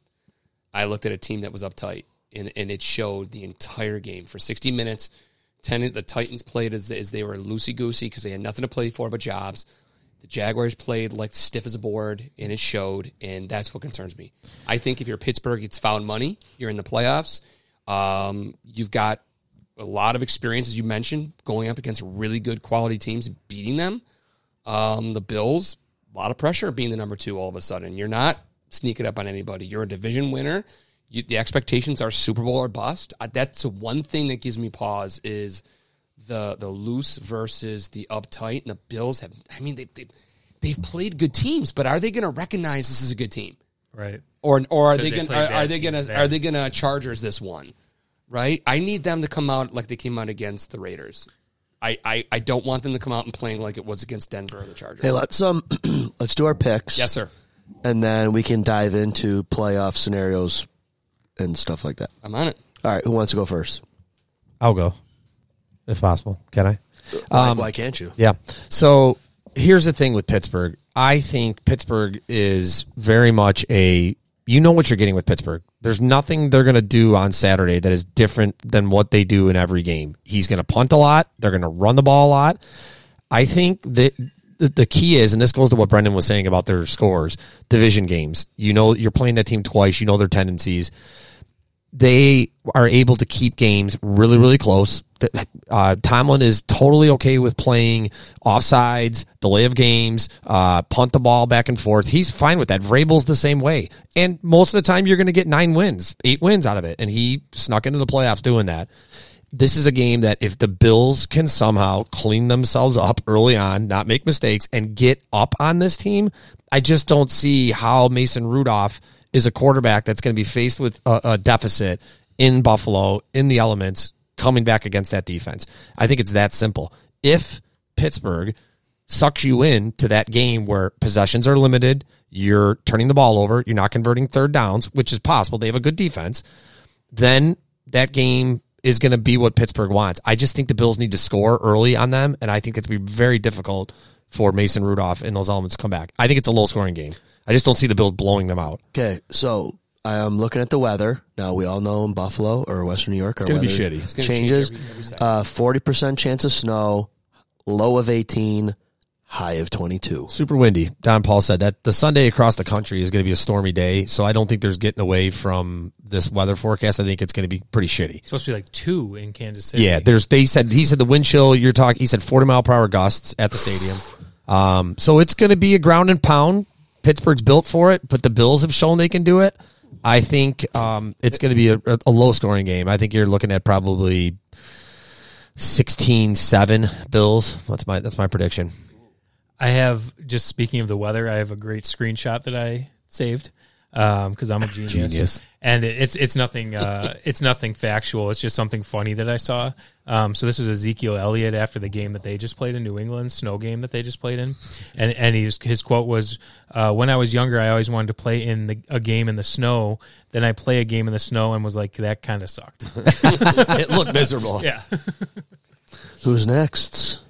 Speaker 9: I looked at a team that was uptight, and, and it showed the entire game for 60 minutes. Ten, the Titans played as, as they were loosey goosey because they had nothing to play for but jobs. The Jaguars played like stiff as a board, and it showed, and that's what concerns me. I think if you're Pittsburgh, it's found money. You're in the playoffs. Um, you've got a lot of experience, as you mentioned, going up against really good quality teams and beating them. Um, the Bills, a lot of pressure being the number two all of a sudden. You're not sneaking up on anybody. You're a division winner. You, the expectations are Super Bowl or bust. Uh, that's the one thing that gives me pause is the the loose versus the uptight. And the Bills have, I mean, they, they they've played good teams, but are they going to recognize this is a good team?
Speaker 7: Right.
Speaker 9: Or or are
Speaker 7: 'Cause
Speaker 9: they
Speaker 7: they
Speaker 9: going
Speaker 7: play
Speaker 9: are,
Speaker 7: bad
Speaker 9: are they going
Speaker 7: teams
Speaker 9: to
Speaker 7: there.
Speaker 9: are they going to Chargers this one? Right. I need them to come out like they came out against the Raiders. I, I, I don't want them to come out and playing like it was against Denver or the Chargers.
Speaker 3: Hey, let's um, <clears throat> let's do our picks.
Speaker 9: Yes, sir.
Speaker 3: And then we can dive into playoff scenarios and stuff like that.
Speaker 9: I'm on it.
Speaker 3: All right, who wants to go first?
Speaker 8: I'll go, if possible. Can I?
Speaker 3: Why-
Speaker 8: Um,
Speaker 3: why can't you?
Speaker 8: Yeah. So here's the thing with Pittsburgh. I think Pittsburgh is very much a you know what you're getting with Pittsburgh. There's nothing they're going to do on Saturday that is different than what they do in every game. He's going to punt a lot. They're going to run the ball a lot. I think that the, the key is, and this goes to what Brendan was saying about their scores, division games. You know, you're playing that team twice. You know their tendencies they are able to keep games really, really close. Th- Uh, Tomlin is totally okay with playing offsides, delay of games, uh, punt the ball back and forth. He's fine with that. Vrabel's the same way. And most of the time, you're going to get nine wins, eight wins out of it. And he snuck into the playoffs doing that. This is a game that if the Bills can somehow clean themselves up early on, not make mistakes, and get up on this team, I just don't see how Mason Rudolph is a quarterback that's going to be faced with a, a deficit in Buffalo in the elements coming back against that defense. I think it's that simple. If Pittsburgh sucks you in to that game where possessions are limited, you're turning the ball over, you're not converting third downs, which is possible. They have a good defense. Then that game is going to be what Pittsburgh wants. I just think the Bills need to score early on them, and I think it's going to be very difficult for Mason Rudolph and those elements to come back. I think it's a low scoring game. I just don't see the Bills blowing them out.
Speaker 3: Okay, so I'm looking at the weather. Now we all know in Buffalo or Western New York,
Speaker 8: It's
Speaker 3: our
Speaker 8: gonna be
Speaker 3: weather
Speaker 8: shitty. It's
Speaker 9: gonna change
Speaker 3: changes.
Speaker 9: every- every second.
Speaker 3: Uh, Forty percent chance of snow, low of eighteen, high of twenty-two.
Speaker 8: Super windy. Don Paul said that the Sunday across the country is going to be a stormy day, so I don't think there's getting away from this weather forecast. I think it's going to be pretty shitty.
Speaker 7: It's supposed to be like two in Kansas City.
Speaker 8: Yeah, there's. They said he said the wind chill. You're talking. He said 40 mile per hour gusts at the stadium. Um, so it's going to be a ground and pound. Pittsburgh's built for it, but the Bills have shown they can do it. I think um, it's going to be a, a low scoring game. I think you're looking at probably 16-7 Bills. That's my that's my prediction.
Speaker 7: I have just speaking of the weather, I have a great screenshot that I saved because I'm a genius,
Speaker 4: Genius.
Speaker 7: and it, it's it's nothing uh, it's nothing factual. It's just something funny that I saw. Um, so this was Ezekiel Elliott after the game that they just played in New England, snow game that they just played in, and and his his quote was, uh, "When I was younger, I always wanted to play in the, a game in the snow. Then I play a game in the snow and was like, that kind of sucked.
Speaker 8: it looked miserable.
Speaker 7: Yeah.
Speaker 3: <laughs> Who's next?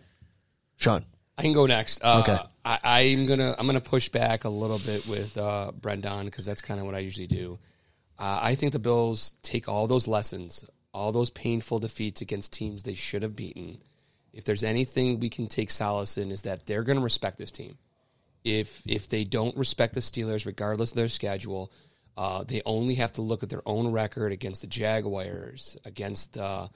Speaker 3: Sean.
Speaker 9: I can go next. Uh,
Speaker 3: Okay.
Speaker 9: I, I'm gonna I'm gonna push back a little bit with uh, Brendan because that's kind of what I usually do. Uh, I think the Bills take all those lessons, all those painful defeats against teams they should have beaten. If there's anything we can take solace in, is that they're going to respect this team. If if they don't respect the Steelers, regardless of their schedule, uh, they only have to look at their own record against the Jaguars, against uh,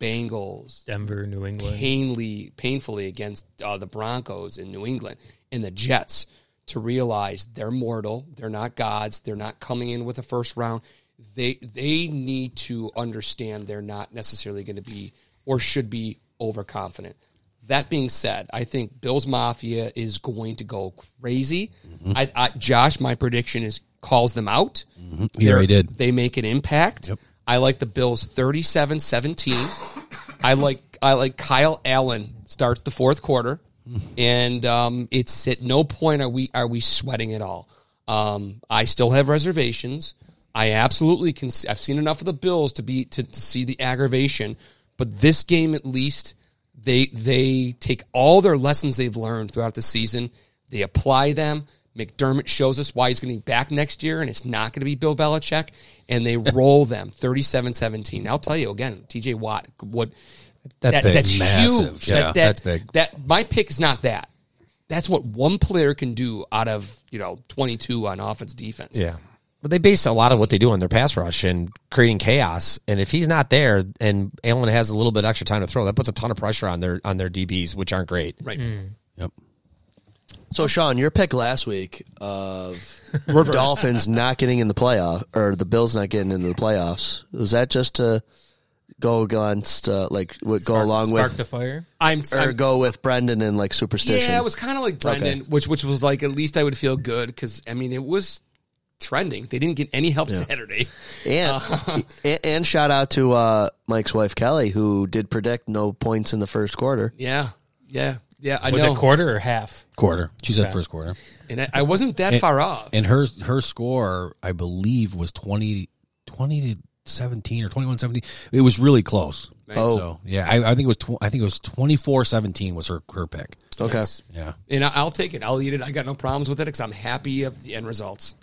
Speaker 9: Bengals,
Speaker 7: Denver, New England.
Speaker 9: painfully, painfully against uh, the Broncos in New England and the Jets to realize they're mortal. They're not gods. They're not coming in with a first round. They they need to understand they're not necessarily going to be or should be overconfident. That being said, I think Bills Mafia is going to go crazy. I, I, Josh, my prediction is calls them out.
Speaker 4: He
Speaker 9: They're-
Speaker 4: already did.
Speaker 9: They make an impact. I like the Bills 37-17. I like I like Kyle Allen starts the fourth quarter, and um, it's at no point are we are we sweating at all. Um, I still have reservations. I absolutely can. s- I've seen enough of the Bills to be to, to see the aggravation, but this game at least they they take all their lessons they've learned throughout the season. They apply them. McDermott shows us why he's going to be back next year, and it's not going to be Bill Belichick. And they roll them 37-17. I'll tell you again, T.J. Watt, what
Speaker 8: That's big.
Speaker 9: that's
Speaker 4: Massive.
Speaker 9: huge.
Speaker 4: Yeah,
Speaker 9: That- that-
Speaker 4: that's big.
Speaker 9: That my pick is not that. That's what one player can do out of you know twenty two on offense defense.
Speaker 8: Yeah. But they base a lot of what they do on their pass rush and creating chaos. And if he's not there, and Allen has a little bit extra time to throw, that puts a ton of pressure on their on their DBs, which aren't great.
Speaker 9: Right.
Speaker 4: Yep.
Speaker 3: So Sean, your pick last week of Dolphins not getting in the playoff or the Bills not getting into the playoffs was that just to go against uh, like would go
Speaker 7: Spark-
Speaker 3: along
Speaker 7: spark
Speaker 3: with
Speaker 7: the fire?
Speaker 9: I'm-
Speaker 3: or
Speaker 9: I'm-
Speaker 3: go with Brendan and like superstition.
Speaker 9: Yeah, it was kind of like
Speaker 3: Okay.
Speaker 9: Brendan, which which was like at least I would feel good because I mean it was trending. They didn't get any help
Speaker 3: Yeah.
Speaker 9: Saturday. <laughs>
Speaker 3: And, and and shout out to uh, Mike's wife Kelly who did predict no points in the first quarter.
Speaker 9: Yeah, yeah, yeah. I
Speaker 7: was
Speaker 9: know.
Speaker 7: it quarter or half?
Speaker 4: Quarter. She said
Speaker 7: Okay.
Speaker 4: first quarter.
Speaker 9: And I, I wasn't that
Speaker 4: And-
Speaker 9: far off.
Speaker 4: And her her score, I believe, was 20, 20 to seventeen or 21-17. It was really close.
Speaker 9: Oh.
Speaker 4: so, yeah, I, I think it was tw- I think it was 24-17 was her her pick.
Speaker 3: Okay.
Speaker 9: Nice.
Speaker 4: Yeah.
Speaker 9: And I, I'll take it. I'll eat it. I got no problems with it because I'm happy of the end results.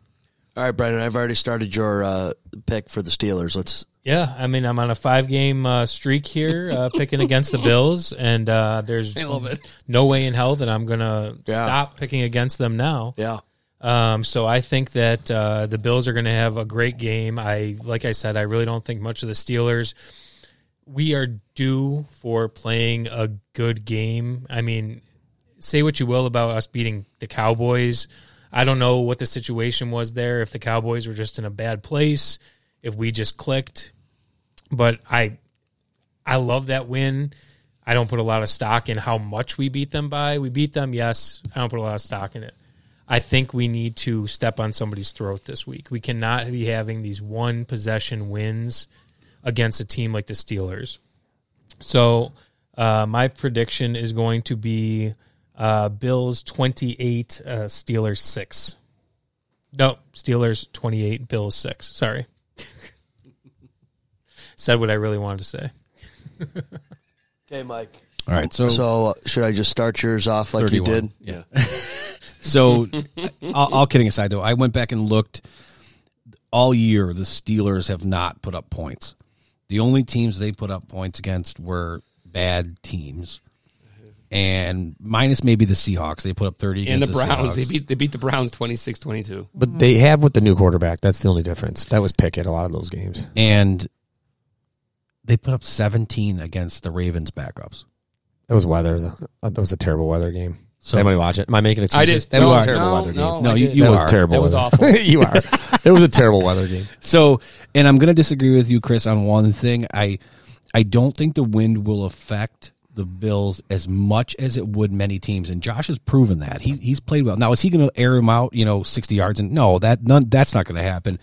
Speaker 3: All right, Brendan, I've already started your uh, pick for the Steelers. Let's
Speaker 7: Yeah, I mean, I'm on a five game uh, streak here, uh, picking against the Bills, and uh, there's
Speaker 9: I love it.
Speaker 7: no way in hell that I'm going to
Speaker 3: Yeah.
Speaker 7: stop picking against them now.
Speaker 3: yeah.
Speaker 7: Um, so I think that uh, the Bills are going to have a great game. I, like I said, I really don't think much of the Steelers. We are due for playing a good game. I mean, say what you will about us beating the Cowboys. I don't know what the situation was there. If the Cowboys were just in a bad place, if we just clicked, but I, I love that win. I don't put a lot of stock in how much we beat them by. We beat them, yes. I don't put a lot of stock in it. I think we need to step on somebody's throat this week. We cannot be having these one possession wins against a team like the Steelers. So uh, my prediction is going to be uh, Bills 28, uh, Steelers 6. No, Steelers 28, Bills 6. Sorry. <laughs> Said what I really wanted to say.
Speaker 3: Okay, Mike.
Speaker 4: All right. So
Speaker 3: So uh, should I just start yours off like you
Speaker 4: 31.
Speaker 3: did?
Speaker 4: Yeah. So, all, all kidding aside, though, I went back and looked. All year, the Steelers have not put up points. The only teams they put up points against were bad teams, and minus maybe the Seahawks. They put up thirty
Speaker 9: And the
Speaker 4: against
Speaker 9: Browns, they
Speaker 4: Seahawks.
Speaker 9: beat they beat the Browns 26-22.
Speaker 8: But they have with the new quarterback. That's the only difference. That was Pickett a lot of those games.
Speaker 4: and they put up seventeen against the Ravens backups.
Speaker 8: That was weather. though. That was a terrible weather game.
Speaker 4: So-
Speaker 8: So, Anybody watch it? Am I making excuses?
Speaker 9: I did.
Speaker 8: That
Speaker 9: No,
Speaker 8: was a terrible
Speaker 9: no,
Speaker 8: weather game.
Speaker 9: no,
Speaker 4: No,
Speaker 9: I
Speaker 4: you-
Speaker 9: did.
Speaker 4: you
Speaker 8: that was
Speaker 4: are.
Speaker 8: terrible.
Speaker 9: That was
Speaker 8: weather.
Speaker 9: awful.
Speaker 8: <laughs>
Speaker 9: <laughs>
Speaker 8: you are. It was a terrible weather game.
Speaker 4: So, and I'm going to disagree with you, Chris, on one thing. I, I don't think the wind will affect the Bills as much as it would many teams, and Josh has proven that he he's played well. Now, is he going to air him out? You know, 60 yards, and no, that none that's not going to happen.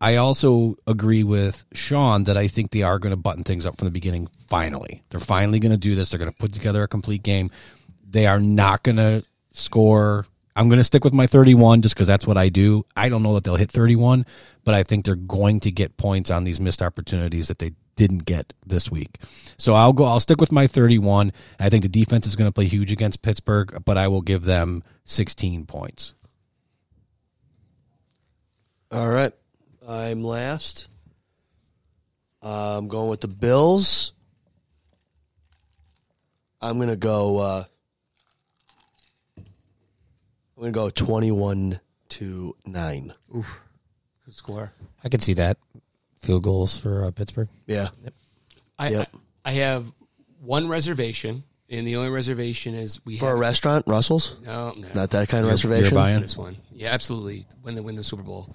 Speaker 4: I also agree with Sean that I think they are going to button things up from the beginning. Finally, they're finally going to do this. They're going to put together a complete game. They are not going to score. I'm going to stick with my 31 just because that's what I do. I don't know that they'll hit 31, but I think they're going to get points on these missed opportunities that they didn't get this week. So I'll go. I'll stick with my 31. I think the defense is going to play huge against Pittsburgh, but I will give them 16 points.
Speaker 3: All right. I'm last. Uh, I'm going with the Bills. I'm going to go uh, I'm going to go 21 to 9.
Speaker 9: Good score.
Speaker 8: I could see that. Field goals for uh, Pittsburgh.
Speaker 3: Yeah.
Speaker 9: I,
Speaker 3: Yep.
Speaker 9: I I have one reservation, and the only reservation is we
Speaker 3: For a
Speaker 9: have
Speaker 3: restaurant, Russell's?
Speaker 9: no, no.
Speaker 3: Not that kind of
Speaker 4: You're
Speaker 3: reservation.
Speaker 4: buying?
Speaker 9: this one. Yeah, absolutely. When they win the Super Bowl,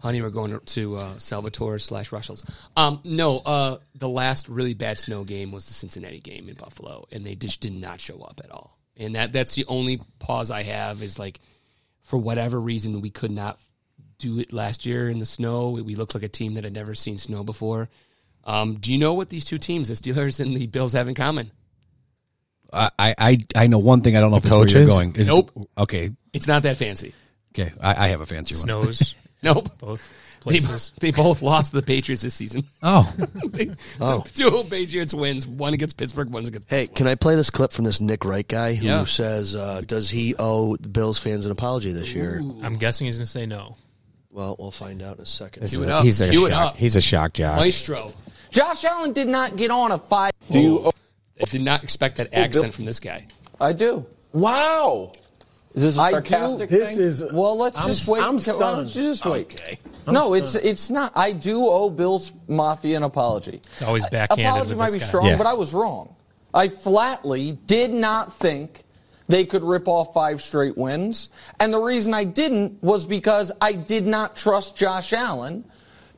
Speaker 9: honey, we're going to uh, Salvatore slash Russell's. Um, no, uh, the last really bad snow game was the Cincinnati game in Buffalo, and they just did not show up at all. And that that's the only pause I have is like, for whatever reason, we could not do it last year in the snow. We looked like a team that had never seen snow before. Um, do you know what these two teams, the Steelers and the Bills, have in common?
Speaker 4: I I I know one thing. I don't know if it's where
Speaker 8: coaches?
Speaker 4: you're going. Is
Speaker 9: Nope.
Speaker 4: okay.
Speaker 9: It's not that fancy.
Speaker 4: Okay. I, I have a fancy one.
Speaker 7: Snows, <laughs>
Speaker 9: Nope.
Speaker 7: both
Speaker 9: They,
Speaker 7: places.
Speaker 9: they both lost to the Patriots this season.
Speaker 4: Oh,
Speaker 9: They- <laughs> The two Patriots wins, one against Pittsburgh, one against.
Speaker 3: Hey, can I play this clip from this Nick Wright guy who
Speaker 9: Yeah.
Speaker 3: says, uh, "Does he owe the Bills fans an apology this year?"
Speaker 7: I'm guessing he's going to say no.
Speaker 3: Well, we'll find out in a second.
Speaker 8: This
Speaker 9: Cue
Speaker 8: is
Speaker 9: it
Speaker 8: a-
Speaker 9: up.
Speaker 8: He's a
Speaker 9: Cue it
Speaker 8: shock.
Speaker 9: up.
Speaker 8: He's a shock job.
Speaker 9: Maestro. Oh.
Speaker 12: Josh Allen did not get on a fight.
Speaker 9: I did not expect that accent from this guy.
Speaker 12: I do. Wow. Is this a sarcastic
Speaker 1: This is-
Speaker 12: Well, let's
Speaker 1: I'm-
Speaker 12: just wait.
Speaker 1: I'm
Speaker 12: Why don't
Speaker 1: stunned.
Speaker 12: you just wait?
Speaker 9: Okay.
Speaker 12: no, it's it's not. I do owe Bills Mafia an apology.
Speaker 7: It's always backhanded
Speaker 12: Apology
Speaker 7: with
Speaker 12: might
Speaker 7: this
Speaker 12: be
Speaker 7: guy.
Speaker 12: strong,
Speaker 8: Yeah.
Speaker 12: but I was wrong. I flatly did not think they could rip off five straight wins, and the reason I didn't was because I did not trust Josh Allen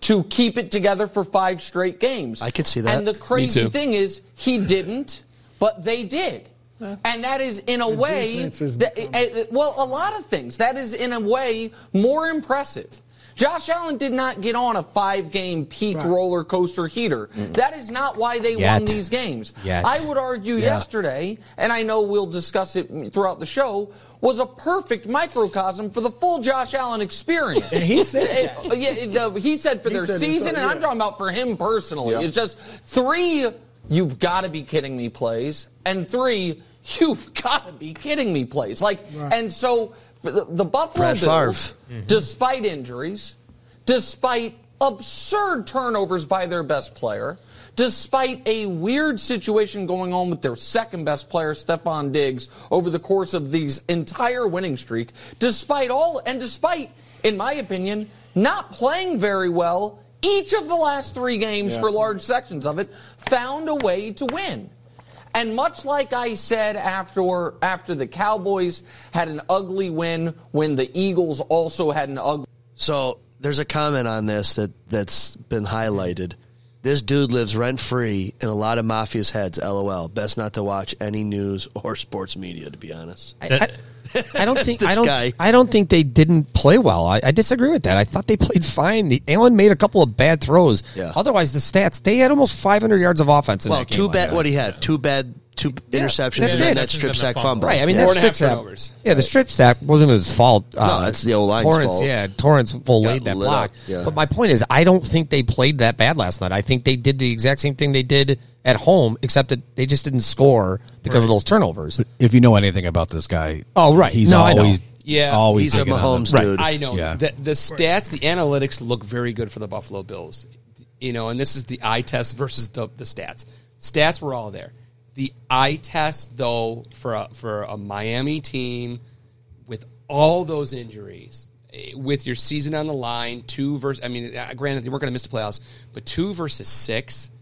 Speaker 10: to keep it together for five straight games. I
Speaker 3: could see that.
Speaker 10: And the
Speaker 3: Me
Speaker 10: crazy
Speaker 3: too.
Speaker 10: thing is, he didn't, but they did. And that is, in a way,
Speaker 14: defense has
Speaker 10: that- eh, eh, well, a lot of things. That is, in a way, more impressive. Josh Allen did not get on a five game peak roller coaster heater. That is not why they
Speaker 8: Yet.
Speaker 10: won these games.
Speaker 8: Yet.
Speaker 10: I would argue
Speaker 8: Yeah.
Speaker 10: yesterday, and I know we'll discuss it throughout the show, was a perfect microcosm for the full Josh Allen experience.
Speaker 14: And he said
Speaker 10: Eh, yeah, the- he said for
Speaker 14: He
Speaker 10: their
Speaker 14: said it,
Speaker 10: season,
Speaker 14: so,
Speaker 10: and I'm
Speaker 14: yeah.
Speaker 10: talking about for him personally.
Speaker 14: Yeah.
Speaker 10: It's just three, you've got to be kidding me plays, and three, you've got to be kidding me plays. Like, and so for the, the Buffalo
Speaker 3: Brett
Speaker 10: Bills,
Speaker 3: Favre. Mhm.
Speaker 10: despite injuries, despite absurd turnovers by their best player, despite a weird situation going on with their second best player, Stefan Diggs, over the course of these entire winning streak, despite all, and despite, in my opinion, not playing very well each of the last three games
Speaker 14: Yeah.
Speaker 10: for large sections of it, found a way to win. And much like I said after after the Cowboys had an ugly win when the Eagles also had an ugly
Speaker 3: So there's a comment on this that that's been highlighted. This dude lives rent free in a lot of mafia's heads. LOL. Best not to watch any news or sports media, to be honest.
Speaker 7: I-
Speaker 3: <laughs>
Speaker 8: I don't think
Speaker 3: This
Speaker 8: I don't.
Speaker 3: guy.
Speaker 8: I don't think they didn't play well. I, I disagree with that. I thought they played fine. The- Allen made a couple of bad throws.
Speaker 3: Yeah.
Speaker 8: Otherwise, the stats they had almost 500 yards of offense. In
Speaker 3: well,
Speaker 8: that game
Speaker 3: two
Speaker 8: last
Speaker 3: bad.
Speaker 8: night.
Speaker 3: What he had? Two bad. Two interceptions
Speaker 8: that's
Speaker 3: and then
Speaker 8: it.
Speaker 3: that strip
Speaker 8: Interceptions
Speaker 3: sack
Speaker 8: and a
Speaker 3: fumble.
Speaker 8: Right. I mean,
Speaker 3: Yeah.
Speaker 8: that strip sack. Yeah, the strip sack wasn't his fault. Uh,
Speaker 3: No, that's the O-line's
Speaker 8: Torrance,
Speaker 3: fault.
Speaker 8: Yeah, Torrance well, laid that
Speaker 3: lit
Speaker 8: block.
Speaker 3: up, yeah.
Speaker 8: But my point is, I don't think they played that bad last night. I think they did the exact same thing they did at home, except that they just didn't score because of those turnovers.
Speaker 4: If you know anything about this guy,
Speaker 8: Oh, right.
Speaker 4: he's
Speaker 8: No, I know.
Speaker 4: always
Speaker 9: Yeah,
Speaker 4: always picking on them.
Speaker 9: I know.
Speaker 4: Yeah.
Speaker 9: The, the stats, the analytics look very good for the Buffalo Bills. You know, and this is the eye test versus the, the stats. Stats were all there. The eye test, though, for a, for a Miami team with all those injuries, eh, with your season on the line, two versus. I mean, uh, granted, they weren't going to miss the playoffs, but two versus six.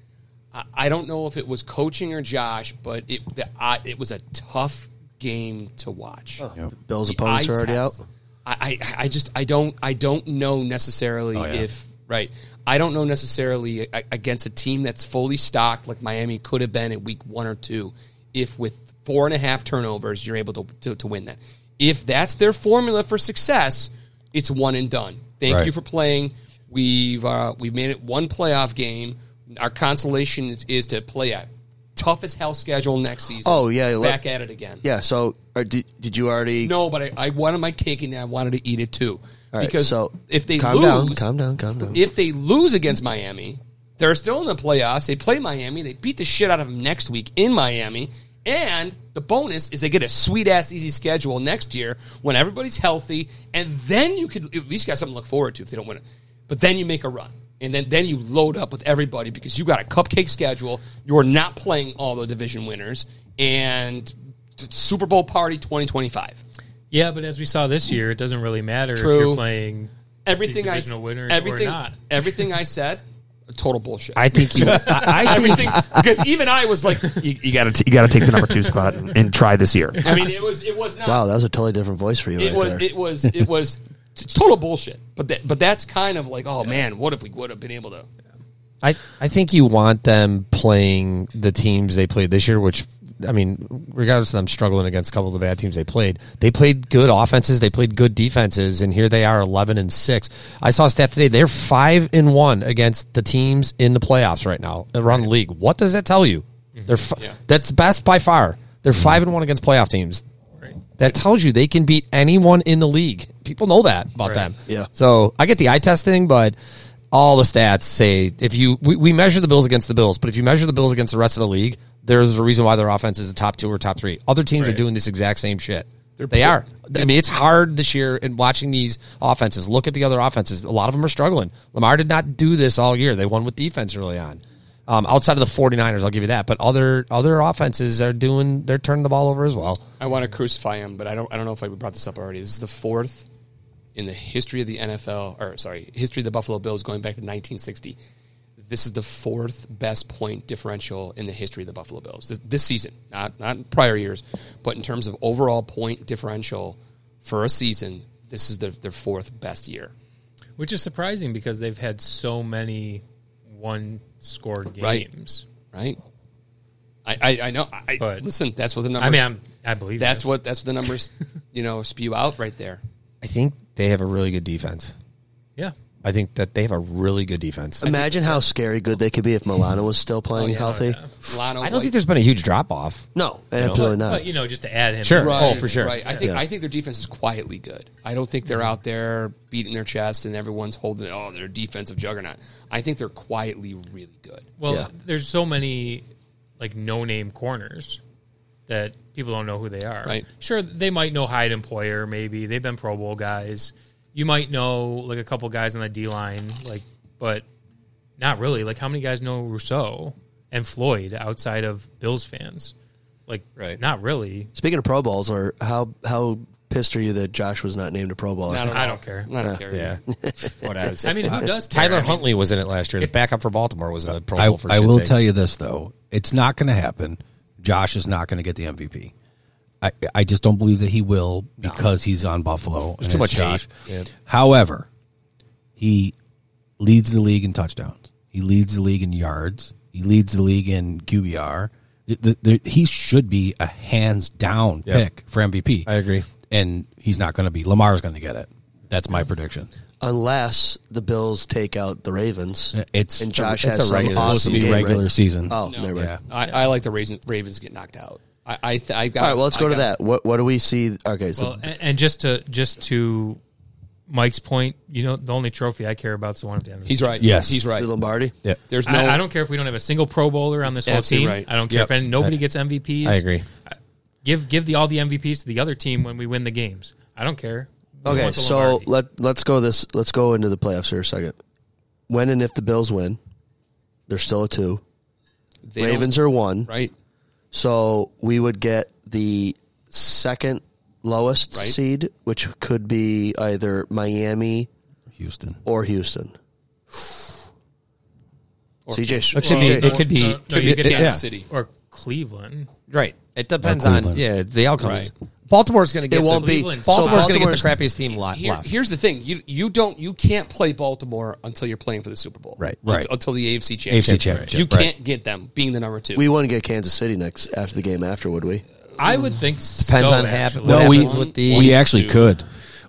Speaker 9: I, I don't know if it was coaching or Josh, but it the, I, it was a tough game to watch.
Speaker 3: Bills
Speaker 9: The
Speaker 3: opponents
Speaker 9: eye
Speaker 3: are already
Speaker 9: test. I, I I just I don't I don't know necessarily
Speaker 3: Oh, yeah.
Speaker 9: if right. I don't know necessarily a- against a team that's fully stocked like Miami could have been at week one or two, if with four and a half turnovers you're able to to, to win that. If that's their formula for success, it's one and done. Thank
Speaker 4: Right.
Speaker 9: you for playing. We've uh, we've made it one playoff game. Our consolation is, is to play a tough as hell schedule next season.
Speaker 3: Oh yeah, let-
Speaker 9: back at it again.
Speaker 3: Yeah. So are, did, did you already?
Speaker 9: No, but I, I wanted my cake and I wanted to eat it too.
Speaker 3: All right,
Speaker 9: because
Speaker 3: so
Speaker 9: if they
Speaker 3: calm
Speaker 9: lose,
Speaker 3: down, calm down, calm down.
Speaker 9: If they lose against Miami, they're still in the playoffs. They play Miami. They beat the shit out of them next week in Miami. And the bonus is they get a sweet ass easy schedule next year when everybody's healthy, and then you could at least got something to look forward to if they don't win it. But then you make a run, and then then you load up with everybody because you got a cupcake schedule. You're not playing all the division winners, and Super Bowl party 2025.
Speaker 7: Yeah, but as we saw this year, it doesn't really matter if
Speaker 9: True.
Speaker 7: you're playing
Speaker 9: everything
Speaker 7: these
Speaker 9: I
Speaker 7: divisional winners
Speaker 9: everything
Speaker 7: or not.
Speaker 9: everything I said, total bullshit.
Speaker 8: I think <laughs> you- I- I think-
Speaker 9: everything because even I was like, you,
Speaker 15: got to <laughs> you got to take the number two spot and, and try this year.
Speaker 9: I mean, it was it was not.
Speaker 3: Wow, that was a totally different voice for you.
Speaker 9: it
Speaker 3: right
Speaker 9: was
Speaker 3: there.
Speaker 9: it was it was it's total bullshit. But that but that's kind of like, oh man, what if we would have been able to?
Speaker 8: I, I think you want them playing the teams they played this year, which I mean, regardless of them struggling against a couple of the bad teams they played, they played good offenses, they played good defenses, and here they are eleven and six. I saw a stat today; they're five and one against the teams in the playoffs right now around the league. What does that tell you? They're f- that's best by far. They're five and one against playoff teams. That tells you they can beat anyone in the league. People know that about
Speaker 4: Right.
Speaker 8: them.
Speaker 4: Yeah.
Speaker 8: So I get the eye test thing, but all the stats say if you we, we measure the Bills against the Bills, but if you measure the Bills against the rest of the league, there's a reason why their offense is a top two or top three. Other teams are doing this exact same shit.
Speaker 9: They're
Speaker 8: They
Speaker 9: poor.
Speaker 8: are. I mean, it's hard this year in watching these offenses. Look at the other offenses. A lot of them are struggling. Lamar did not do this all year. They won with defense early on. Um, outside of the 49ers, I'll give you that. But other other offenses are doing, they're turning the ball over as well.
Speaker 9: I want to crucify him, but I don't. I don't know if I brought this up already. This is the fourth in the history of the NFL, or sorry, history of the Buffalo Bills going back to 1960. This is the fourth best point differential in the history of the Buffalo Bills this, this season, not not in prior years, but in terms of overall point differential for a season. This is their, their fourth best year.
Speaker 7: which is surprising because they've had so many one score
Speaker 9: Right.
Speaker 7: games.
Speaker 9: Right. I, I, I know. I,
Speaker 7: But-
Speaker 9: listen, that's what the
Speaker 7: I
Speaker 9: numbers.
Speaker 7: mean, I'm- I believe
Speaker 9: that's
Speaker 7: you.
Speaker 9: what that's what the numbers, you know, spew out right there.
Speaker 8: I think they have a really good defense.
Speaker 7: Yeah.
Speaker 8: I think that they have a really good defense.
Speaker 3: Imagine how scary good they could be if Milano was still
Speaker 9: Oh,
Speaker 3: playing healthy.
Speaker 9: Lano
Speaker 8: I don't think there's been a huge drop off.
Speaker 3: No, absolutely not.
Speaker 7: But you know, just to add him,
Speaker 8: Sure.
Speaker 7: in.
Speaker 8: Oh, for sure.
Speaker 9: Right. I think
Speaker 8: Yeah.
Speaker 9: I think their defense is quietly good. I don't think
Speaker 3: Mm-hmm.
Speaker 9: they're out there beating their chest and everyone's holding oh they're a defensive juggernaut. I think they're quietly really good.
Speaker 7: Well, there's so many like no name corners that people don't know who they are.
Speaker 9: Right.
Speaker 7: Sure, they might know Hyde and Poyer. Maybe they've been Pro Bowl guys. You might know like a couple guys on the D line, like, but not really. Like, how many guys know Rousseau and Floyd outside of Bills fans? Like, right. Not really.
Speaker 3: Speaking of Pro Bowls, or how how pissed are you that Josh was not named a Pro Bowler?
Speaker 7: Not at I all. don't care. I don't care.
Speaker 8: Yeah. what
Speaker 7: I mean, who does care?
Speaker 8: Tyler
Speaker 7: I mean-
Speaker 8: Huntley was in it last year. The backup for Baltimore was in the Pro
Speaker 4: I,
Speaker 8: Bowl for
Speaker 4: I
Speaker 8: shit's
Speaker 4: will
Speaker 8: sake.
Speaker 4: tell you this though, it's not going to happen. Josh is not going to get the MVP. I, I just don't believe that he will because he's on Buffalo.
Speaker 8: There's
Speaker 4: and
Speaker 8: too
Speaker 4: it's
Speaker 8: much hate. Yeah.
Speaker 4: However, he leads the league in touchdowns. He leads the league in yards. He leads the league in QBR. The- the- the- he should be a hands down
Speaker 8: Yep.
Speaker 4: pick for MVP. I
Speaker 8: agree,
Speaker 4: and he's not going to be. Lamar's going to get it. That's my prediction.
Speaker 3: Unless the Bills take out the Ravens,
Speaker 4: It's-
Speaker 3: and Josh
Speaker 4: it's
Speaker 3: has
Speaker 4: a
Speaker 3: some
Speaker 4: regular
Speaker 3: awesome
Speaker 4: season.
Speaker 3: game, right?
Speaker 4: Regular season.
Speaker 3: Oh,
Speaker 4: No.
Speaker 3: never mind.
Speaker 4: Yeah.
Speaker 9: I, I like the Ravens, Ravens get knocked out. I I, th- I got,
Speaker 3: All right, well, let's
Speaker 9: I
Speaker 3: go to
Speaker 9: got-
Speaker 3: that. What what do we see? Okay, so
Speaker 7: Well, and, and just to just to Mike's point, you know, the only trophy I care about is the one at the end. Of the
Speaker 9: He's right.
Speaker 7: season.
Speaker 9: Yes. He's right. The
Speaker 3: Lombardi.
Speaker 4: Yeah.
Speaker 9: There's
Speaker 7: I-
Speaker 9: no-
Speaker 7: I, don't care if we don't have a single Pro Bowler on
Speaker 9: He's
Speaker 7: this whole
Speaker 9: absolutely
Speaker 7: team.
Speaker 9: right.
Speaker 7: I don't care
Speaker 9: Yep.
Speaker 7: if any, nobody
Speaker 9: I-
Speaker 7: gets MVPs.
Speaker 9: I agree.
Speaker 7: I- Give give the all the MVPs to the other team when we win the games. I don't care. We
Speaker 3: Okay,
Speaker 7: want the
Speaker 3: so
Speaker 7: Lombardi.
Speaker 3: let let's go this let's go into the playoffs here a second. When and if the Bills win, they're still a two.
Speaker 9: They
Speaker 3: Ravens
Speaker 9: don't-
Speaker 3: are one.
Speaker 9: Right.
Speaker 3: So we would get the second lowest
Speaker 9: Right.
Speaker 3: seed, which could be either Miami,
Speaker 4: Houston,
Speaker 3: or Houston. CJ,
Speaker 8: It could be- it could be-
Speaker 7: no, no,
Speaker 8: could
Speaker 7: you
Speaker 8: be-
Speaker 7: get
Speaker 8: yeah.
Speaker 7: Kansas City or Cleveland.
Speaker 8: Right. It depends
Speaker 4: Or
Speaker 8: on
Speaker 4: Cleveland.
Speaker 8: yeah the outcome.
Speaker 9: Right.
Speaker 8: Baltimore's going to get. the, Baltimore's going to get the
Speaker 9: Baltimore's-
Speaker 8: crappiest team lo-
Speaker 9: Here-
Speaker 8: left.
Speaker 9: Here's the thing: you you don't you can't play Baltimore until you're playing for the Super Bowl,
Speaker 8: Right.
Speaker 9: Unt-
Speaker 8: Right.
Speaker 9: Until, the AFC championship.
Speaker 3: AFC championship,
Speaker 9: You
Speaker 3: right.
Speaker 9: can't get them being the number two.
Speaker 3: We wouldn't get Kansas City next after the game after, would we?
Speaker 7: I would think
Speaker 9: Mm. Depends so, on hap- actually.
Speaker 4: No,
Speaker 9: what
Speaker 4: we,
Speaker 9: happens with the-
Speaker 4: we actually
Speaker 9: two.
Speaker 4: could.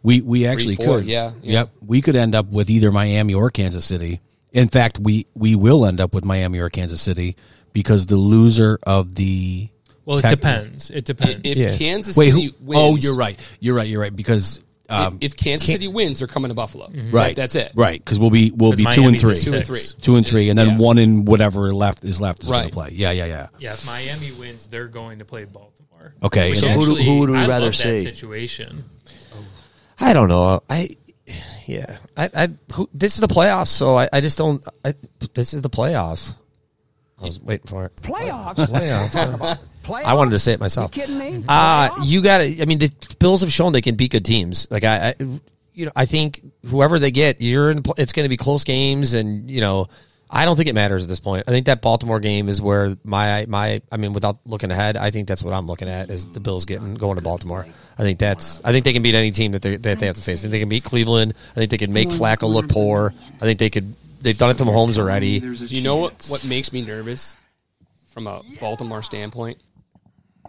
Speaker 4: We we actually
Speaker 9: Three, four,
Speaker 4: could.
Speaker 9: yeah, yeah.
Speaker 4: Yep. We could end up with either Miami or Kansas City. In fact, we we will end up with Miami or Kansas City because the loser of the
Speaker 7: Well, it
Speaker 4: Tech-
Speaker 7: depends. It depends.
Speaker 9: If Kansas
Speaker 4: Wait,
Speaker 9: City
Speaker 4: who-
Speaker 9: wins,
Speaker 4: Oh, you're right. You're right. You're right because um,
Speaker 9: if, if Kansas City wins, they're coming to Buffalo.
Speaker 4: right.
Speaker 9: That's it.
Speaker 4: Right, because we'll be we'll
Speaker 9: 'Cause
Speaker 4: be two and
Speaker 9: Miami's at
Speaker 4: three,
Speaker 9: Two and six. three.
Speaker 4: two and three, and then
Speaker 9: Yeah.
Speaker 4: one in whatever left is left is going
Speaker 9: Right.
Speaker 4: to play. Yeah, yeah, yeah.
Speaker 7: Yeah, if Miami wins, they're going to play Baltimore.
Speaker 4: Okay,
Speaker 7: Which
Speaker 4: so who do-
Speaker 7: actually,
Speaker 4: who would we
Speaker 7: I love
Speaker 4: rather
Speaker 7: that
Speaker 4: see?
Speaker 7: Situation.
Speaker 8: I don't know. I yeah. I, I who, this is the playoffs, so I, I just don't. I, this is the playoffs. I was waiting for it.
Speaker 1: Playoffs?
Speaker 8: playoffs.
Speaker 1: Playoffs?
Speaker 8: I wanted to say it myself.
Speaker 1: You kidding me?
Speaker 8: Uh, you got to. I mean, the Bills have shown they can beat good teams. Like I, I you know, I think whoever they get, you're in. pl- It's going to be close games, and you know, I don't think it matters at this point. I think that Baltimore game is where my my. I mean, without looking ahead, I think that's what I'm looking at is the Bills getting going to Baltimore. I think that's. I think they can beat any team that they that they have to face. I think they can beat Cleveland. I think they could make Flacco look poor. I think they could. They've done it to Mahomes already.
Speaker 9: You know what? What makes me nervous from a Baltimore standpoint?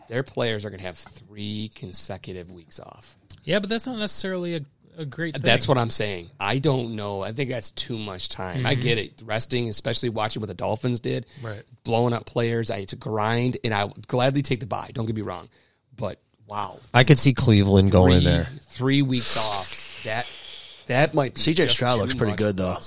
Speaker 9: Their players are going to have three consecutive weeks off.
Speaker 7: Yeah, but that's not necessarily a, a great. Thing.
Speaker 9: That's what I'm saying. I don't know. I think that's too much time. I
Speaker 7: Mhm.
Speaker 9: get it. Resting, especially watching what the Dolphins did,
Speaker 7: Right.
Speaker 9: blowing up players. I it's a grind, and I would gladly take the bye. Don't get me wrong, but wow,
Speaker 8: I could see Cleveland going in
Speaker 9: Three-
Speaker 8: there.
Speaker 9: Three weeks off. That that might be
Speaker 3: CJ
Speaker 9: just
Speaker 3: Stroud looks
Speaker 9: too
Speaker 3: pretty
Speaker 9: much.
Speaker 3: good though.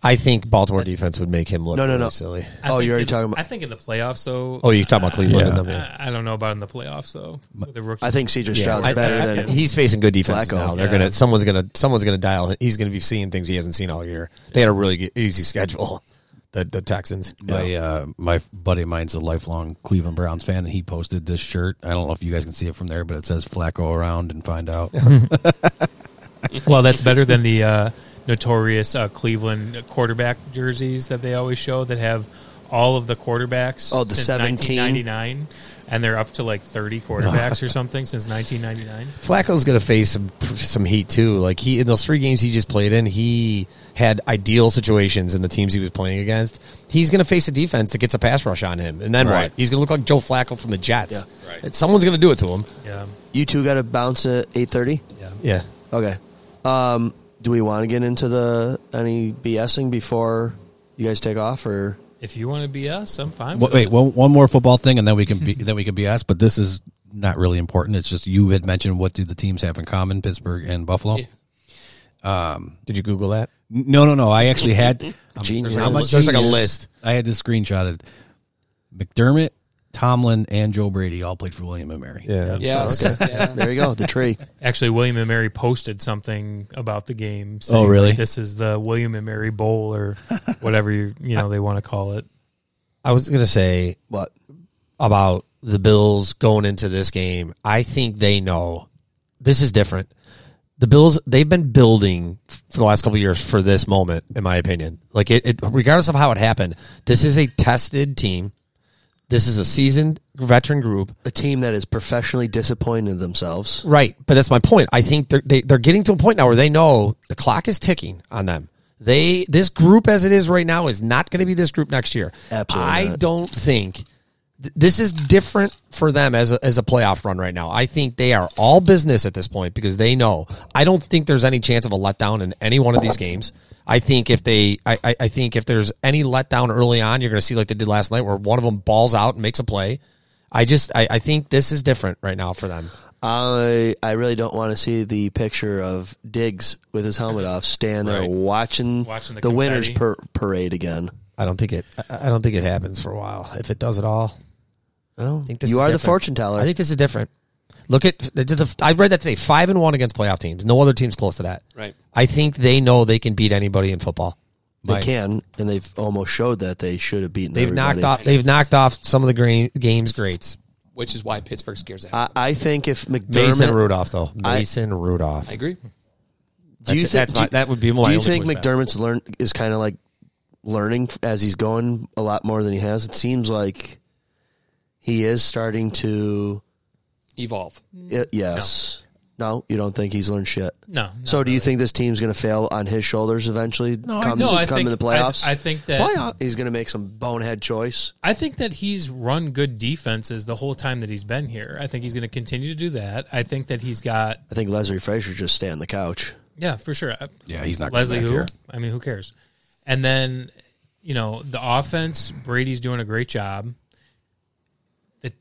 Speaker 8: I think Baltimore defense would make him look
Speaker 3: No, no,
Speaker 8: really
Speaker 3: no.
Speaker 8: silly.
Speaker 7: I think in- I think in the playoffs, though.
Speaker 8: Oh, you're talking about Cleveland
Speaker 4: Yeah.
Speaker 8: and them, yeah.
Speaker 7: I, I don't know about in the playoffs, though. with the <laughs> rookie.
Speaker 8: Yeah. I- I- he's facing good defense now. They're
Speaker 7: Yeah.
Speaker 8: gonna someone's gonna someone's gonna dial. He's gonna be seeing things he hasn't seen all year. They had a really good, easy schedule. <laughs> The the Texans.
Speaker 4: My uh, my buddy of mine's a lifelong Cleveland Browns fan, and he posted this shirt. I don't know if you guys can see it from there, but it says "Flacco around and find out."
Speaker 7: well, that's better than the uh, notorious uh, Cleveland quarterback jerseys that they always show that have all of the quarterbacks.
Speaker 3: Oh, the
Speaker 7: since
Speaker 3: 17?
Speaker 7: 1999, and they're up to like 30 quarterbacks or something since 1999.
Speaker 8: Flacco's going to face some some heat too. Like he in those three games he just played in, he had ideal situations in the teams he was playing against. He's going to face a defense that gets a pass rush on him, and then
Speaker 3: Right.
Speaker 8: what? He's going to look like Joe Flacco from the Jets.
Speaker 3: Yeah. Right.
Speaker 8: And Someone's going to do it to him.
Speaker 7: Yeah.
Speaker 3: You two got to bounce at eight thirty.
Speaker 7: Yeah.
Speaker 8: Yeah.
Speaker 3: Okay. Um, do we want to get into the any BSing before you guys take off, or
Speaker 7: If you want to BS, I'm fine.
Speaker 4: Wait,
Speaker 7: with
Speaker 4: wait
Speaker 7: it.
Speaker 4: one, one more football thing, and then we can be then we can be asked. But this is not really important. It's just you had mentioned what do the teams have in common, Pittsburgh and Buffalo. Um,
Speaker 8: Did you Google that?
Speaker 4: No, no, no. I actually had. I'm-
Speaker 8: Genius.
Speaker 4: I'm
Speaker 8: There's like a
Speaker 4: genius.
Speaker 8: list.
Speaker 4: I had this screenshot of McDermott, Tomlin, and Joe Brady all played for William and Mary.
Speaker 8: Yeah.
Speaker 7: Yes.
Speaker 9: <laughs>
Speaker 3: Oh, okay.
Speaker 7: Yeah.
Speaker 3: There you go, the tree.
Speaker 7: Actually, William and Mary posted something about the game.
Speaker 4: Oh,
Speaker 7: like,
Speaker 4: really?
Speaker 7: this is the William and Mary Bowl or whatever you you know they want to call it.
Speaker 8: I was going to say
Speaker 3: what
Speaker 8: about the Bills going into this game. I think they know this is different. The Bills they've been building for the last couple of years for this moment, in my opinion. Like it, it, regardless of how it happened, this is a tested team. This is a seasoned veteran group.
Speaker 3: a team that is professionally disappointed in themselves?
Speaker 8: Right, but that's my point. I think they're they, they're getting to a point now where they know the clock is ticking on them. They this group as it is right now is not going to be this group next year.
Speaker 3: Absolutely
Speaker 8: I
Speaker 3: not.
Speaker 8: don't think th- this is different for them as a, as a playoff run right now. I think they are all business at this point because they know. I don't think there's any chance of a letdown in any one of these games. I think if they, I, I, I think if there's any letdown early on, you're going to see like they did last night, where one of them balls out and makes a play. I just, I, I think this is different right now for them.
Speaker 3: I I really don't want to see the picture of Diggs with his
Speaker 8: <laughs>
Speaker 3: helmet off, standing there
Speaker 8: Right.
Speaker 3: watching,
Speaker 8: Watching the
Speaker 3: the, winners
Speaker 8: confetti.
Speaker 3: per, parade again.
Speaker 8: I don't think it. I I don't think it happens for a while. If it does at all,
Speaker 3: Oh,
Speaker 8: I think this
Speaker 3: you
Speaker 8: is
Speaker 3: are the
Speaker 8: different.
Speaker 3: fortune teller.
Speaker 8: I think this is different. Look at the, the, I read that today. Five and one against playoff teams. No other teams close to that.
Speaker 9: Right.
Speaker 8: I think they know they can beat anybody in football.
Speaker 3: they
Speaker 8: Like,
Speaker 3: can, and they've almost showed that they should have beaten.
Speaker 8: They've
Speaker 3: everybody.
Speaker 8: knocked off. They've knocked off some of the green, games greats.
Speaker 9: which is why Pittsburgh scares the
Speaker 3: I, I think if McDermott
Speaker 8: Mason Rudolph though.
Speaker 3: I-
Speaker 8: Mason Rudolph.
Speaker 9: I agree.
Speaker 3: Do you think
Speaker 8: That's- that's my-
Speaker 3: do you-
Speaker 8: that would be my
Speaker 3: Do you
Speaker 8: only
Speaker 3: think
Speaker 8: pushback.
Speaker 3: McDermott's learn is kind of like learning as he's going a lot more than he has? It seems like he is starting to.
Speaker 9: evolve.
Speaker 3: y- yes. No. you don't think he's learned shit.
Speaker 7: No,
Speaker 3: So, do you think this team's going to fail on his shoulders eventually?
Speaker 7: No, I
Speaker 3: come,
Speaker 7: don't. No, I
Speaker 3: come
Speaker 7: think-
Speaker 3: in the playoffs.
Speaker 7: I- I think that- Playoff.
Speaker 3: he's going to make some bonehead choice.
Speaker 7: I think that he's run good defenses the whole time that he's been here. I think he's going to continue to do that. I think that he's got
Speaker 3: I think Leslie Frazier just stay on the couch.
Speaker 7: yeah for sure. I-
Speaker 4: Yeah, he's not coming
Speaker 7: Leslie.
Speaker 4: back
Speaker 7: Who
Speaker 4: here.
Speaker 7: I mean, who cares? And then you know the offense. Brady's doing a great job. That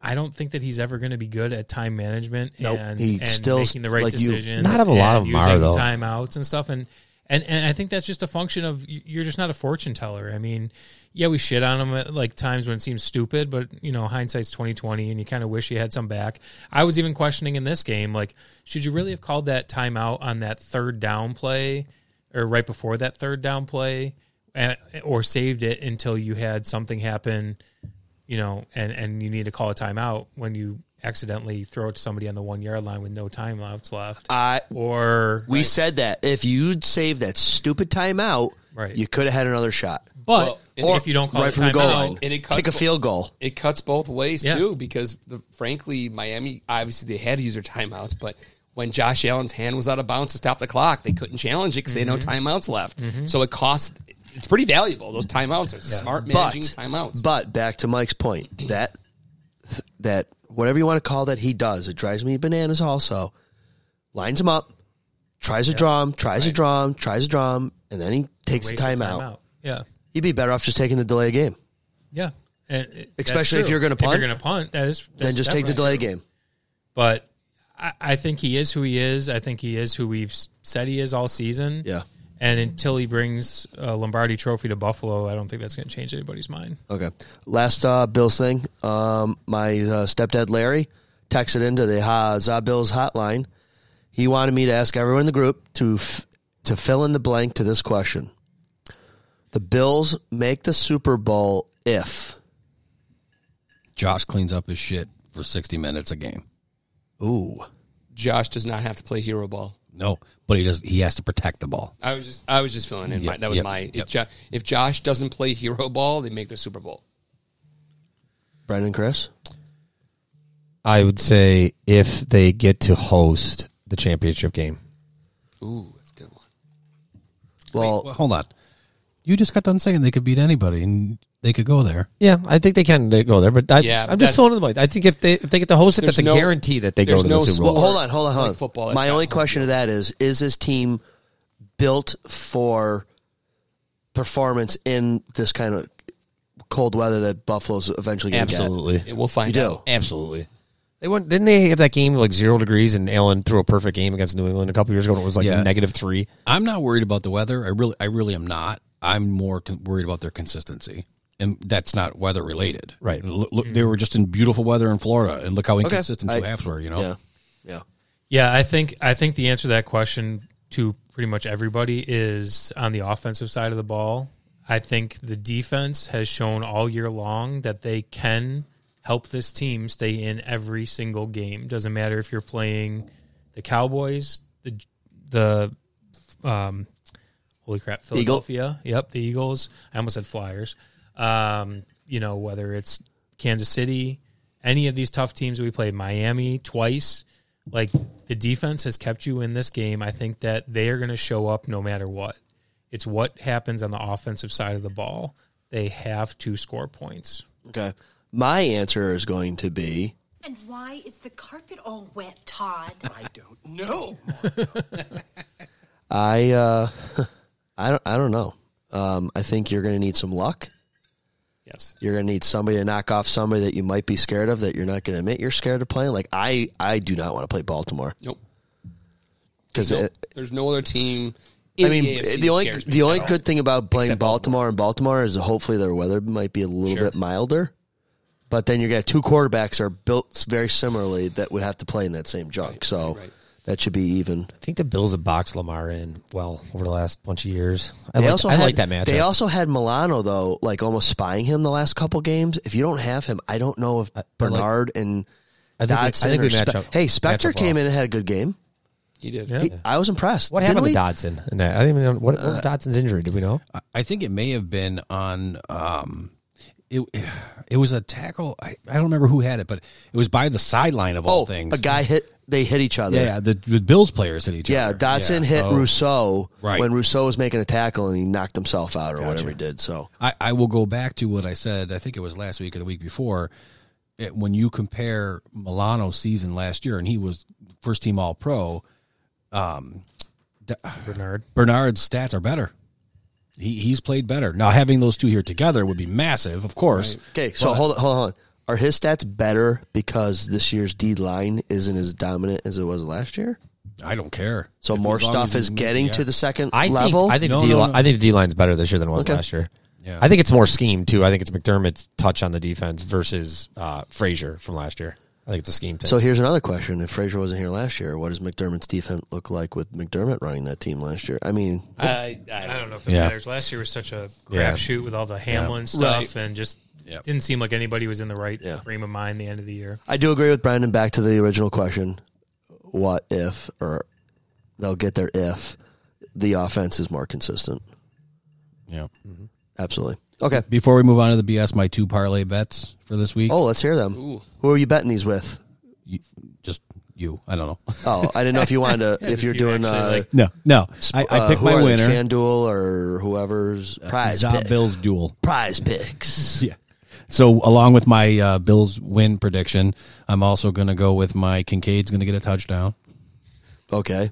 Speaker 7: I don't think that he's ever going to be good at time management
Speaker 3: Nope.
Speaker 7: and,
Speaker 3: He
Speaker 7: and
Speaker 3: still-
Speaker 7: making the right
Speaker 3: like you-
Speaker 7: decisions.
Speaker 8: Not of a lot
Speaker 7: and
Speaker 8: of them are,
Speaker 7: using
Speaker 8: though.
Speaker 7: timeouts and stuff and. And, and I think that's just a function of y- you're just not a fortune teller. I mean, yeah, we shit on him at like times when it seems stupid, but you know, hindsight's twenty twenty, and you kind of wish you had some back. I was even questioning in this game, like, should you really have called that timeout on that third down play, or right before that third down play, and, or saved it until you had something happen, you know, and and you need to call a timeout when you accidentally throw it to somebody on the one yard line with no timeouts left.
Speaker 3: I
Speaker 7: or
Speaker 3: Uh, we said that if you'd saved that stupid timeout,
Speaker 7: Right.
Speaker 3: you could have had another shot.
Speaker 7: But
Speaker 3: Or
Speaker 7: if you don't call
Speaker 3: right
Speaker 7: a
Speaker 3: from the goal
Speaker 7: timeout-
Speaker 3: line,
Speaker 9: And it cuts
Speaker 3: kick a
Speaker 9: bo-
Speaker 3: field goal.
Speaker 9: It cuts both ways
Speaker 7: Yeah.
Speaker 9: too, because the, frankly, Miami obviously they had to use their timeouts, but when Josh Allen's hand was out of bounds to stop the clock, they couldn't challenge it because they had
Speaker 3: Mm-hmm.
Speaker 9: no timeouts left. So it costs. It's pretty valuable. Those timeouts are smart managing timeouts.
Speaker 3: But back to Mike's point that that whatever you want to call that he does, it drives me bananas. Also, lines him up, tries to draw him, tries to draw him, tries to draw him, and then he takes the
Speaker 7: Waste of
Speaker 3: timeout.
Speaker 7: timeout. Yeah.
Speaker 3: You'd be better off just taking the delay game.
Speaker 7: Yeah, and it- that's
Speaker 3: Especially if
Speaker 7: true.
Speaker 3: you're gonna
Speaker 7: If
Speaker 3: punt,
Speaker 7: you're going to punt, that is
Speaker 3: Then
Speaker 7: that's
Speaker 3: just take the
Speaker 7: definitely
Speaker 3: delay game.
Speaker 7: But I, I think he is who he is. I think he is who we've s- said he is all season.
Speaker 3: Yeah.
Speaker 7: And until he brings a Lombardi Trophy to Buffalo, I don't think that's going to change anybody's mind.
Speaker 3: Okay. Last uh, Bills thing. Um, my uh, stepdad Larry texted into the uh, Za Bills hotline. He wanted me to ask everyone in the group to f- to fill in the blank to this question: The Bills make the Super Bowl if
Speaker 4: Josh cleans up his shit for sixty minutes a game.
Speaker 3: Ooh.
Speaker 9: Josh does not have to play hero ball.
Speaker 4: No, but he does. He has to protect the ball.
Speaker 9: I was just I was just filling in. my,
Speaker 4: Yep,
Speaker 9: that was
Speaker 4: yep,
Speaker 9: my if, jo- if Josh doesn't play hero ball, they make the Super Bowl.
Speaker 3: Brandon Chris?
Speaker 8: I would say if they get to host the championship game.
Speaker 9: Ooh, that's a good one.
Speaker 3: Well,
Speaker 4: hold on. You just got done saying they could beat anybody and they could go there.
Speaker 8: Yeah, I think they can they go there, but I,
Speaker 9: Yeah, but
Speaker 8: I'm just
Speaker 9: that-
Speaker 8: filling in the blank. I think if they if they get to host it,
Speaker 9: There's
Speaker 8: that's a
Speaker 9: no-
Speaker 8: guarantee that they go
Speaker 9: there's
Speaker 8: to
Speaker 9: no
Speaker 8: the Super Bowl.
Speaker 9: sport-
Speaker 3: Well, hold on, hold on, hold on.
Speaker 9: Like football, that's
Speaker 3: My
Speaker 9: got
Speaker 3: only question to that is: Is this team built for performance in this kind of cold weather that Buffalo's eventually going to get?
Speaker 8: Absolutely.
Speaker 9: We'll find
Speaker 3: you
Speaker 9: out.
Speaker 3: Do.
Speaker 8: Absolutely. They won. Didn't they have that game like zero degrees and Allen threw a perfect game against New England a couple years ago? And it was like
Speaker 4: Yeah.
Speaker 8: negative three.
Speaker 4: I'm not worried about the weather. I really, I really am not. I'm more con- worried about their consistency, and that's not weather related.
Speaker 8: Right.
Speaker 4: Look, look, they were just in beautiful weather in Florida, and look how inconsistent
Speaker 3: I-
Speaker 4: two halves were. You know.
Speaker 3: Yeah. Yeah.
Speaker 7: Yeah, I think I think the answer to that question to pretty much everybody is on the offensive side of the ball. I think the defense has shown all year long that they can help this team stay in every single game. Doesn't matter if you're playing the Cowboys, the the um, holy crap,
Speaker 3: Eagle.
Speaker 7: Philadelphia. Yep, the Eagles. I almost said Flyers. Um, you know, whether it's Kansas City, any of these tough teams we played, Miami twice, like the defense has kept you in this game. I think that they are going to show up no matter what. It's what happens on the offensive side of the ball. They have to score points.
Speaker 3: Okay. My answer is going to be
Speaker 16: And why is the carpet all wet, Todd? I don't
Speaker 9: know.
Speaker 3: <laughs> I uh, <laughs> I don't I don't know. Um, I think you're going to need some luck.
Speaker 7: Yes.
Speaker 3: You're going to need somebody to knock off somebody that you might be scared of that you're not going to admit you're scared of playing. Like I I do not want to play Baltimore.
Speaker 9: Nope.
Speaker 3: Because
Speaker 9: Nope. There's no other team. In
Speaker 3: I mean,
Speaker 9: the, AFC
Speaker 3: the only
Speaker 9: that scares me
Speaker 3: the only
Speaker 9: at all.
Speaker 3: good thing about playing
Speaker 9: Except
Speaker 3: Baltimore and Baltimore is hopefully their weather might be a little bit milder. But then you got two quarterbacks that are built very similarly that would have to play in that same junk. so that should be even.
Speaker 8: I think the Bills have boxed Lamar in well over the last bunch of years. I,
Speaker 3: They
Speaker 8: like,
Speaker 3: also
Speaker 8: I
Speaker 3: had,
Speaker 8: like that matchup.
Speaker 3: They also had Milano though, like almost spying him the last couple games. If you don't have him, I don't know if Bernard and
Speaker 8: I think we- I
Speaker 3: Dodson
Speaker 8: think we
Speaker 3: or Spe-
Speaker 8: match up-
Speaker 3: hey
Speaker 8: match
Speaker 3: Specter
Speaker 8: up
Speaker 3: came
Speaker 8: well.
Speaker 3: in and had a good game.
Speaker 9: He did.
Speaker 3: He- I was impressed.
Speaker 8: what
Speaker 3: Didn't
Speaker 8: happened
Speaker 3: we?
Speaker 8: to Dodson? And that I didn't even know what, what was Dodson's injury. Do we know?
Speaker 4: I- I think it may have been on. Um, it it was a tackle. I, I don't remember who had it, but it was by the sideline of all
Speaker 3: Oh,
Speaker 4: things.
Speaker 3: a guy hit. They hit each other.
Speaker 4: Yeah, the, the Bills players hit each
Speaker 3: Yeah,
Speaker 4: other.
Speaker 3: Dotson
Speaker 4: Yeah.
Speaker 3: hit
Speaker 4: Oh.
Speaker 3: Rousseau
Speaker 4: Right.
Speaker 3: when Rousseau was making a tackle and he knocked himself out or whatever he did. So
Speaker 4: I, I will go back to what I said. I think it was last week or the week before. It, when you compare Milano's season last year, and he was first team All Pro, um, D-
Speaker 7: Bernard
Speaker 4: Bernard's stats are better. He he's played better. Now having those two here together would be massive, of course.
Speaker 3: okay, so
Speaker 4: But-
Speaker 3: hold on, hold on. Are his stats better because this year's D line isn't as dominant as it was last year?
Speaker 4: I don't care.
Speaker 3: So
Speaker 4: If-
Speaker 3: more
Speaker 4: as long
Speaker 3: stuff
Speaker 4: as he's
Speaker 3: is getting
Speaker 4: moving,
Speaker 3: to
Speaker 4: yeah.
Speaker 3: the second
Speaker 8: I think
Speaker 3: level.
Speaker 8: I think
Speaker 4: No,
Speaker 8: the D
Speaker 4: no,
Speaker 8: li-
Speaker 4: no.
Speaker 8: I think the D line's better this year than it was
Speaker 3: Okay.
Speaker 8: last year.
Speaker 4: Yeah.
Speaker 8: I think it's more scheme too. I think it's McDermott touch on the defense versus uh, Frazier from last year. I think it's a scheme thing.
Speaker 3: So here's another question: If Frazier wasn't here last year, what does McDermott's defense look like with McDermott running that team last year? I mean,
Speaker 9: I,
Speaker 7: I
Speaker 9: I,
Speaker 7: don't know if it
Speaker 3: Yeah.
Speaker 7: matters. Last year was such a
Speaker 3: Yeah.
Speaker 7: crapshoot with all the Hamlin
Speaker 3: Yeah.
Speaker 7: stuff, and just
Speaker 4: Yep.
Speaker 7: didn't seem like anybody was in the right frame of mind the end of the year.
Speaker 3: I do agree with Brandon. Back to the original question: What if, or they'll get there if the offense is more consistent?
Speaker 4: Yeah.
Speaker 3: Absolutely. Okay.
Speaker 4: Before we move on to the BS, my two parlay bets for this week.
Speaker 3: Oh, let's hear them. Who are you betting these with?
Speaker 4: Just you. I don't know. <laughs>
Speaker 3: Oh, I didn't know if you <laughs> wanted to. if you're doing uh,
Speaker 4: no, no. I, I
Speaker 3: uh,
Speaker 4: picked
Speaker 3: who
Speaker 4: my
Speaker 3: are they,
Speaker 4: winner. Uh,
Speaker 3: FanDuel or whoever's prize
Speaker 4: Zob
Speaker 3: pick.
Speaker 4: Bills duel.
Speaker 3: prize picks.
Speaker 4: <laughs> Yeah. So along with my uh, Bills win prediction, I'm also going to go with my Kincaid's going to get a touchdown.
Speaker 3: Okay.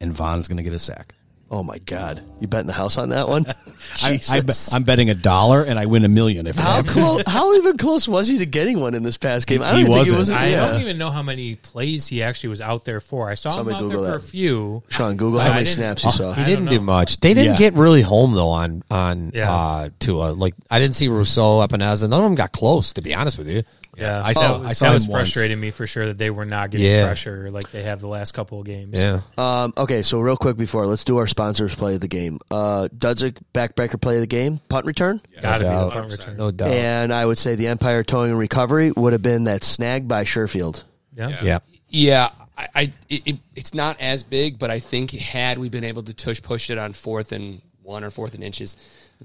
Speaker 4: And Vaughn's going to get a sack.
Speaker 3: Oh my God! You betting the house on that one?
Speaker 4: <laughs> I,
Speaker 3: Jesus.
Speaker 4: I bet- I'm betting a dollar and I win a million if it
Speaker 3: how
Speaker 4: happens.
Speaker 3: close? How even close was he to getting one in this past game? I don't
Speaker 4: He
Speaker 3: even think
Speaker 4: wasn't.
Speaker 3: it was.
Speaker 7: I
Speaker 3: yeah.
Speaker 7: don't even know how many plays he actually was out there for. I saw
Speaker 3: Somebody
Speaker 7: him out
Speaker 3: Google
Speaker 7: there
Speaker 3: that.
Speaker 7: for a few.
Speaker 3: Sean, Google how
Speaker 7: I
Speaker 3: many
Speaker 7: didn't-
Speaker 3: snaps
Speaker 4: Oh,
Speaker 3: you saw.
Speaker 8: He didn't
Speaker 7: don't
Speaker 8: do
Speaker 7: know.
Speaker 8: much. They didn't
Speaker 4: Yeah.
Speaker 8: get really home though on on
Speaker 7: Yeah.
Speaker 8: uh, Tua. Like I didn't see Rousseau, Epineza. None of them got close. To be honest with you,
Speaker 7: Yeah,
Speaker 3: Oh,
Speaker 4: I saw-
Speaker 7: That
Speaker 4: I
Speaker 7: was-
Speaker 4: saw
Speaker 7: that
Speaker 4: him
Speaker 7: was
Speaker 4: once.
Speaker 7: frustrating me for sure that they were not getting
Speaker 8: Yeah.
Speaker 7: pressure like they have the last couple of games.
Speaker 3: Um, okay, so real quick before let's do our sponsors play of the game. Uh, Dudzik backbreaker play of the game, punt return.
Speaker 7: Gotta be the
Speaker 8: Doubt.
Speaker 7: punt return.
Speaker 8: no
Speaker 9: Oh.
Speaker 8: doubt.
Speaker 3: And I would say the Empire towing and recovery would have been that snag by Sherfield.
Speaker 7: Yeah.
Speaker 8: Yeah.
Speaker 9: Yeah, I, I it, it, it's not as big, but I think had we been able to tush push it on fourth and one or fourth and inches,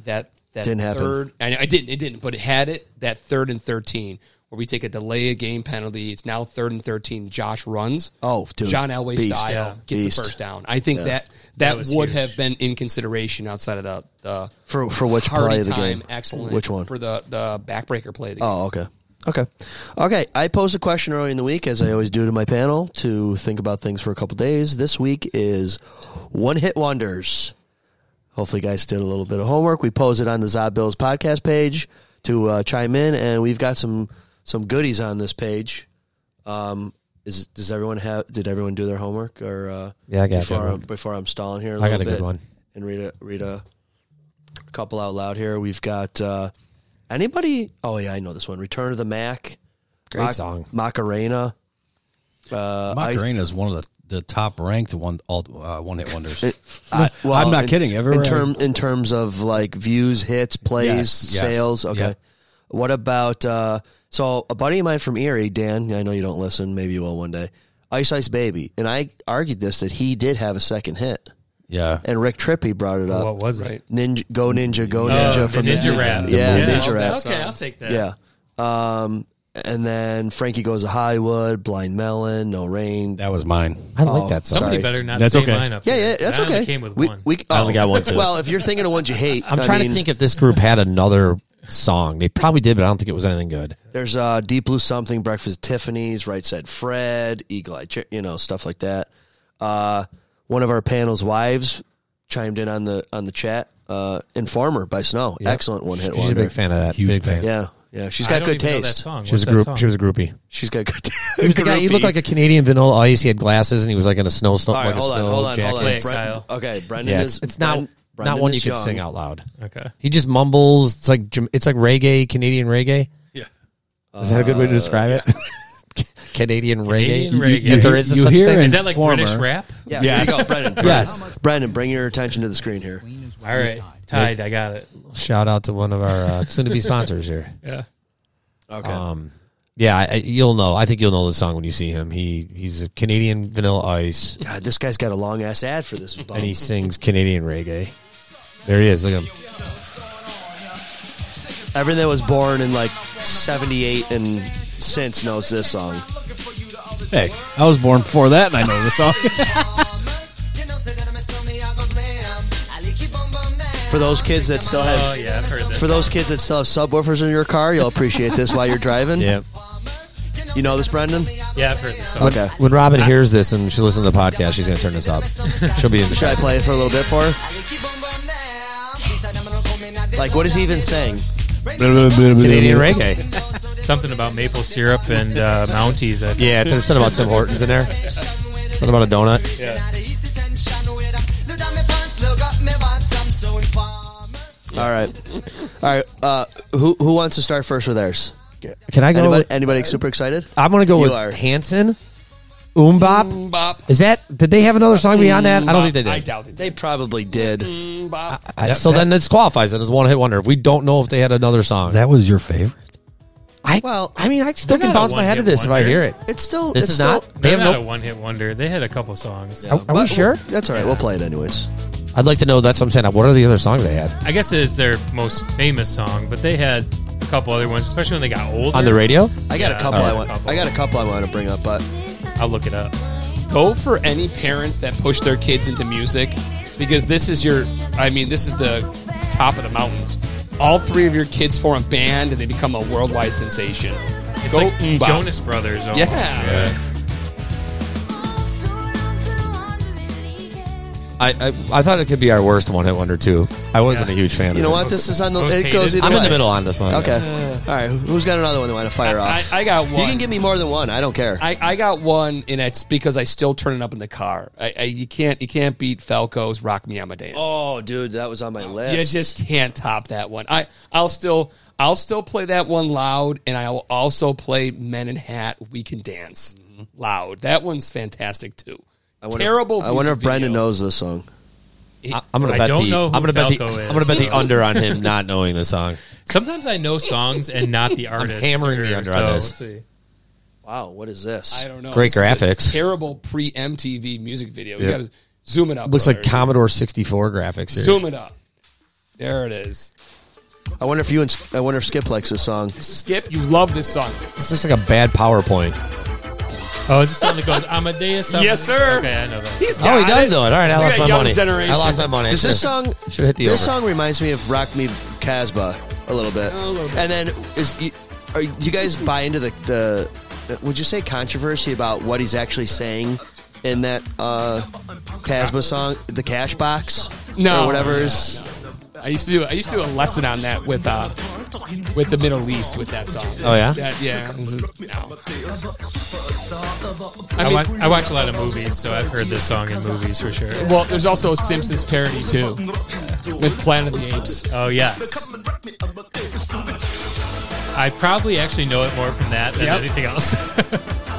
Speaker 9: that that
Speaker 3: Didn't happen.
Speaker 9: third, happen. I, I didn't. It didn't. But it had it that third and thirteen where we take a delay of game penalty. It's now third and thirteen. Josh runs.
Speaker 3: Oh, dude.
Speaker 9: John Elway
Speaker 3: Beast.
Speaker 9: style
Speaker 3: Yeah.
Speaker 9: gets
Speaker 3: Beast.
Speaker 9: the first down. I think
Speaker 3: Yeah.
Speaker 9: that
Speaker 3: That
Speaker 9: that,
Speaker 3: was
Speaker 9: would
Speaker 3: huge.
Speaker 9: have been in consideration outside of the, the
Speaker 3: For- for which
Speaker 9: Hardy
Speaker 3: play of the
Speaker 9: time
Speaker 3: game?
Speaker 9: Excellent.
Speaker 3: Which one?
Speaker 9: for the the backbreaker play? Of the game.
Speaker 3: Oh, okay. Okay. Okay. I posed a question earlier in the week, as I always do to my panel, to think about things for a couple days. This week is one hit wonders. Hopefully, you guys did a little bit of homework. We posed it on the Zod Bills podcast page to uh, chime in, and we've got some some goodies on this page. Um, is does everyone have? Did everyone do their homework? Or uh,
Speaker 8: Yeah, I got a good
Speaker 3: before I'm,
Speaker 8: one.
Speaker 3: before I'm stalling here. I
Speaker 8: I got a good one.
Speaker 3: And read a read a couple out loud here. We've got uh, anybody? Oh yeah, I know this one. Return of the Mac.
Speaker 4: Great song.
Speaker 3: Macarena. Uh,
Speaker 4: Macarena is one of the, the top ranked one all uh, one hit wonders.
Speaker 3: I- Uh, well,
Speaker 4: <laughs> <laughs> I'm not
Speaker 3: in-
Speaker 4: kidding. Everywhere
Speaker 3: in
Speaker 4: I-
Speaker 3: term in terms of like views, hits, plays,
Speaker 4: Yes, yes,
Speaker 3: sales. Okay.
Speaker 4: yeah.
Speaker 3: What about uh, so a buddy of mine from Erie, Dan? I know you don't listen. Maybe you will one day. Ice Ice Baby, and I argued this that he did have a second hit.
Speaker 4: Yeah,
Speaker 3: and Rick Trippy brought it up.
Speaker 7: What was it?
Speaker 3: Ninja, go Ninja, Go
Speaker 7: Oh,
Speaker 3: Ninja
Speaker 7: the
Speaker 3: from
Speaker 7: Ninja
Speaker 3: the,
Speaker 7: Rap.
Speaker 3: Yeah,
Speaker 7: Yeah,
Speaker 3: Ninja
Speaker 7: okay,
Speaker 3: Rap.
Speaker 7: okay, I'll take that.
Speaker 3: Yeah. Um, and then Frankie Goes to Hollywood, Blind Melon, No Rain.
Speaker 4: That was mine.
Speaker 3: I
Speaker 4: like
Speaker 7: that song. Somebody better not That's say okay. mine up
Speaker 3: Yeah,
Speaker 7: here.
Speaker 3: yeah, that's
Speaker 7: I only
Speaker 3: okay.
Speaker 7: came with
Speaker 3: we,
Speaker 7: one.
Speaker 3: We,
Speaker 8: I
Speaker 3: oh,
Speaker 8: only got one, too.
Speaker 3: <laughs> Well, if you're thinking of ones you hate,
Speaker 8: I'm
Speaker 3: I
Speaker 8: trying
Speaker 3: mean,
Speaker 8: to think if this group had another song. They probably did, but I don't think it was anything good.
Speaker 3: There's uh, Deep Blue Something, Breakfast at Tiffany's, Right Said Fred, Eagle Eye, Ch- you know, stuff like that. Uh, one of our panel's wives chimed in on the on the chat. Uh, Informer by Snow,
Speaker 8: Yep.
Speaker 3: excellent one hit.
Speaker 8: She's a big fan of that. Huge Big fan. fan.
Speaker 3: Yeah, yeah. She's
Speaker 8: I
Speaker 3: got
Speaker 8: don't
Speaker 3: good
Speaker 8: even know that
Speaker 3: taste.
Speaker 8: song. She was What's a that group- song? she was a groupie.
Speaker 3: She's got good. <laughs>
Speaker 8: He was the guy. He looked like a Canadian vanilla ice. He had glasses, and he was like in a snow
Speaker 3: All
Speaker 8: snow,
Speaker 3: right,
Speaker 8: like a
Speaker 3: hold on,
Speaker 8: snow
Speaker 3: hold on,
Speaker 8: jacket.
Speaker 3: hold on. Brent, okay, Brendan
Speaker 8: Yeah,
Speaker 3: is.
Speaker 8: it's, it's not
Speaker 3: Bren-
Speaker 8: not
Speaker 3: Brendan
Speaker 8: one you
Speaker 3: is
Speaker 8: could
Speaker 3: young.
Speaker 8: sing out loud.
Speaker 7: Okay.
Speaker 8: He just mumbles. It's like Jam- it's like reggae, Canadian reggae.
Speaker 4: Yeah.
Speaker 8: Is that a good way to describe
Speaker 4: Uh,
Speaker 8: it? Canadian reggae. You- you- there is a such thing.
Speaker 3: Yeah,
Speaker 8: Yes.
Speaker 3: here you go, Brendan.
Speaker 8: <laughs> yes.
Speaker 3: Brendan, bring your attention to the screen here.
Speaker 7: All right, tied. I got it.
Speaker 8: Shout out to one of our uh, soon-to-be sponsors here.
Speaker 7: Yeah.
Speaker 3: Okay.
Speaker 8: Um, yeah, I, I- you'll know. I think you'll know the song when you see him. He he's a Canadian Vanilla Ice,
Speaker 3: God, this guy's got a long ass ad for this. bum.
Speaker 8: and he sings Canadian reggae. There he is. Look at him.
Speaker 3: Everyone that was born in like 78 and since knows this song.
Speaker 4: Hey, I was born before that, and I know the song.
Speaker 8: <laughs>
Speaker 3: For those kids that still have,
Speaker 7: Oh, yeah, I've heard this
Speaker 3: for those kids that still have subwoofers in your car, you'll appreciate this while you're driving.
Speaker 8: Yep.
Speaker 3: You know this, Brendan?
Speaker 7: Yeah, I've heard this song.
Speaker 8: When, when Robin hears this and she listens to the podcast, she's going to turn this up. She'll be in the
Speaker 3: Should I play it for a little bit for her? Like, what is he even saying?
Speaker 8: Canadian reggae.
Speaker 7: Something about maple syrup and uh, Mounties. I think.
Speaker 8: Yeah, there's something about Tim Hortons in there. Something about a donut.
Speaker 7: Yeah.
Speaker 3: All right, all right. Uh, who who wants to start first with theirs?
Speaker 8: Can I go
Speaker 3: Anybody,
Speaker 8: with-
Speaker 3: anybody super excited?
Speaker 8: I'm going to go
Speaker 3: You
Speaker 8: with
Speaker 3: are.
Speaker 8: Hanson. Oombop.
Speaker 9: Oombop.
Speaker 8: Is that? Did they have another song beyond that? I don't
Speaker 7: Mm,
Speaker 8: think they did.
Speaker 9: doubt it.
Speaker 3: They probably did.
Speaker 8: I- so then this qualifies it as one hit wonder. If we don't know if they had another song,
Speaker 4: that was your favorite.
Speaker 8: I well, I mean, I still
Speaker 7: They're
Speaker 8: can
Speaker 7: not a
Speaker 8: bounce my head at
Speaker 7: one-hit
Speaker 8: this if I
Speaker 7: wonder.
Speaker 8: hear it.
Speaker 3: It's still.
Speaker 8: This
Speaker 3: it's
Speaker 8: is
Speaker 3: still,
Speaker 8: not-
Speaker 7: They
Speaker 8: They
Speaker 7: have
Speaker 8: have
Speaker 7: not
Speaker 8: no-
Speaker 7: a one hit wonder. They had a couple songs.
Speaker 8: Are, are we sure?
Speaker 3: That's all right. We'll play it anyways.
Speaker 8: I'd like to know. That's what I'm saying. What are the other songs they had
Speaker 7: I guess it is their most famous song, but they had a couple other ones, especially when they got older.
Speaker 8: on the radio?
Speaker 3: I got a
Speaker 7: Yeah,
Speaker 3: couple.
Speaker 8: Oh.
Speaker 3: I want. I got a couple I want to bring up, but
Speaker 7: I'll look it up.
Speaker 9: Go for any parents that push their kids into music because this is your, I mean, this is the top of the mountains. All three of your kids form a band and they become a worldwide sensation.
Speaker 7: It's
Speaker 9: Go
Speaker 7: like
Speaker 9: Oomba.
Speaker 7: Jonas Brothers. Almost.
Speaker 9: Yeah.
Speaker 8: I, I I thought it could be our worst one hit wonder too. I wasn't a huge fan.
Speaker 3: you
Speaker 8: of
Speaker 3: know
Speaker 8: it.
Speaker 3: what? This is on the.
Speaker 7: Rotated.
Speaker 3: It goes. Either
Speaker 8: I'm in
Speaker 3: way.
Speaker 8: the middle on this one. I
Speaker 3: Okay.
Speaker 8: guess.
Speaker 3: All right. Who's got another one they want to fire
Speaker 9: I,
Speaker 3: off?
Speaker 9: I got one.
Speaker 3: you can give me more than one. I don't care.
Speaker 9: I, I got one, and it's because I still turn it up in the car. I, I, you can't you can't beat Falco's "Rock Me Amadeus."
Speaker 3: oh, dude, that was on my list.
Speaker 9: You just can't top that one. I I'll still I'll still play that one loud, and I'll also play Men in Hat We Can Dance loud. That one's fantastic too.
Speaker 3: wonder-
Speaker 9: Terrible.
Speaker 3: Mm-hmm. I wonder
Speaker 9: music
Speaker 3: if Brendan
Speaker 9: video.
Speaker 3: knows this song.
Speaker 8: I, am gonna
Speaker 7: I
Speaker 8: bet
Speaker 7: don't
Speaker 8: the
Speaker 7: know who
Speaker 8: I'm gonna bet the
Speaker 7: Falco is.
Speaker 8: I'm gonna
Speaker 7: <laughs>
Speaker 8: bet the under on him not knowing the song. <laughs>
Speaker 7: Sometimes I know songs and not the artist.
Speaker 8: hammering the
Speaker 7: or-
Speaker 8: under
Speaker 7: so
Speaker 8: on
Speaker 7: we'll
Speaker 8: this.
Speaker 7: see.
Speaker 3: Wow, what is this?
Speaker 9: I don't know.
Speaker 8: Great
Speaker 9: This is a
Speaker 8: graphics.
Speaker 9: Terrible pre MTV music video. You
Speaker 8: Yep.
Speaker 9: got to zoom it up.
Speaker 8: Looks like
Speaker 9: brother.
Speaker 8: Commodore 64 graphics here.
Speaker 9: Zoom it up. There it is.
Speaker 3: I wonder if you and I wonder if Skip likes this song.
Speaker 9: Skip, you love this song.
Speaker 8: This looks like a bad PowerPoint.
Speaker 7: Oh, is this the one that goes Amadeus?
Speaker 9: Yes, sir.
Speaker 7: Okay, I know that.
Speaker 9: He's
Speaker 8: Oh, he does know it. All right, I
Speaker 7: Look
Speaker 8: lost
Speaker 7: at
Speaker 8: my
Speaker 7: young
Speaker 8: money.
Speaker 7: generation.
Speaker 8: I lost my money.
Speaker 3: Does this song?
Speaker 8: should hit the
Speaker 3: This
Speaker 8: over.
Speaker 3: song reminds me of Rock Me Casbah a little bit.
Speaker 8: A little bit.
Speaker 3: And then is you, are you guys buy into the the? Would you say controversy about what he's actually saying in that uh, Casbah song, the Cash Box,
Speaker 9: No,
Speaker 3: or whatever
Speaker 9: no,
Speaker 3: is?
Speaker 9: I used to do. I used to do a lesson on that with uh, with the Middle East with that song.
Speaker 3: Oh, yeah?
Speaker 9: That- yeah. No.
Speaker 7: I,
Speaker 9: I mean-
Speaker 7: watch, I watch a lot of movies, so I've heard this song in movies for sure.
Speaker 9: Well, there's also a Simpsons parody too with Planet of the Apes.
Speaker 7: Oh yes. I probably actually know it more from that than
Speaker 9: Yep.
Speaker 7: anything else. <laughs>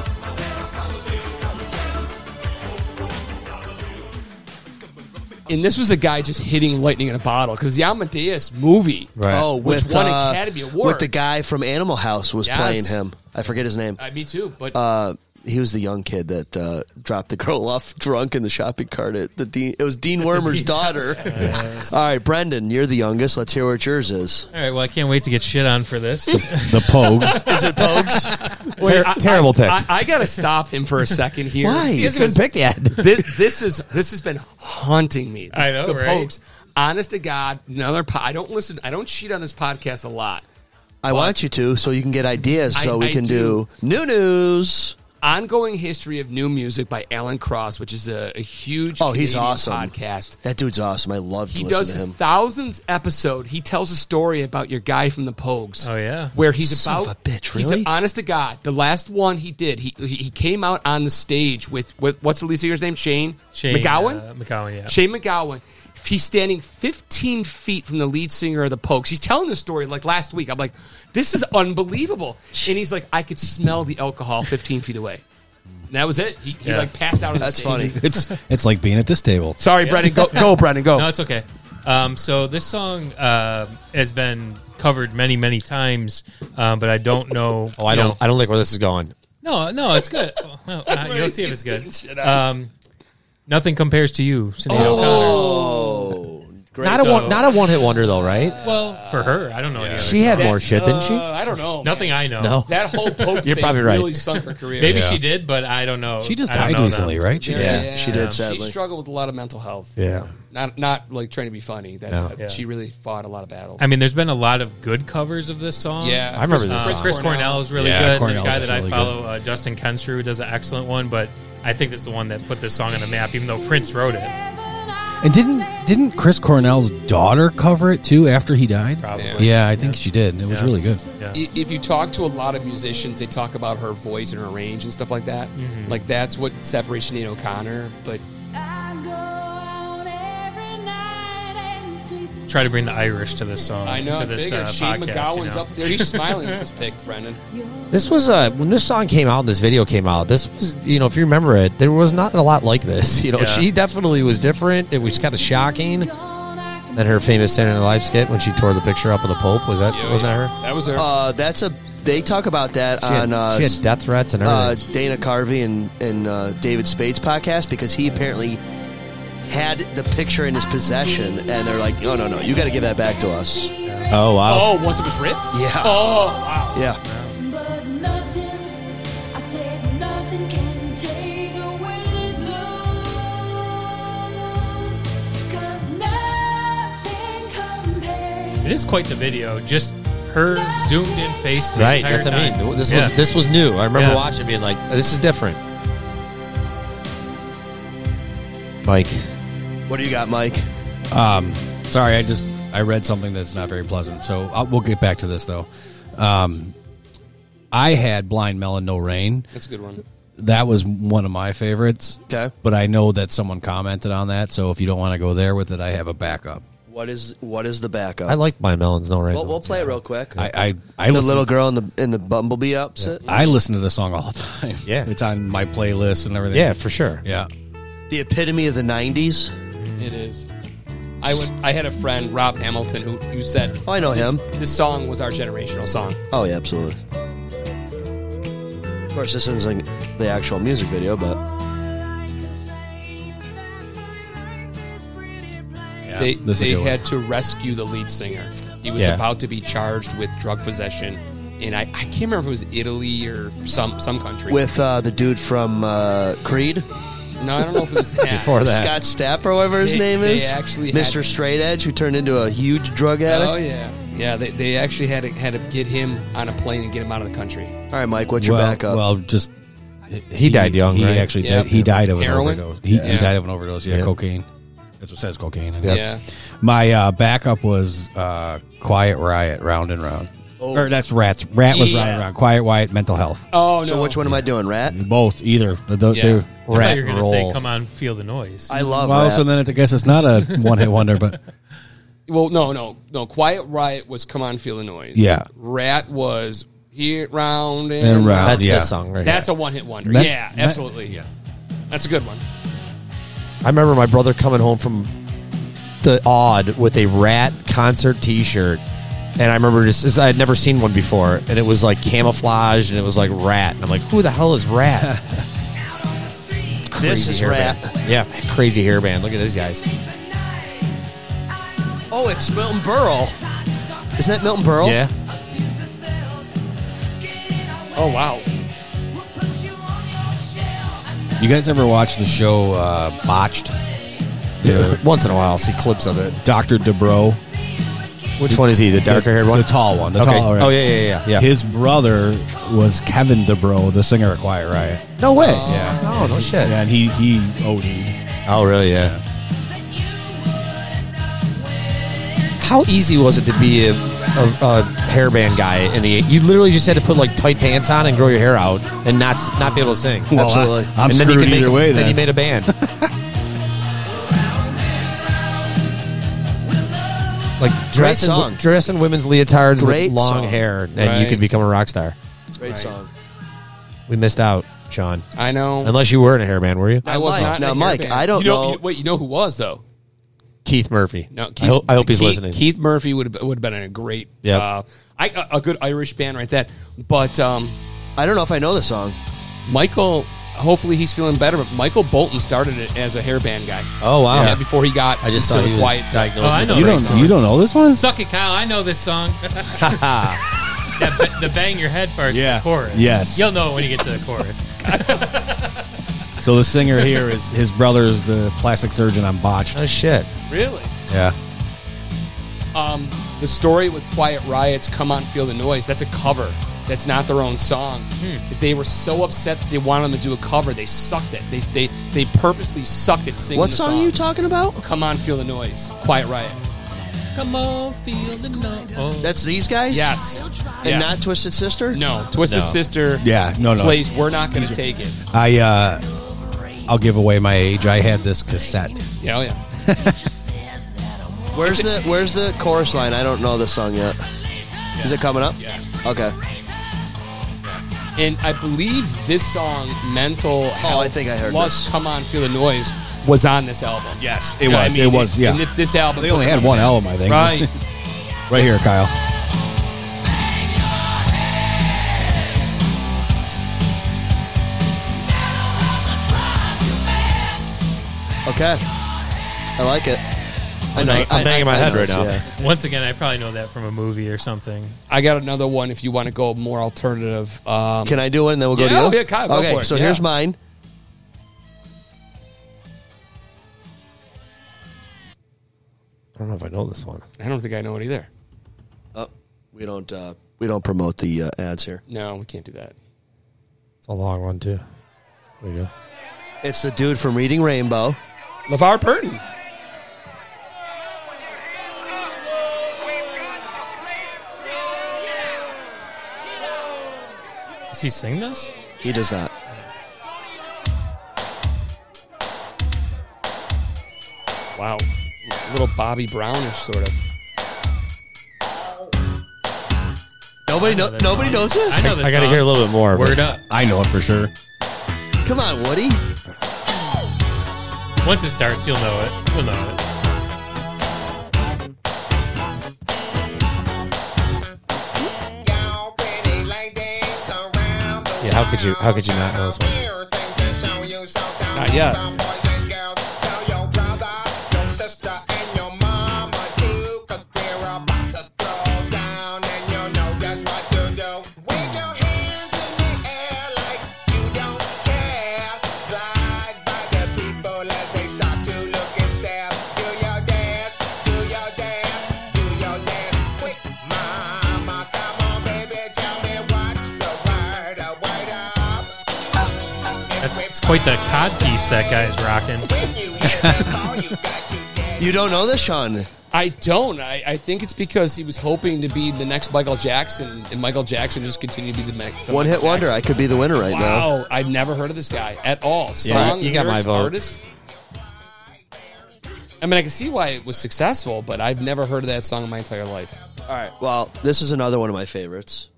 Speaker 9: And this was a guy just hitting lightning in a bottle because the Amadeus movie,
Speaker 3: Oh,
Speaker 9: which
Speaker 3: with
Speaker 9: won
Speaker 3: uh,
Speaker 9: Academy Award.
Speaker 3: with the guy from Animal House was
Speaker 9: Yes.
Speaker 3: playing him. I forget his name.
Speaker 9: I, me too, but
Speaker 3: Uh, he was the young kid that uh, dropped the girl <laughs> off drunk in the shopping cart. At the Dean, it was Dean Wormer's
Speaker 7: Dean's house.
Speaker 3: daughter.
Speaker 7: <laughs> Yes.
Speaker 3: All right, Brendan, you're the youngest. Let's hear what yours is.
Speaker 7: All right. Well, I can't wait to get shit on for this.
Speaker 9: Mm.
Speaker 4: The Pogues. <laughs>
Speaker 3: Is it Pogues?
Speaker 9: Wait,
Speaker 3: Ter-
Speaker 9: I-
Speaker 3: terrible
Speaker 9: I-
Speaker 3: pick.
Speaker 9: I, I gotta stop him for a second here.
Speaker 3: Why? He hasn't been
Speaker 9: Because
Speaker 3: picked yet.
Speaker 9: this, this is this has been haunting me.
Speaker 7: I know,
Speaker 9: the
Speaker 7: right?
Speaker 9: Pokes. Honest to God, another. Po- I don't listen. I don't cheat on this podcast a lot.
Speaker 3: <laughs> I want you to, so you can get ideas, so
Speaker 9: I-
Speaker 3: we
Speaker 9: I
Speaker 3: can do.
Speaker 9: do.
Speaker 3: new news.
Speaker 9: Ongoing History of New Music by Alan Cross, which is a, a huge
Speaker 3: Oh, he's
Speaker 9: Canadian
Speaker 3: awesome.
Speaker 9: podcast.
Speaker 3: That dude's awesome. I love to
Speaker 9: He
Speaker 3: listen
Speaker 9: does
Speaker 3: to
Speaker 9: his
Speaker 3: him.
Speaker 9: thousands episode. He tells a story about your guy from the Pogues.
Speaker 7: Oh, yeah.
Speaker 9: where he's
Speaker 3: Son of
Speaker 9: about
Speaker 3: a bitch,
Speaker 9: he's
Speaker 3: really?
Speaker 9: honest to God, the last one he did, he he, he came out on the stage with, with what's the lead singer's name? Shane,
Speaker 7: <laughs> Shane,
Speaker 9: McGowan.
Speaker 7: uh, McGowan, yeah.
Speaker 9: Shane McGowan. He's standing 15 feet from the lead singer of the Pokes. He's telling the story like last week. I'm like, this is unbelievable. And he's like, I could smell the alcohol 15 feet away. And that was it. He, he
Speaker 7: Yeah.
Speaker 9: like passed out. On the
Speaker 3: That's
Speaker 9: stage.
Speaker 3: funny.
Speaker 4: <laughs> It's it's like being at this table.
Speaker 9: Sorry, Brendan. Go, go, Brendan. Go.
Speaker 7: No, it's okay. Um, so this song uh, has been covered many, many times, um, but I don't know.
Speaker 8: Oh, I
Speaker 7: you
Speaker 8: don't.
Speaker 7: know-
Speaker 8: I don't like where this is going.
Speaker 7: No, no,
Speaker 9: <laughs>
Speaker 7: it's good. Well, uh, you'll see if it's
Speaker 9: Getting
Speaker 7: good.
Speaker 9: shit out.
Speaker 7: Um, nothing compares to you, Sinead
Speaker 3: Oh, great.
Speaker 8: Not a
Speaker 7: So-
Speaker 8: one. Not a one hit wonder though, right?
Speaker 7: O'Connor. Well, for her, I don't know. any other
Speaker 8: She had
Speaker 7: song.
Speaker 8: more shit, didn't she?
Speaker 9: Uh, I don't know. man.
Speaker 7: Nothing I know.
Speaker 8: No.
Speaker 9: That whole Pope
Speaker 8: You're
Speaker 9: thing
Speaker 8: probably right.
Speaker 9: really sunk her career.
Speaker 7: Maybe
Speaker 8: Yeah.
Speaker 7: she did, but I don't know.
Speaker 4: She just
Speaker 7: I don't
Speaker 4: died
Speaker 7: know
Speaker 4: recently,
Speaker 7: them.
Speaker 4: right? She
Speaker 3: Yeah, she did, sadly.
Speaker 9: She struggled with a lot of mental health.
Speaker 8: Yeah.
Speaker 9: Not not like trying to be funny. That
Speaker 8: No.
Speaker 9: that
Speaker 7: Yeah.
Speaker 9: she really fought a lot of battles.
Speaker 7: I mean, there's been a lot of good covers of this song.
Speaker 9: Yeah. I
Speaker 8: remember
Speaker 7: Chris,
Speaker 8: this
Speaker 7: Chris,
Speaker 8: song.
Speaker 7: Chris Cornell is really
Speaker 4: Yeah,
Speaker 7: good.
Speaker 4: Cornell's
Speaker 7: this guy that
Speaker 4: really
Speaker 7: I follow, uh, Justin Kenshrew, does an excellent one. But I think this is the one that put this song on the map, even though Prince wrote it.
Speaker 4: And didn't didn't Chris Cornell's daughter cover it too after he died?
Speaker 7: Probably.
Speaker 4: Yeah, I think she did. and It was
Speaker 7: Yeah.
Speaker 4: really good.
Speaker 7: Yeah.
Speaker 9: I- if you talk to a lot of musicians, they talk about her voice and her range and stuff like that. Like that's what separates Sinead O'Connor. But
Speaker 7: Try to bring the Irish to this song.
Speaker 9: I know.
Speaker 7: To
Speaker 9: I
Speaker 7: this
Speaker 9: figured
Speaker 7: uh,
Speaker 9: Shane
Speaker 7: podcast,
Speaker 9: McGowan's
Speaker 7: you know.
Speaker 9: up there. He's smiling at this pick, Brendan.
Speaker 8: This was uh, when this song came out and this video came out. This was, you know, if you remember it, there was not a lot like this. <laughs> You know,
Speaker 7: Yeah.
Speaker 8: she definitely was different. It was kind of shocking. And her famous "Stand in the Life" skit when she tore the picture up of the Pope was that wasn't that her?
Speaker 9: That was her.
Speaker 3: Uh, that's a. They talk about that
Speaker 8: She had,
Speaker 3: on uh,
Speaker 8: she had death threats and everything.
Speaker 3: uh, Dana Carvey and, and uh, David Spade's podcast because he apparently had the picture in his possession, and they're like, "No, no, no, you got to give that back to us."
Speaker 8: oh wow!
Speaker 9: oh, once it was ripped.
Speaker 3: Yeah.
Speaker 9: Oh wow.
Speaker 3: Yeah,
Speaker 7: It is quite the video. Just her zoomed in face the
Speaker 8: right,
Speaker 7: entire
Speaker 8: that's what I
Speaker 7: time.
Speaker 8: mean. This
Speaker 7: Yeah.
Speaker 8: was this was new. I remember
Speaker 7: Yeah.
Speaker 8: watching, being like, "This is different." Mike,
Speaker 3: What do you got, Mike?
Speaker 4: Um, sorry, I just I read something that's not very pleasant. So i we'll get back to this though. Um, I had Blind Melon No Rain.
Speaker 9: That's a good one.
Speaker 4: That was one of my favorites.
Speaker 3: Okay.
Speaker 4: But I know that someone commented on that. So if you don't want to go there with it, I have a backup.
Speaker 3: What is what is the backup?
Speaker 8: I like my melons. No right.
Speaker 3: We'll, we'll play it real quick.
Speaker 4: I I, I
Speaker 3: the
Speaker 4: listen-
Speaker 3: little girl in the in the bumblebee outfit.
Speaker 4: I listen to this song all the time.
Speaker 8: Yeah.
Speaker 4: it's on my playlist and everything.
Speaker 8: Yeah, for sure.
Speaker 4: yeah.
Speaker 3: The epitome of the '90s.
Speaker 9: It is. I would. I had a friend, Rob Hamilton, who who said,
Speaker 3: Oh, I know
Speaker 9: this,
Speaker 3: him.
Speaker 9: This song was our generational song.
Speaker 3: Oh yeah, absolutely. Of course, this isn't the actual music video, but
Speaker 9: they
Speaker 4: this is a
Speaker 9: they
Speaker 4: good one.
Speaker 9: had to rescue the lead singer. He was
Speaker 4: Yeah.
Speaker 9: about to be charged with drug possession, and I, I can't remember if it was Italy or some some country.
Speaker 3: with uh, the dude from uh, Creed.
Speaker 9: no, I don't know if it was that.
Speaker 3: Scott Stapp or whatever his
Speaker 9: They-
Speaker 3: name
Speaker 9: they
Speaker 3: is,
Speaker 9: actually had-
Speaker 3: Mr. Straight Edge, who turned into a huge drug addict.
Speaker 9: Oh yeah, yeah. They, they actually had to, had to get him on a plane and get him out of the country.
Speaker 3: All right, Mike, what's your
Speaker 4: well,
Speaker 3: backup?
Speaker 4: Well, just
Speaker 8: He died young,
Speaker 4: He
Speaker 8: right?
Speaker 4: actually
Speaker 8: Yeah.
Speaker 4: died, he died of an
Speaker 8: Heroin?
Speaker 4: overdose. He, he
Speaker 8: Yeah.
Speaker 4: died of an overdose. Yeah,
Speaker 8: Yeah.
Speaker 4: cocaine. That's what says cocaine. I
Speaker 8: Yeah.
Speaker 4: mean.
Speaker 8: Yeah.
Speaker 4: My uh, backup was uh, Quiet Riot, Round and Round.
Speaker 3: Oh.
Speaker 4: Or that's Rats. Rat was Round and
Speaker 3: Yeah.
Speaker 4: Round. Quiet Riot, Mental Health.
Speaker 9: Oh no!
Speaker 3: So which one am I doing? Rat?
Speaker 4: Both, either. The, the,
Speaker 7: Yeah.
Speaker 4: they're
Speaker 7: I thought
Speaker 4: Rat
Speaker 7: you were gonna
Speaker 4: roll.
Speaker 7: say, "Come on, feel the noise."
Speaker 3: I love
Speaker 4: well, so then I guess it's not a one hit wonder,
Speaker 7: <laughs>
Speaker 4: but
Speaker 9: Well, no, no, no. Quiet Riot was "Come On, Feel the Noise."
Speaker 4: Yeah.
Speaker 9: Rat was here round and,
Speaker 4: And round,
Speaker 9: round.
Speaker 4: That's this yeah. song right
Speaker 9: That's
Speaker 4: here.
Speaker 9: a one-hit wonder.
Speaker 8: Met-
Speaker 9: yeah,
Speaker 8: Met-
Speaker 9: absolutely. Yeah, that's a good one.
Speaker 8: I remember my brother coming home from the odd with a rat concert T-shirt, and I remember just I had never seen one before, and it was like camouflage, and it was like rat, and I'm like, who the hell is <laughs> rat?
Speaker 3: This is Rat.
Speaker 8: Band. Yeah, crazy hair band. Look at these guys.
Speaker 3: Oh, it's Milton Berle. Isn't that Milton Berle?
Speaker 8: Yeah.
Speaker 9: Oh wow!
Speaker 4: you guys ever watch the show uh, Botched?
Speaker 8: Yeah. Once in a while, I'll see clips of it.
Speaker 4: Doctor DeBro.
Speaker 8: Which one is he? The darker haired one?
Speaker 4: The tall one. The
Speaker 8: Okay.
Speaker 4: tall,
Speaker 8: Oh, yeah, yeah, yeah, yeah.
Speaker 4: His brother was Kevin DeBro, the singer at Quiet Riot.
Speaker 8: No way.
Speaker 4: yeah.
Speaker 8: Oh no shit.
Speaker 4: Yeah, and he he OD'd.
Speaker 8: Oh really? Yeah. How easy was it to be a, a, a hairband guy in the? You literally just had to put like tight pants on and grow your hair out, and not not be able to sing.
Speaker 4: Well, Absolutely. I- I'm
Speaker 8: and then you
Speaker 4: screwed
Speaker 8: could make
Speaker 4: either
Speaker 8: a-
Speaker 4: way, then.
Speaker 8: you made a band. like dress
Speaker 3: Great song.
Speaker 8: in, dress in women's leotards
Speaker 3: Great
Speaker 8: with long
Speaker 3: song.
Speaker 8: hair, and
Speaker 9: Right.
Speaker 8: you could become a rock star.
Speaker 3: Great song.
Speaker 8: We missed out, Sean.
Speaker 9: I know.
Speaker 8: Unless you were in a hairband, were you?
Speaker 9: I was
Speaker 3: Mike,
Speaker 9: not. in
Speaker 3: now,
Speaker 9: a hair
Speaker 3: Mike,
Speaker 9: band.
Speaker 3: I don't
Speaker 9: You know.
Speaker 3: know-
Speaker 9: you- wait, you know who was though?
Speaker 8: Keith Murphy.
Speaker 9: No,
Speaker 8: I, hope, I hope he's
Speaker 9: Keith-
Speaker 8: listening.
Speaker 9: Keith Murphy would have, would have been a great,
Speaker 8: Yep.
Speaker 9: uh, I, a a good Irish band right that. But um,
Speaker 3: I don't know if I know the song.
Speaker 9: Michael, hopefully he's feeling better. But Michael Bolton started it as a hair band guy.
Speaker 8: Oh, wow.
Speaker 9: Yeah, before he got
Speaker 8: I just
Speaker 9: into
Speaker 8: thought
Speaker 9: the
Speaker 8: he was
Speaker 9: quiet side.
Speaker 8: diagnosed
Speaker 7: Oh, I
Speaker 8: with
Speaker 7: know
Speaker 8: a
Speaker 7: that
Speaker 8: brain
Speaker 7: song.
Speaker 8: tumor.
Speaker 4: You don't know this one?
Speaker 7: Suck it, Kyle. I know this song. <laughs> that, ba- the bang your head part.
Speaker 4: Yeah.
Speaker 7: The chorus.
Speaker 4: Yes.
Speaker 7: You'll know when you get to the chorus.
Speaker 4: So the singer here is his brother's the plastic surgeon on Botched.
Speaker 8: Oh shit.
Speaker 9: Really?
Speaker 4: Yeah.
Speaker 9: Um, the story with Quiet Riot's "Come On, Feel the Noise" that's a cover. That's not their own song.
Speaker 8: Hmm.
Speaker 9: They were so upset that they wanted them to do a cover. They sucked it. They they they purposely sucked at singing.
Speaker 3: What
Speaker 9: the
Speaker 3: song are you talking about?
Speaker 9: Come on, feel the noise. Quiet Riot. Come on, feel the noise.
Speaker 3: That's these guys?
Speaker 9: Yes.
Speaker 3: And
Speaker 9: Yeah.
Speaker 3: not Twisted Sister?
Speaker 9: No, Twisted
Speaker 4: No.
Speaker 9: Sister.
Speaker 4: Yeah, no, no.
Speaker 9: Plays. We're not going to take it.
Speaker 4: I uh I'll give away my age. I had this cassette.
Speaker 9: Yeah, oh yeah.
Speaker 3: Where's the Where's the chorus line? I don't know the song yet. Is it coming up? Okay.
Speaker 9: And I believe this song, Mental Health,
Speaker 3: Oh, I think I heard
Speaker 9: plus
Speaker 3: this.
Speaker 9: Come on, feel the noise, was on this album.
Speaker 4: Yes,
Speaker 9: You know what I mean? And thi- this album.
Speaker 4: They only had one album, I think.
Speaker 8: <laughs>
Speaker 9: Right.
Speaker 4: right here, Kyle.
Speaker 3: Okay. I like it. I
Speaker 8: I'm bang- I'm banging my head
Speaker 3: know
Speaker 8: right
Speaker 3: this,
Speaker 8: now.
Speaker 3: yeah.
Speaker 7: Once again, I probably know that from a movie or something.
Speaker 9: I got another one. If you want to go more alternative, um,
Speaker 3: Can I do one? Then we'll go
Speaker 9: Yeah,
Speaker 3: to you.
Speaker 9: yeah, Kyle, go
Speaker 3: okay,
Speaker 9: for it,
Speaker 3: so
Speaker 9: yeah.
Speaker 3: here's mine.
Speaker 8: I don't know if I know this one.
Speaker 9: I don't think I know it either.
Speaker 3: Oh, we don't uh, we don't promote the uh, ads here.
Speaker 9: No, we can't do that.
Speaker 8: It's a long one too. There you go.
Speaker 3: It's the dude from Reading Rainbow.
Speaker 9: LeVar Burton.
Speaker 7: Does he sing this?
Speaker 3: He does not.
Speaker 9: Wow. A little Bobby Brownish sort of.
Speaker 3: Nobody know,
Speaker 7: that
Speaker 3: nobody
Speaker 7: song.
Speaker 3: knows this.
Speaker 7: I know this
Speaker 8: I got to
Speaker 7: song.
Speaker 8: hear a little bit more.
Speaker 7: Word up.
Speaker 4: I know it for <laughs> sure.
Speaker 3: Come on, Woody.
Speaker 7: Once it starts, you'll know it. You'll know it.
Speaker 8: Yeah, How could you? How could you not know this one?
Speaker 9: Not yet.
Speaker 7: That's quite the cod piece that guy's
Speaker 17: <laughs>
Speaker 7: rocking.
Speaker 3: You don't know this, Sean?
Speaker 9: I don't. I, I think it's because he was hoping to be the next Michael Jackson, and Michael Jackson just continued to be the next.
Speaker 3: One hit wonder. I could be the winner right now.
Speaker 9: Wow, I've never heard of this guy at all.
Speaker 3: Yeah,
Speaker 9: Song,
Speaker 3: you got my
Speaker 9: lyrics,
Speaker 3: vote.
Speaker 9: Artist. I mean, I can see why it was successful, but I've never heard of that song in my entire life.
Speaker 3: All right. Well, this is another one of my favorites.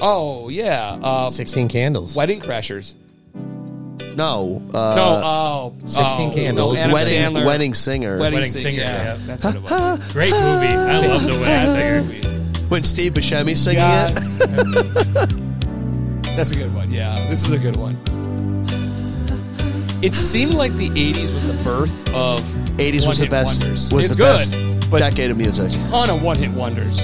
Speaker 9: Oh yeah, uh,
Speaker 8: Sixteen candles.
Speaker 9: Wedding Crashers.
Speaker 3: No. Uh,
Speaker 9: No, oh,
Speaker 8: 16 oh, Candles. no, Adam
Speaker 3: wedding,
Speaker 8: Sandler.
Speaker 3: wedding singer.
Speaker 9: Wedding Wedding Singer, Singer, yeah. yeah, that's what it
Speaker 7: was. Great movie. I love The Wedding
Speaker 3: Singer. When Steve Buscemi's singing
Speaker 9: Yes.
Speaker 3: it. <laughs>
Speaker 9: That's a good one. Yeah, this is a good one. It seemed like the '80s was the birth of
Speaker 3: 80s was the
Speaker 9: one-hit
Speaker 3: best.
Speaker 9: Wonders.
Speaker 3: Was
Speaker 9: it's
Speaker 3: the
Speaker 9: good.
Speaker 3: best decade of music.
Speaker 9: Ton of one-hit wonders.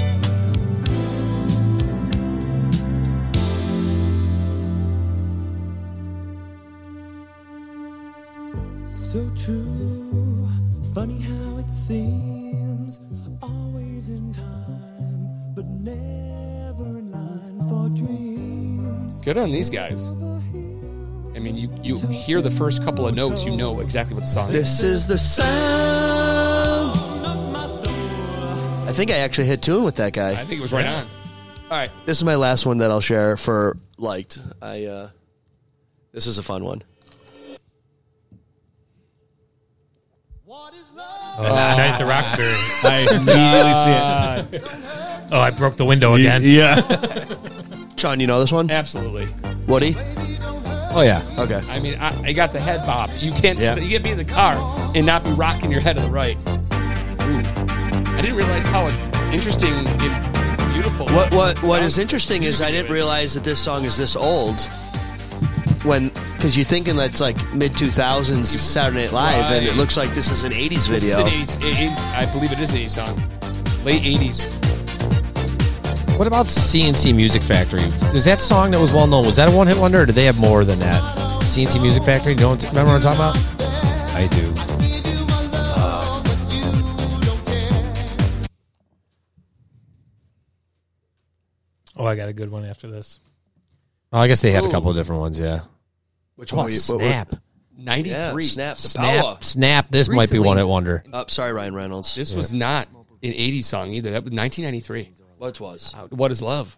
Speaker 18: So true, funny how it seems, always in time, but never in line for dreams.
Speaker 9: Good on these guys. I mean, you, you hear the first couple of notes, you know exactly what the song
Speaker 3: This is the sound. I think I actually hit tune with that guy.
Speaker 9: I think it was right on.
Speaker 3: All right, this is my last one that I'll share for liked. I uh, this is a fun one.
Speaker 7: Night at Oh. the Roxbury.
Speaker 4: I immediately see
Speaker 7: Oh, I broke the window again.
Speaker 3: Sean, you know this one?
Speaker 9: Absolutely.
Speaker 3: Woody?
Speaker 4: Oh yeah.
Speaker 3: Okay.
Speaker 9: I mean, I, I got the head bob. You can't.
Speaker 3: Yeah.
Speaker 9: St- you can't be in the car and not be rocking your head to the right. Ooh. I didn't realize how interesting and beautiful.
Speaker 3: What what what is interesting is I didn't realize that this song is this old. When because you're thinking that's like mid 2000s Saturday Night Live, and it
Speaker 9: Right.
Speaker 3: looks like this is an 80s
Speaker 9: This
Speaker 3: video.
Speaker 9: is an 80s, 80s. I believe it is an 80s song. Late 80s.
Speaker 8: What about CNC Music Factory? Is that song that was well known? Was that a one hit wonder, or did they have more than that? CNC Music Factory. You don't remember what I'm talking about?
Speaker 4: I do.
Speaker 7: Oh, I got a good one after this.
Speaker 8: Oh, I guess they had a couple
Speaker 7: Ooh.
Speaker 8: of different ones. Yeah.
Speaker 3: Which
Speaker 8: Oh,
Speaker 3: one? were you- what were-
Speaker 8: snap.
Speaker 9: 93.
Speaker 3: snap, the
Speaker 8: Snap,
Speaker 3: power.
Speaker 8: snap. This might
Speaker 9: Recently-
Speaker 8: be one hit wonder.
Speaker 3: Oh, sorry, Ryan Reynolds.
Speaker 9: This was not an 80s song either. That was 1993.
Speaker 3: What was?
Speaker 9: Uh, What is love?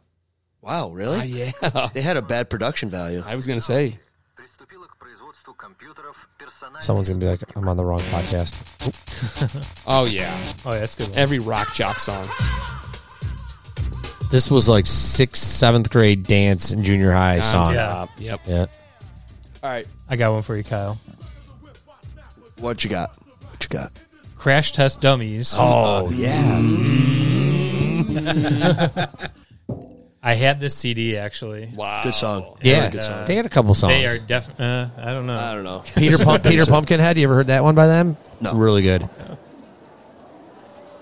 Speaker 3: Wow, really?
Speaker 9: yeah.
Speaker 3: They had a bad production value.
Speaker 9: <laughs> I was gonna say.
Speaker 8: Someone's gonna be like, "I'm on the wrong podcast."
Speaker 9: Oh yeah.
Speaker 7: Oh, yeah, that's a good. One.
Speaker 9: Every rock jock song.
Speaker 8: this was like sixth, seventh grade dance in junior high song.
Speaker 7: Nonstop,
Speaker 9: yep.
Speaker 8: Yeah.
Speaker 3: All right,
Speaker 7: I got one for you, Kyle.
Speaker 3: what you got? What you got?
Speaker 7: Crash Test Dummies.
Speaker 3: Oh, yeah.
Speaker 7: I had this CD actually.
Speaker 9: Wow.
Speaker 3: Good song.
Speaker 8: Yeah.
Speaker 7: And,
Speaker 8: Good song. They had a couple
Speaker 7: They
Speaker 8: songs.
Speaker 7: are definitely. Uh, I don't know.
Speaker 3: I don't know.
Speaker 8: Peter Pump, Peter Pumpkinhead. You ever heard that one by them?
Speaker 3: No.
Speaker 8: Really good.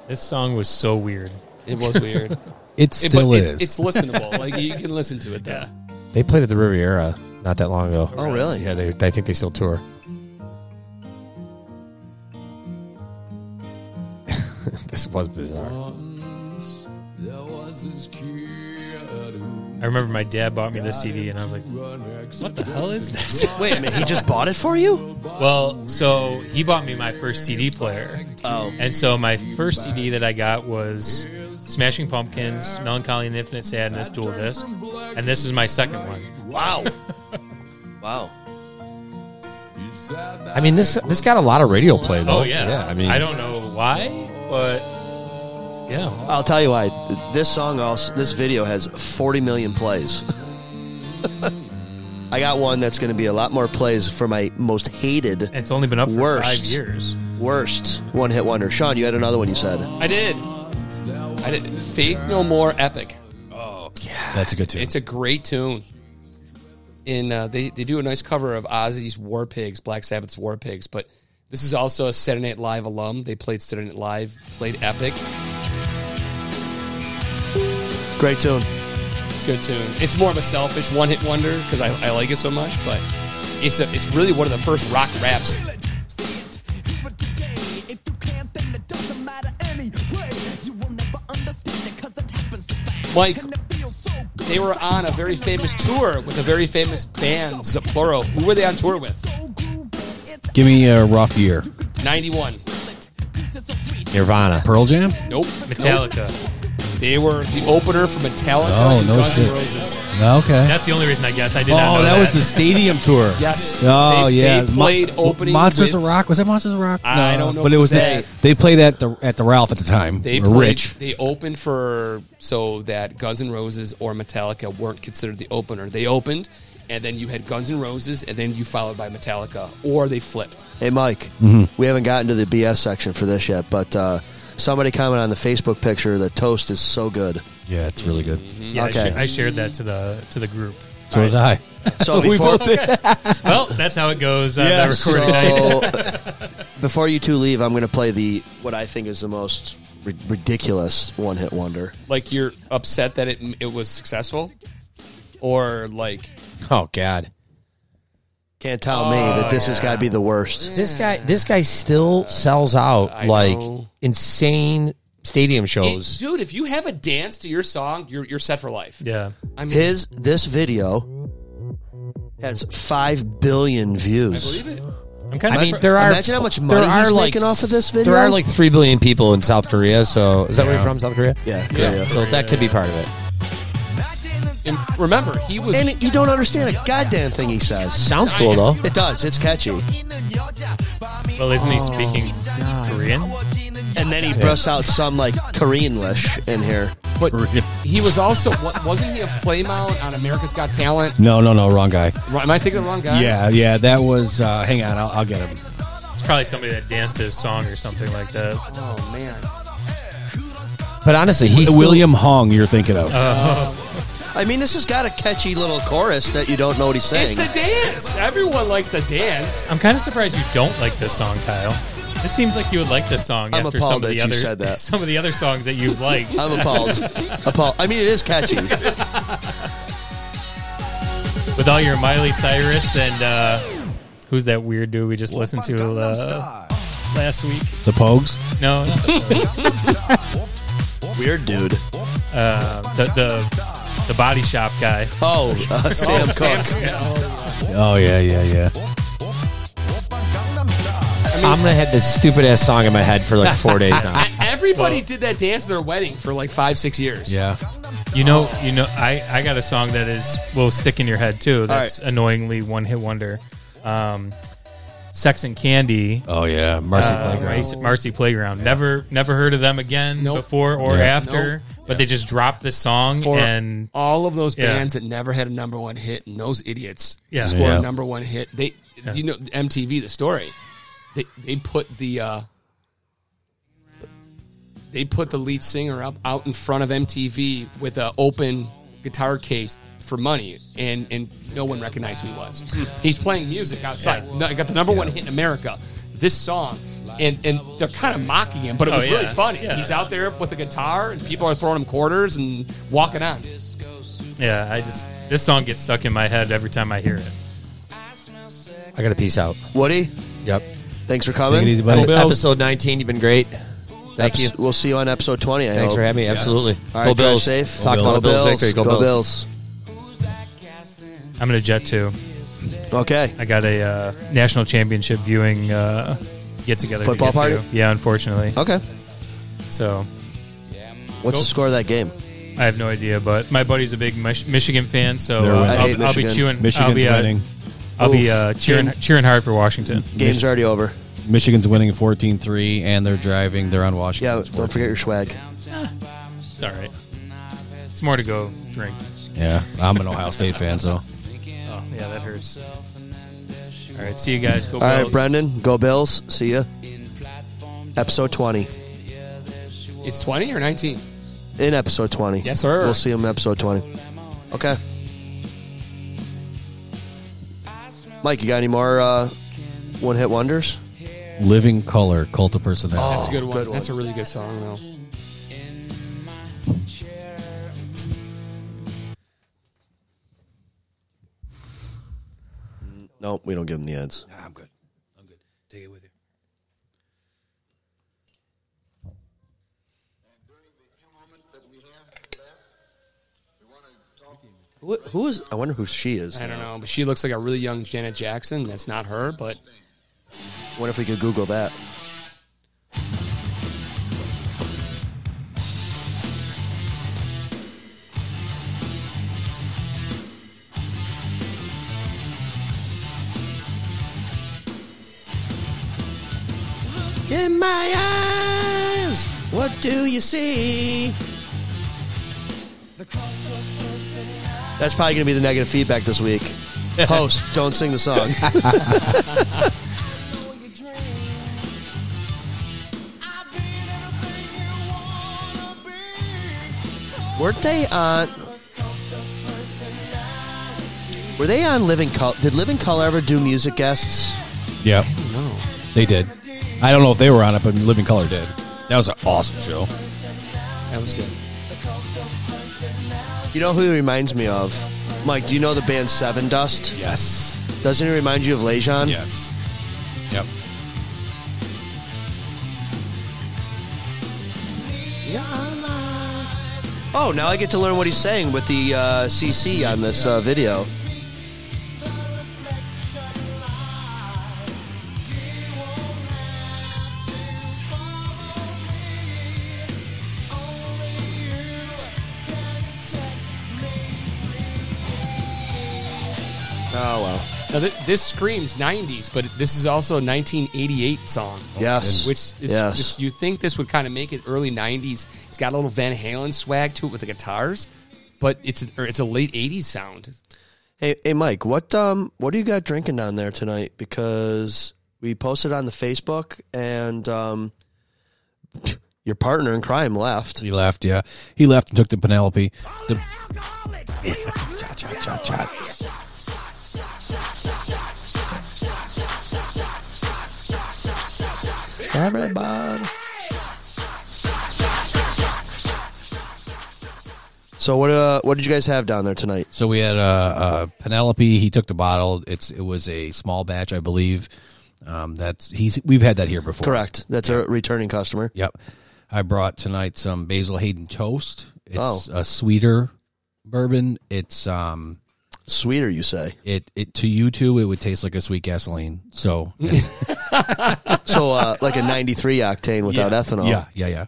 Speaker 7: This song was so weird.
Speaker 9: It was
Speaker 3: <laughs>
Speaker 9: weird.
Speaker 8: It
Speaker 9: but
Speaker 8: still
Speaker 9: it's,
Speaker 8: is.
Speaker 9: It's listenable. like you can listen to it. Though.
Speaker 8: They played at the Riviera not that long ago.
Speaker 3: Oh, really?
Speaker 8: Yeah. They, I think they still tour. <laughs> this was bizarre.
Speaker 7: I remember my dad bought me this CD, and I was like, "What the hell is this?"
Speaker 3: Wait a minute, he just bought it for you?
Speaker 7: Well, so he bought me my first CD player.
Speaker 3: Oh.
Speaker 7: And so my first CD that I got was Smashing Pumpkins, Melancholy and Infinite Sadness dual disc, and this is my second one.
Speaker 3: Wow. wow.
Speaker 8: I mean this this got a lot of radio play though.
Speaker 7: Oh yeah.
Speaker 8: I mean
Speaker 7: I don't know why, but yeah.
Speaker 3: I'll tell you why. This song also this video has 40 million plays. <laughs> I got one that's going to be a lot more plays for my most hated.
Speaker 7: It's only been up for
Speaker 3: worst,
Speaker 7: five years.
Speaker 3: Worst one hit wonder. Sean, you had another one you said.
Speaker 9: I did. I did. Faith No More epic.
Speaker 4: That's a good tune.
Speaker 9: It's a great tune. And uh, they, they do a nice cover of Ozzy's War Pigs, Black Sabbath's War Pigs, but this is also a Saturday Night Live alum. They played Saturday Night Live, played Epic.
Speaker 3: Great tune.
Speaker 9: It's a good tune. It's more of a selfish one hit wonder because I, I like it so much, but it's a, it's really one of the first rock raps. Mike, they were on a very famous tour with a very famous band, Zaploro. Who were they on tour with?
Speaker 4: Give me a rough year.
Speaker 9: 91.
Speaker 4: Nirvana. Pearl Jam?
Speaker 9: Nope. Nope. They were the opener for Metallica
Speaker 4: Oh,
Speaker 9: and
Speaker 4: no
Speaker 9: Guns N'
Speaker 4: shit.
Speaker 9: Roses.
Speaker 4: Okay.
Speaker 7: That's the only reason I guess I did not
Speaker 4: oh,
Speaker 7: know
Speaker 4: that, was the stadium tour.
Speaker 9: Yes.
Speaker 4: Oh
Speaker 9: They-
Speaker 4: yeah.
Speaker 9: they
Speaker 4: Mo-
Speaker 9: played opening with-
Speaker 4: Monsters of Rock. Was that Monsters of Rock?
Speaker 9: I don't know
Speaker 4: But it
Speaker 9: who
Speaker 4: was
Speaker 9: that-
Speaker 4: that they played at the at the Ralph at the time.
Speaker 9: They
Speaker 4: Or
Speaker 9: played,
Speaker 4: Rich.
Speaker 9: They opened for so that Guns N' Roses or Metallica weren't considered the opener. They opened, and then you had Guns N' Roses, and then you followed by Metallica, or they flipped.
Speaker 3: Hey, Mike,
Speaker 9: Mhm.
Speaker 3: we haven't gotten to the BS section for this yet, but uh, somebody commented on the Facebook picture that toast is so good.
Speaker 4: Yeah, it's really
Speaker 9: <laughs>
Speaker 4: good.
Speaker 7: Yeah, I,
Speaker 3: okay.
Speaker 7: sh- I shared that to the to the group.
Speaker 4: So did I.
Speaker 3: <laughs> So before,
Speaker 7: well, Oh, that's how it goes. Uh,
Speaker 3: Yeah,
Speaker 7: the recording night.
Speaker 3: so- <laughs> before you two leave, I'm going to play the what I think is the most ri- ridiculous one hit wonder.
Speaker 9: Like you're upset that it it was successful, or like
Speaker 8: Oh God.
Speaker 3: Can't tell me that this has got to be the worst.
Speaker 8: This guy this guy still sells out
Speaker 9: I
Speaker 8: like
Speaker 9: know.
Speaker 8: insane stadium
Speaker 4: Oh,
Speaker 8: shows.
Speaker 9: dude, if you have a dance to your song, you're you're set for life.
Speaker 7: Yeah.
Speaker 9: I mean,
Speaker 3: His this video has five billion views.
Speaker 9: I believe it.
Speaker 7: I'm kind
Speaker 8: I mean, there are
Speaker 3: Imagine how much money
Speaker 8: there are
Speaker 3: he's
Speaker 8: like,
Speaker 3: making off of this video.
Speaker 8: There are like three billion people in South Korea. So is that where
Speaker 3: Yeah.
Speaker 8: you're from, South Korea?
Speaker 3: Yeah,
Speaker 9: Korea.
Speaker 8: So that could be part of it.
Speaker 9: And remember, he was
Speaker 3: and you don't understand a goddamn thing he says.
Speaker 8: Sounds cool, though.
Speaker 3: It does. It's catchy.
Speaker 7: well, isn't he
Speaker 3: Oh,
Speaker 7: speaking Korean?
Speaker 3: And then he busts out some like Koreanlish in here.
Speaker 9: But he was also wa- wasn't he a flame out on America's Got Talent?
Speaker 4: No, no, no, wrong guy.
Speaker 9: Ro- Am I thinking of the wrong guy?
Speaker 4: Yeah, yeah, that was. Uh, hang on, I'll, I'll get him.
Speaker 7: It's probably somebody that danced to his song or something like that.
Speaker 9: Oh man.
Speaker 8: But honestly, he's
Speaker 4: William Hong. You're thinking of.
Speaker 9: Uh.
Speaker 3: I mean, this has got a catchy little chorus that you don't know what he's saying.
Speaker 9: It's the dance. Everyone likes to dance.
Speaker 7: I'm kind of surprised you don't like this song, Kyle. This seems like you would like this song
Speaker 3: I'm
Speaker 7: after some
Speaker 3: appalled
Speaker 7: of
Speaker 3: that
Speaker 7: the
Speaker 3: you
Speaker 7: other
Speaker 3: said that.
Speaker 7: <laughs> some of the other songs that you've liked.
Speaker 3: I'm appalled. appalled. I mean, it is catchy.
Speaker 7: With all your Miley Cyrus and uh, who's that weird dude we just listened to uh, last week?
Speaker 4: The Pogues.
Speaker 7: No, not the
Speaker 3: Weird dude.
Speaker 7: Uh, the, the the body shop guy.
Speaker 3: Oh, uh, Sam
Speaker 7: Oh, Sam
Speaker 3: Cooke.
Speaker 7: Cooke.
Speaker 4: Oh yeah, yeah, yeah.
Speaker 8: I'm gonna have this stupid ass song in my head for like four days now.
Speaker 7: <laughs>
Speaker 9: E- Everybody did that dance at their wedding for like five, six years.
Speaker 8: Yeah.
Speaker 7: You know, you know, I, I got a song that is will stick in your head too. That's
Speaker 9: right.
Speaker 7: annoyingly one hit wonder. Um, Sex and Candy.
Speaker 4: <laughs>
Speaker 7: uh,
Speaker 4: Oh, yeah. Marcy
Speaker 8: Uh,
Speaker 4: Playground.
Speaker 7: Marcy, Marcy Playground. Never never heard of them again before or
Speaker 9: Yeah.
Speaker 7: after. But they just dropped this song
Speaker 9: For
Speaker 7: and
Speaker 9: all of those
Speaker 7: Yeah.
Speaker 9: bands that never had a number one hit, and those idiots
Speaker 7: Yeah.
Speaker 9: scored
Speaker 7: Yeah.
Speaker 9: a number one hit. They,
Speaker 7: Yeah.
Speaker 9: you know, MTV. The story, they they put the uh, they put the lead singer up out in front of MTV with an open guitar case for money, and and no one recognized who he was.
Speaker 7: Hmm.
Speaker 9: He's playing music outside. No, he got the number one hit in America. This song. And, and they're kind of mocking him, but it
Speaker 7: Oh,
Speaker 9: was really
Speaker 7: yeah.
Speaker 9: funny.
Speaker 7: Yeah.
Speaker 9: He's out there with a guitar, and people are throwing him quarters and walking on.
Speaker 7: yeah, I just this song gets stuck in my head every time I hear it.
Speaker 8: I gotta peace out.
Speaker 3: Woody.
Speaker 8: Yep.
Speaker 3: Thanks for coming.
Speaker 8: Ep- Episode 19. You've been great. Thank you.
Speaker 3: Eps- We'll see you on episode 20. I
Speaker 8: Thanks
Speaker 3: hope.
Speaker 8: for having me. Absolutely.
Speaker 3: All right,
Speaker 8: Go
Speaker 3: drive
Speaker 8: Bills.
Speaker 3: safe.
Speaker 8: Go Talk Bills.
Speaker 3: Go
Speaker 8: about Bills victory. Go
Speaker 3: Go
Speaker 8: Bills.
Speaker 3: Bills.
Speaker 7: I'm gonna jet too.
Speaker 3: Okay.
Speaker 7: I got a uh, national championship viewing uh, get together.
Speaker 3: Football
Speaker 7: to get
Speaker 3: party?
Speaker 7: To. Yeah, unfortunately.
Speaker 3: Okay.
Speaker 7: So
Speaker 3: What's
Speaker 7: Go-
Speaker 3: the score of that game?
Speaker 7: I have no idea, but my buddy's a big Mich- Michigan fan, so
Speaker 3: They're
Speaker 7: uh,
Speaker 3: winning. I hate
Speaker 7: I'll, I'll be
Speaker 3: Michigan.
Speaker 7: chewing. I'll
Speaker 4: Michigan's
Speaker 7: be, uh,
Speaker 4: winning.
Speaker 7: I'll be uh,
Speaker 4: Oof.
Speaker 7: cheering
Speaker 4: Game-
Speaker 7: cheering hard for Washington.
Speaker 3: Game's already over.
Speaker 4: Michigan's winning 14-3, and they're driving. They're on Washington.
Speaker 3: Yeah, don't forget your swag.
Speaker 7: It's all right. It's more to go drink.
Speaker 4: Yeah, I'm an Ohio State fan, so
Speaker 7: Oh yeah, that hurts. All right, see you guys. Go
Speaker 3: All right,
Speaker 7: Bills.
Speaker 3: Brendan. Go Bills. See ya. Episode 20.
Speaker 9: It's 20 or 19?
Speaker 3: In episode 20.
Speaker 9: Yes, sir.
Speaker 3: We'll see him in episode 20. Okay. Mike, you got any more uh, one hit wonders?
Speaker 4: Living Color, Cult of Personality.
Speaker 9: That's a good one. That's a really good song, though.
Speaker 3: Nope, we don't give them the ads.
Speaker 4: I'm good. I'm good. Take it with you.
Speaker 3: Who, who is? I wonder who she is.
Speaker 9: I don't know, but she looks like a really young Janet Jackson. That's not her, but
Speaker 3: What if we could Google that? In my eyes, what do you see? That's probably going to be the negative feedback this week. Host, don't sing the song. Weren't they on? Were they on Living Color? Did Living Color ever do music guests?
Speaker 4: Yeah.
Speaker 3: No.
Speaker 4: They did. I don't know if they were on it, but Living Color did. That was an awesome show.
Speaker 9: that was good.
Speaker 3: You know who he reminds me of? Mike, do you know the band Seven Dust?
Speaker 4: Yes.
Speaker 3: Doesn't he remind you of Lejon?
Speaker 4: Yes. Yep.
Speaker 3: Oh, now I get to learn what he's saying with the uh, CC on this uh, video. Oh well.
Speaker 9: Now th- this screams '90s, but this is also a 1988 song.
Speaker 3: Yes.
Speaker 9: which is
Speaker 3: Yes.
Speaker 9: just, you think this would kind of make it early '90s. It's got a little Van Halen swag to it with the guitars, but it's a, or it's a late '80s sound.
Speaker 3: Hey, hey, Mike, what um, what do you got drinking down there tonight? Because we posted on the Facebook, and um, <laughs> your partner in crime left.
Speaker 4: He left, yeah. He left and took the Penelope. The-
Speaker 3: Everybody. So what uh, what did you guys have down there tonight?
Speaker 4: So we had uh, uh, Penelope. He took the bottle. It's it was a small batch, I believe. Um, that's he's we've had that here before.
Speaker 3: Correct. That's a returning customer.
Speaker 4: Yep. I brought tonight some Basil Hayden toast. It's
Speaker 3: Oh.
Speaker 4: a sweeter bourbon. It's um
Speaker 3: sweeter. You say
Speaker 4: it it to you two. It would taste like a sweet gasoline. So it's-
Speaker 3: So uh, <laughs> like a 93 octane without
Speaker 4: Yeah.
Speaker 3: ethanol.
Speaker 4: Yeah, yeah, yeah.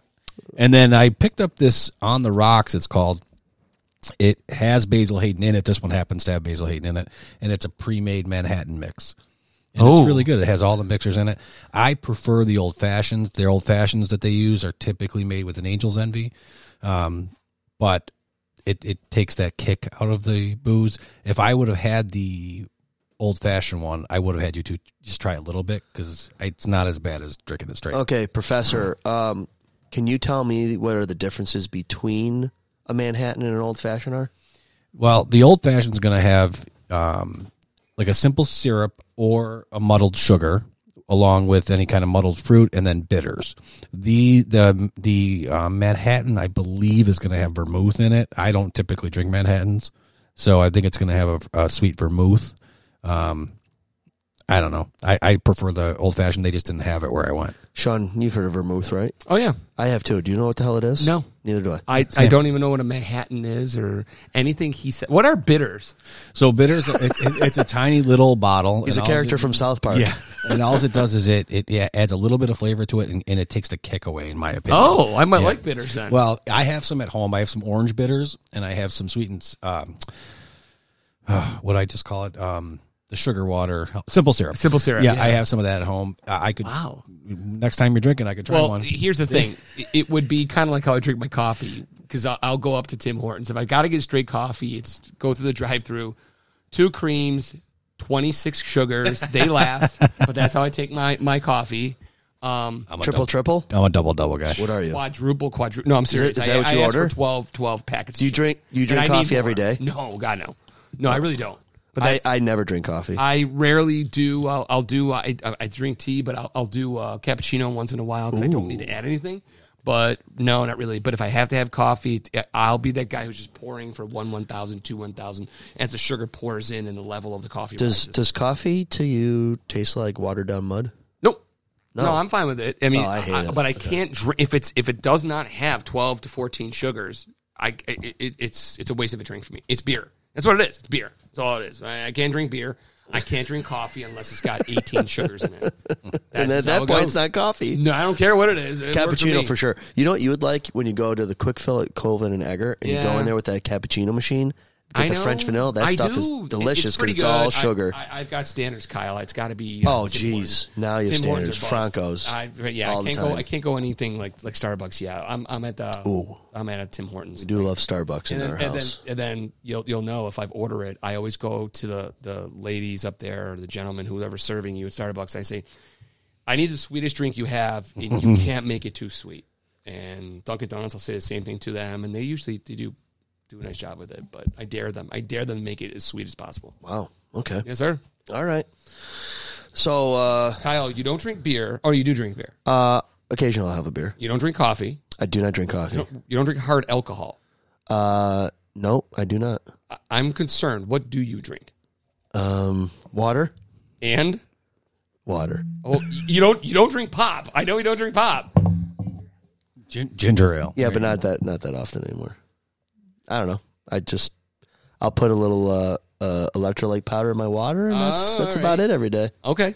Speaker 4: And then I picked up this on the rocks. It's called. It has Basil Hayden in it. This one happens to have Basil Hayden in it, and it's a pre-made Manhattan mix. And
Speaker 19: Oh.
Speaker 4: it's really good. It has all the mixers in it. I prefer the old fashions. Their old fashions that they use are typically made with an angel's envy, um, but it it takes that kick out of the booze. If I would have had the old fashioned one, I would have had you two just try a little bit because it's not as bad as drinking it straight.
Speaker 3: Okay, Professor, um, can you tell me what are the differences between a Manhattan and an old fashioned are?
Speaker 4: Well, the old fashioned is going to have um, like a simple syrup or a muddled sugar, along with any kind of muddled fruit, and then bitters. The the the uh, Manhattan, I believe, is going to have vermouth in it. I don't typically drink Manhattans, so I think it's going to have a, a sweet vermouth. Um, I don't know. I, I prefer the old fashioned. They just didn't have it where I went.
Speaker 3: Sean, you've heard of vermouth, right?
Speaker 9: Oh yeah,
Speaker 3: I have too. Do you know what the hell it is?
Speaker 9: No.
Speaker 3: Neither do I.
Speaker 9: I, I don't even know what a Manhattan is or anything he said. What are bitters?
Speaker 4: So bitters, it, it, it's a tiny little bottle.
Speaker 3: He's a
Speaker 4: and all
Speaker 3: character
Speaker 4: it-
Speaker 3: from South Park.
Speaker 4: Yeah, <laughs> and all it does is it it yeah, adds a little bit of flavor to it, and, and it takes the kick away, in my opinion.
Speaker 9: Oh, I might
Speaker 4: Yeah.
Speaker 9: like bitters then.
Speaker 4: Well, I have some at home. I have some orange bitters, and I have some sweetened. Um, <sighs> uh, what I just call it, um, the sugar water, simple syrup,
Speaker 9: Simple syrup,
Speaker 4: Yeah,
Speaker 9: yeah.
Speaker 4: I have some of that at home. I I could.
Speaker 9: Wow.
Speaker 4: Next time you're drinking, I could try
Speaker 9: well,
Speaker 4: one.
Speaker 9: here's the thing. It- It would be kind of like how I drink my coffee because I'll, I'll go up to Tim Hortons. If I got to get straight coffee, it's go through the drive through, two creams, 26 sugars. They laugh, but that's how I take my, my coffee. Um,
Speaker 4: I'm a Triple, double- triple? I'm a double, double guy.
Speaker 3: What are you?
Speaker 9: Quadruple, quadruple. No, I'm
Speaker 3: Is it-
Speaker 9: serious.
Speaker 3: is
Speaker 9: I-
Speaker 3: that what
Speaker 9: I
Speaker 3: you
Speaker 9: asked for
Speaker 3: order?
Speaker 9: 12, 12 packets.
Speaker 3: Do you drink- you
Speaker 9: And
Speaker 3: drink
Speaker 9: I need
Speaker 3: coffee every
Speaker 9: more.
Speaker 3: day?
Speaker 9: No, God no, no, I really don't. But
Speaker 3: I,
Speaker 9: that,
Speaker 3: I never drink coffee.
Speaker 9: I rarely do. I'll, I'll do. I, I- I drink tea, but I'll, I'll do uh, cappuccino once in a while because I don't need to add anything. But no, not really. But if I have to have coffee, t- I'll be that guy who's just pouring for one one thousand, two one thousand, as the sugar pours in and the level of the coffee.
Speaker 3: does does coffee to you taste like watered down mud?
Speaker 9: Nope.
Speaker 3: No.
Speaker 9: No, I'm fine with it. I mean,
Speaker 3: Oh, I hate it.
Speaker 9: but I
Speaker 3: Okay.
Speaker 9: can't drink if it's if it does not have 12 to 14 sugars. I it, it, it's it's a waste of a drink for me. It's beer. That's what it is. It's beer. That's all it is. I, I can't drink beer. I can't drink coffee unless it's got 18 sugars in it.
Speaker 3: <laughs> and at
Speaker 9: just how
Speaker 3: that
Speaker 9: it
Speaker 3: point,
Speaker 9: goes.
Speaker 3: it's not coffee.
Speaker 9: No, I don't care what it is. It worked
Speaker 3: cappuccino
Speaker 9: me.
Speaker 3: for, sure. You know what you would like when you go to the quick fill at Colvin and Egger, and you go
Speaker 9: Yeah.
Speaker 3: in there with that cappuccino machine, get
Speaker 9: I
Speaker 3: the
Speaker 9: know.
Speaker 3: French vanilla. That
Speaker 9: I
Speaker 3: stuff is
Speaker 9: do. It-
Speaker 3: delicious because
Speaker 9: pretty
Speaker 3: it's, all
Speaker 9: good. I-
Speaker 3: sugar.
Speaker 9: I, have got standards, Kyle. It's got to be. uh,
Speaker 3: Oh, geez. Now you have standards. Franco's
Speaker 9: I, yeah,
Speaker 3: all
Speaker 9: I
Speaker 3: the
Speaker 9: can't
Speaker 3: time.
Speaker 9: go. I can't go anything like like Starbucks. Yeah, I'm I'm at the. I'm at a Tim Hortons.
Speaker 3: we do love Starbucks in
Speaker 9: and then,
Speaker 3: our
Speaker 9: and
Speaker 3: house.
Speaker 9: Then, and then you'll you'll know if I've ordered it. I always go to the the ladies up there or the gentleman whoever's serving you at Starbucks. I say, I need the sweetest drink you have, and you can't make it too sweet. And Dunkin' Donuts, I'll say the same thing to them, and they usually they do do a nice job with it. But I dare them. I dare them to make it as sweet as possible.
Speaker 3: Wow. Okay.
Speaker 9: Yes, sir.
Speaker 3: All right. So, uh,
Speaker 9: Kyle, you don't drink beer, or you do drink beer.
Speaker 3: uh, occasionally I'll have a beer.
Speaker 9: You don't drink coffee.
Speaker 3: I do not drink coffee.
Speaker 9: You don't, you don't drink hard alcohol.
Speaker 3: Uh, no, I do not.
Speaker 9: I- I'm concerned. What do you drink? Mm.
Speaker 3: Um, water,
Speaker 9: And
Speaker 3: water.
Speaker 9: oh, you don't you don't drink pop. I know you don't drink pop.
Speaker 4: Ginger ale.
Speaker 3: Yeah, but not that not that often anymore. I don't know. I just I'll put a little uh, uh, electrolyte powder in my water, and that's
Speaker 9: Oh,
Speaker 3: that's
Speaker 9: all
Speaker 3: about
Speaker 9: right.
Speaker 3: it every day.
Speaker 9: Okay.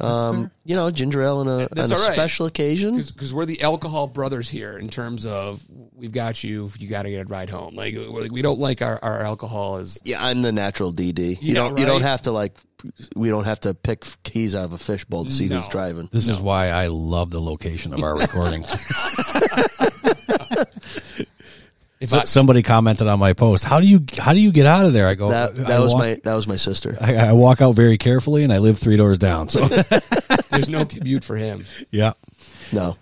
Speaker 3: Um, you know, ginger ale on a
Speaker 9: That's
Speaker 3: on a
Speaker 9: all right.
Speaker 3: special occasion.
Speaker 9: because we're the alcohol brothers here in terms of we've got you you got to get a ride home like we're like, we don't like our, our alcohol is
Speaker 3: Yeah, I'm the natural DD. You
Speaker 9: Yeah,
Speaker 3: don't you don't
Speaker 9: right.
Speaker 3: have to like we don't have to pick f- keys out of a fishbowl to see who's
Speaker 9: No.
Speaker 3: driving.
Speaker 4: This is why I love the
Speaker 3: <laughs>
Speaker 4: location of our recording.
Speaker 9: If
Speaker 4: So-
Speaker 9: I-
Speaker 4: somebody commented on my post, "How do you how do you get out of there?" I go,
Speaker 3: That that
Speaker 4: I
Speaker 3: was
Speaker 4: walk-
Speaker 3: my that was my sister.
Speaker 4: I, I walk out very carefully, and I live three doors
Speaker 9: <laughs>
Speaker 4: down. So,
Speaker 9: there's no commute for him
Speaker 4: yeah,
Speaker 3: No.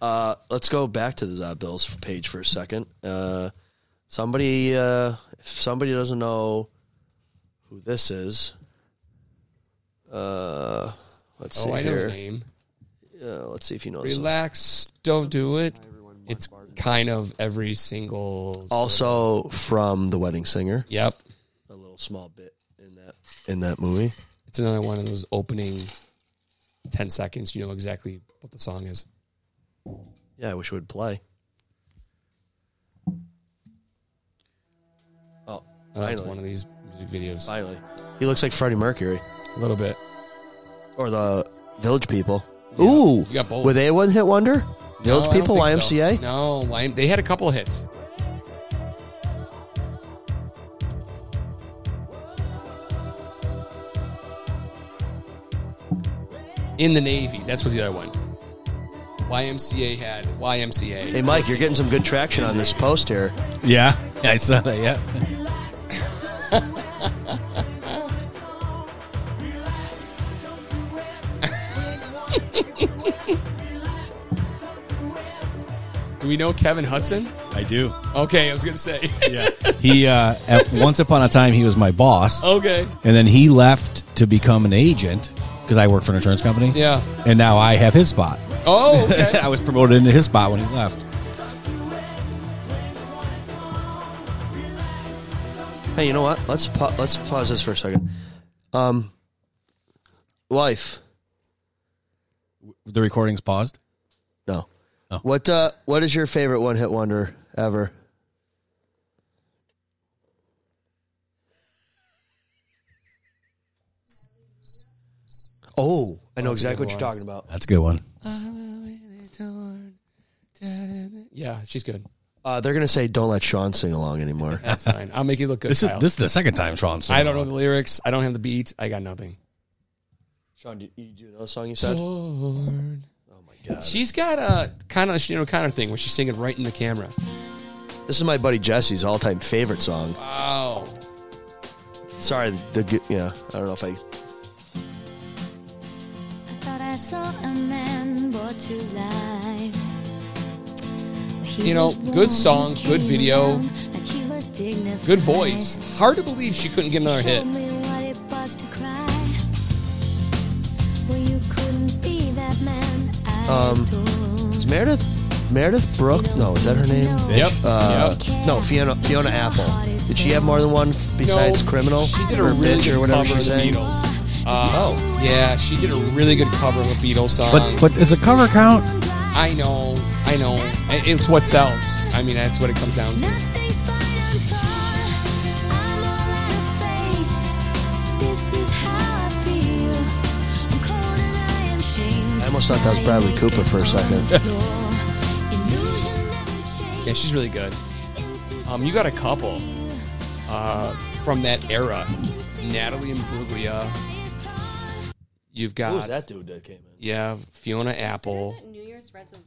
Speaker 3: Uh, let's go back to the Zod Bills page for a second. Uh, somebody, uh, if somebody doesn't know who this is, uh, let's see
Speaker 9: Oh, I know
Speaker 3: here.
Speaker 9: the name.
Speaker 3: Uh, let's see if you know. this one.
Speaker 9: relax don't do it it's kind of every single
Speaker 3: Also from The Wedding Singer.
Speaker 9: yep
Speaker 3: A little small bit in that in that movie.
Speaker 9: it's another one of those opening 10 seconds you know exactly what the song is
Speaker 3: Yeah, I wish it would play. Oh,
Speaker 9: Uh,
Speaker 3: finally.
Speaker 9: it's one of these music videos
Speaker 3: Finally. He looks like Freddie Mercury.
Speaker 9: a little bit
Speaker 3: or the Village People. Ooh,
Speaker 9: you got both.
Speaker 3: were they a one hit wonder? Village
Speaker 9: No, I don't
Speaker 3: People,
Speaker 9: think so.
Speaker 3: YMCA.
Speaker 9: No, Y- they had a couple of hits. In the Navy, that's what the other one. YMCA had YMCA.
Speaker 3: Hey, Mike, you're getting some good traction on this post here.
Speaker 4: yeah, <laughs> I saw that. Yeah,
Speaker 9: Do we know Kevin Hudson?
Speaker 4: I do.
Speaker 9: Okay, I was gonna say.
Speaker 4: Yeah. <laughs> He uh, at once upon a time he was my boss.
Speaker 9: <laughs> Okay.
Speaker 4: and then he left to become an agent because I work for an insurance company.
Speaker 9: Yeah.
Speaker 4: and now I have his spot. <laughs>
Speaker 9: Oh, okay.
Speaker 4: I was promoted into his spot when he left.
Speaker 3: Hey, you know what? Let's pa- let's pause this for a second. Um, wife,
Speaker 4: The recording's paused.
Speaker 3: no. What uh, what is your favorite one hit wonder ever? Oh, I know
Speaker 9: That's a
Speaker 3: exactly
Speaker 9: good
Speaker 3: what you're
Speaker 9: one.
Speaker 3: talking about.
Speaker 4: That's a good one.
Speaker 9: Yeah, she's good.
Speaker 3: Uh, they're gonna say, "Don't let Sean sing along
Speaker 9: <laughs>
Speaker 3: anymore."
Speaker 9: That's fine. I'll make you look good.
Speaker 4: This is
Speaker 9: Kyle.
Speaker 4: this is the second time Sean's.
Speaker 9: I don't know the lyrics. I don't have the beat. I got nothing.
Speaker 3: Sean, do you do you know the song you said?
Speaker 9: Oh She's got a kind of you know kind of thing where she's singing right in the camera.
Speaker 3: This is my buddy Jesse's all-time favorite song.
Speaker 9: Wow.
Speaker 3: Sorry, the g- yeah, I don't know if I.
Speaker 17: Thought I I saw a man brought to life. He
Speaker 9: You know,
Speaker 17: was warm
Speaker 9: good song,
Speaker 17: and
Speaker 9: good
Speaker 17: came
Speaker 9: video,
Speaker 17: around like he was dignified.
Speaker 9: good voice. Hard to believe she couldn't get another
Speaker 17: Showed me
Speaker 9: hit.
Speaker 17: what it was to cry. Well, you couldn't be that man I
Speaker 3: Um, is Meredith Meredith Brooke? No, is that her name?
Speaker 9: Yep.
Speaker 3: Uh, No, Fiona Fiona Apple. Did she have more than one f- besides
Speaker 9: No,
Speaker 3: Criminal?
Speaker 9: She did a
Speaker 3: or
Speaker 9: really
Speaker 3: Bitch
Speaker 9: good
Speaker 3: or whatever
Speaker 9: cover
Speaker 3: she
Speaker 9: of the
Speaker 3: sang?
Speaker 9: Beatles. Uh, oh, yeah, she did a really good cover of a Beatles song.
Speaker 4: But but is a cover count?
Speaker 9: I know, I know. It- It's what sells. I mean, that's what it comes down to.
Speaker 17: Nothing's fine until I'm all out of faith. This is how I feel. I'm cold and I am shamed.
Speaker 3: I almost thought that was Bradley Cooper for a second.
Speaker 9: Yeah, she's really good. Um, you got a couple uh, from that era. Natalie Imbruglia. You've got
Speaker 3: Who was that dude that came in?
Speaker 9: Yeah, Fiona Apple.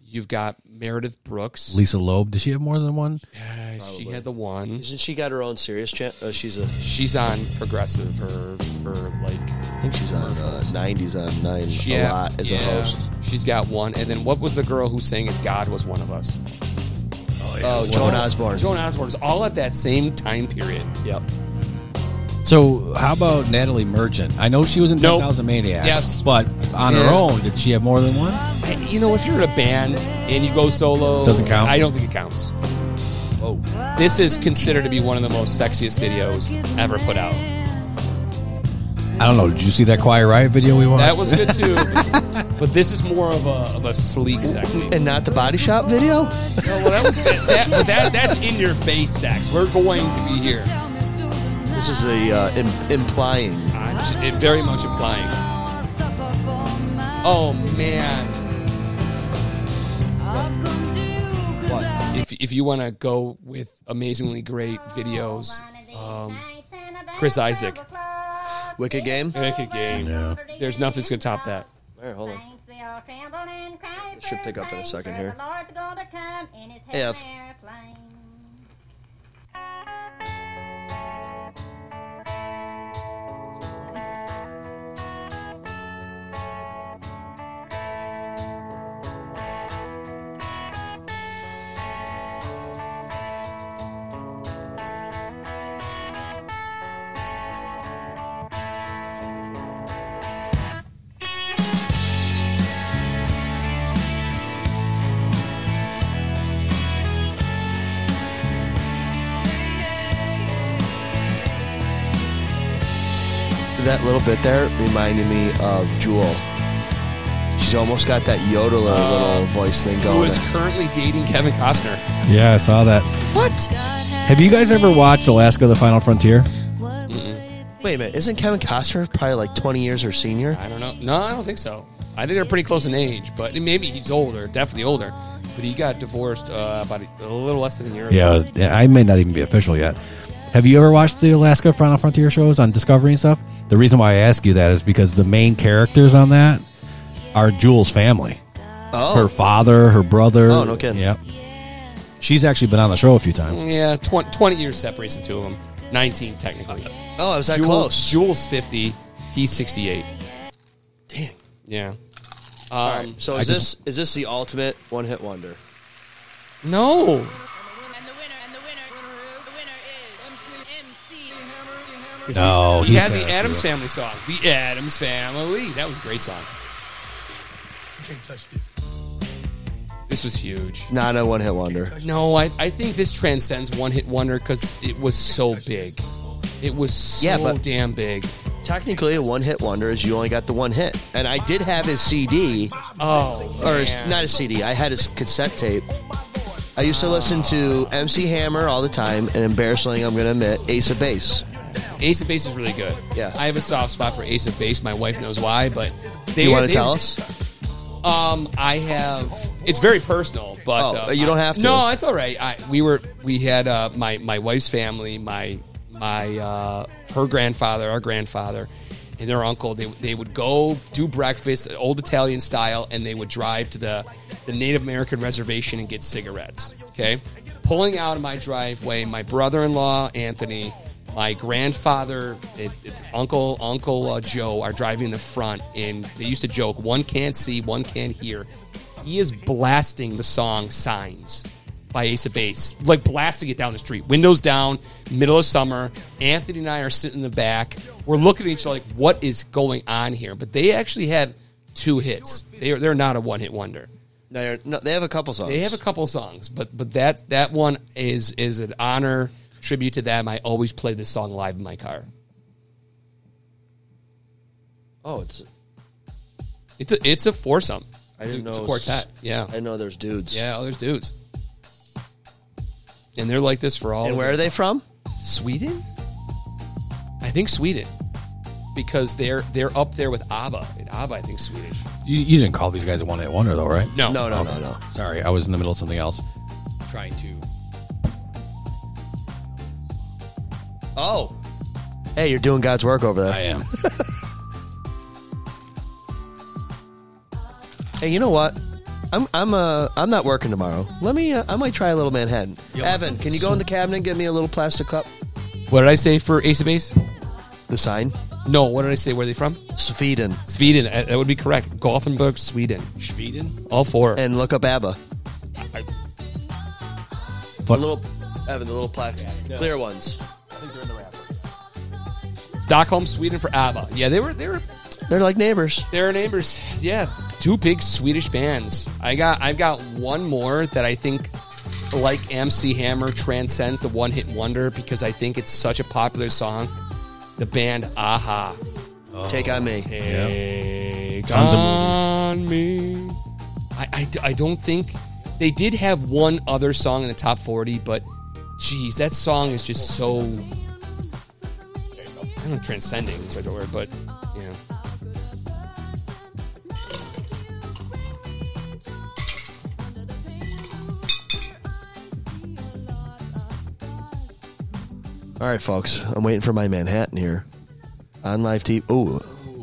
Speaker 9: You've got Meredith Brooks.
Speaker 4: Lisa Loeb, does she have more than one?
Speaker 9: Uh, she had the one.
Speaker 3: Isn't she got her own serious chat? Uh, she's a.
Speaker 9: She's on Progressive or or like.
Speaker 3: I think she's on uh, '90s on Nine
Speaker 9: Yeah,
Speaker 3: a lot as
Speaker 9: yeah.
Speaker 3: a host.
Speaker 9: She's got one. And then what was the girl who sang "If God Was One of Us"? Oh,
Speaker 3: yeah. Joan Osborne.
Speaker 9: Joan Osborne is all at that same time period.
Speaker 3: Yep.
Speaker 4: So how about Natalie Merchant? I know she was in Ten Thousand Maniacs.
Speaker 9: Yes.
Speaker 4: but on her
Speaker 9: Yeah.
Speaker 4: own, did she have more than one?
Speaker 9: You know, if you're in a band and you go solo,
Speaker 4: Doesn't count?
Speaker 9: I don't think it counts. Oh, this is considered to be one of the most sexiest videos ever put out.
Speaker 4: I don't know. Did you see that Quiet Riot video we watched?
Speaker 9: That was good
Speaker 4: <laughs>
Speaker 9: too, but this is more of a of a sleek sexy.
Speaker 3: And not the Body Shop video.
Speaker 9: No, well, that was that, but that that's in your face sex. We're going to be here.
Speaker 3: This is the uh, Im- implying.
Speaker 9: Uh, it very much implying. Oh man. If, if you want to go with amazingly great videos, um, Chris Isaac.
Speaker 3: Wicked Game?
Speaker 9: Wicked Game. There's nothing that's going to top that.
Speaker 3: All right, hold on. It should pick up in a second here. If. That little bit there reminded me of Jewel. She's almost got that yodeler little voice thing
Speaker 9: Uh, Who
Speaker 3: going.
Speaker 9: is currently dating Kevin Costner?
Speaker 4: Yeah, I saw that.
Speaker 3: What?
Speaker 4: Have you guys ever watched Alaska: The Final Frontier?
Speaker 3: Wait a minute, isn't Kevin Costner probably like 20 years her senior?
Speaker 9: I don't know. No, I don't think so. I think they're pretty close in age, but maybe he's older, definitely older. But he got divorced uh, about a, a little less than a year
Speaker 4: Yeah,
Speaker 9: ago.
Speaker 4: it was- yeah, I may not even be official yet. Have you ever watched the Alaska Final Frontier shows on Discovery and stuff? The reason why I ask you that is because the main characters on that are Jules' family.
Speaker 3: Oh.
Speaker 4: Her father, her brother.
Speaker 9: Oh, no kidding.
Speaker 4: Yep. She's actually been on the show a few times.
Speaker 9: Yeah, 20, 20 years separates the two of them. 19, technically.
Speaker 3: Oh, I was that
Speaker 9: Jewel-
Speaker 3: close.
Speaker 9: Jewel's 50. He's 68. Dang. Yeah. Um,
Speaker 3: All right, so is this is this the ultimate one hit wonder?
Speaker 9: No.
Speaker 4: No,
Speaker 9: he
Speaker 4: he's
Speaker 9: had the
Speaker 4: got a
Speaker 9: Adams
Speaker 4: few.
Speaker 9: Family song. The Adams Family. That was a great song.
Speaker 20: Can't touch this.
Speaker 9: This was huge.
Speaker 3: Not a one hit wonder.
Speaker 9: No, I, I think this transcends one hit wonder because it was so big. It was so
Speaker 3: Yeah, but-
Speaker 9: damn big.
Speaker 3: Technically, a one hit wonder is you only got the one hit. And I did have his CD.
Speaker 9: Oh,
Speaker 3: or his, not his CD. I had his cassette tape. I used to listen to MC Hammer all the time, and embarrassingly, I'm going to admit, Ace of Base.
Speaker 9: Ace of Base is really good.
Speaker 3: Yeah.
Speaker 9: I have a soft spot for Ace of Base. My wife knows why, but
Speaker 3: Do you wanna tell us?
Speaker 9: Um, I have. It's very personal, but
Speaker 3: Oh,
Speaker 9: uh,
Speaker 3: you don't
Speaker 9: I-
Speaker 3: have to.
Speaker 9: No, it's all right. I, we were we had uh, my my wife's family, my my uh, her grandfather, our grandfather, and their uncle. They they would go do breakfast, old Italian style, and they would drive to the the Native American reservation and get cigarettes. Okay, pulling out of my driveway, my brother in law Anthony My grandfather, it, it, uncle, uncle uh, Joe are driving in the front, and they used to joke, "One can't see, one can't hear." He is blasting the song "Signs" by Ace of Base, like blasting it down the street, windows down, middle of summer. Anthony and I are sitting in the back. We're looking at each other like, "What is going on here?" But they actually had two hits. They are, they're not a one hit wonder.
Speaker 3: They're, no, they have a couple songs.
Speaker 9: They have a couple songs, but but that that one is is an honor tribute to them. I always play this song live in my car.
Speaker 3: Oh, it's
Speaker 9: It's a it's a foursome.
Speaker 3: I didn't know
Speaker 9: it's a
Speaker 3: it was-
Speaker 9: quartet. Yeah,
Speaker 3: I know there's dudes.
Speaker 9: Yeah, oh, there's dudes, and they're like this for all.
Speaker 3: And
Speaker 9: of
Speaker 3: where
Speaker 9: them.
Speaker 3: are they from?
Speaker 9: Sweden. I think Sweden, because they're they're up there with ABBA. And ABBA, I think Swedish.
Speaker 4: You, you didn't call these guys a one hit wonder, though, right?
Speaker 9: No. No, no,
Speaker 4: Okay.
Speaker 9: no, no.
Speaker 4: Sorry, I was in the middle of something else.
Speaker 9: Trying to. Oh,
Speaker 3: Hey, you're doing God's work over there. I
Speaker 4: am.
Speaker 3: <laughs> hey, you know what? I'm I'm uh I'm not working tomorrow. Let me uh, I might try a little Manhattan. Evan, can you go in the cabinet and get me a little plastic cup?
Speaker 9: What did I say for Ace of Base?
Speaker 3: The sign.
Speaker 9: No, what did I say? Where are they from?
Speaker 3: Sweden.
Speaker 9: Sweden. uh, That would be correct. Gothenburg, Sweden.
Speaker 4: Sweden.
Speaker 9: All four.
Speaker 3: And look up ABBA.
Speaker 9: I-
Speaker 3: The little Evan, the little plastic clear ones.
Speaker 9: Stockholm, Sweden for ABBA. Yeah, they were they were
Speaker 3: They're like neighbors.
Speaker 9: They're neighbors. Yeah, two big Swedish bands. I got I've got one more that I think like MC Hammer transcends the one hit wonder because I think it's such a popular song. The band Aha.
Speaker 3: Take on me.
Speaker 9: Take
Speaker 3: Tons of
Speaker 9: on me. I, I d- I don't think they did have one other song in the top 40, but geez, that song is just so I don't know, transcending is like the word, but yeah.
Speaker 3: All right, folks. I'm waiting for my Manhattan here. On live TV. Ooh,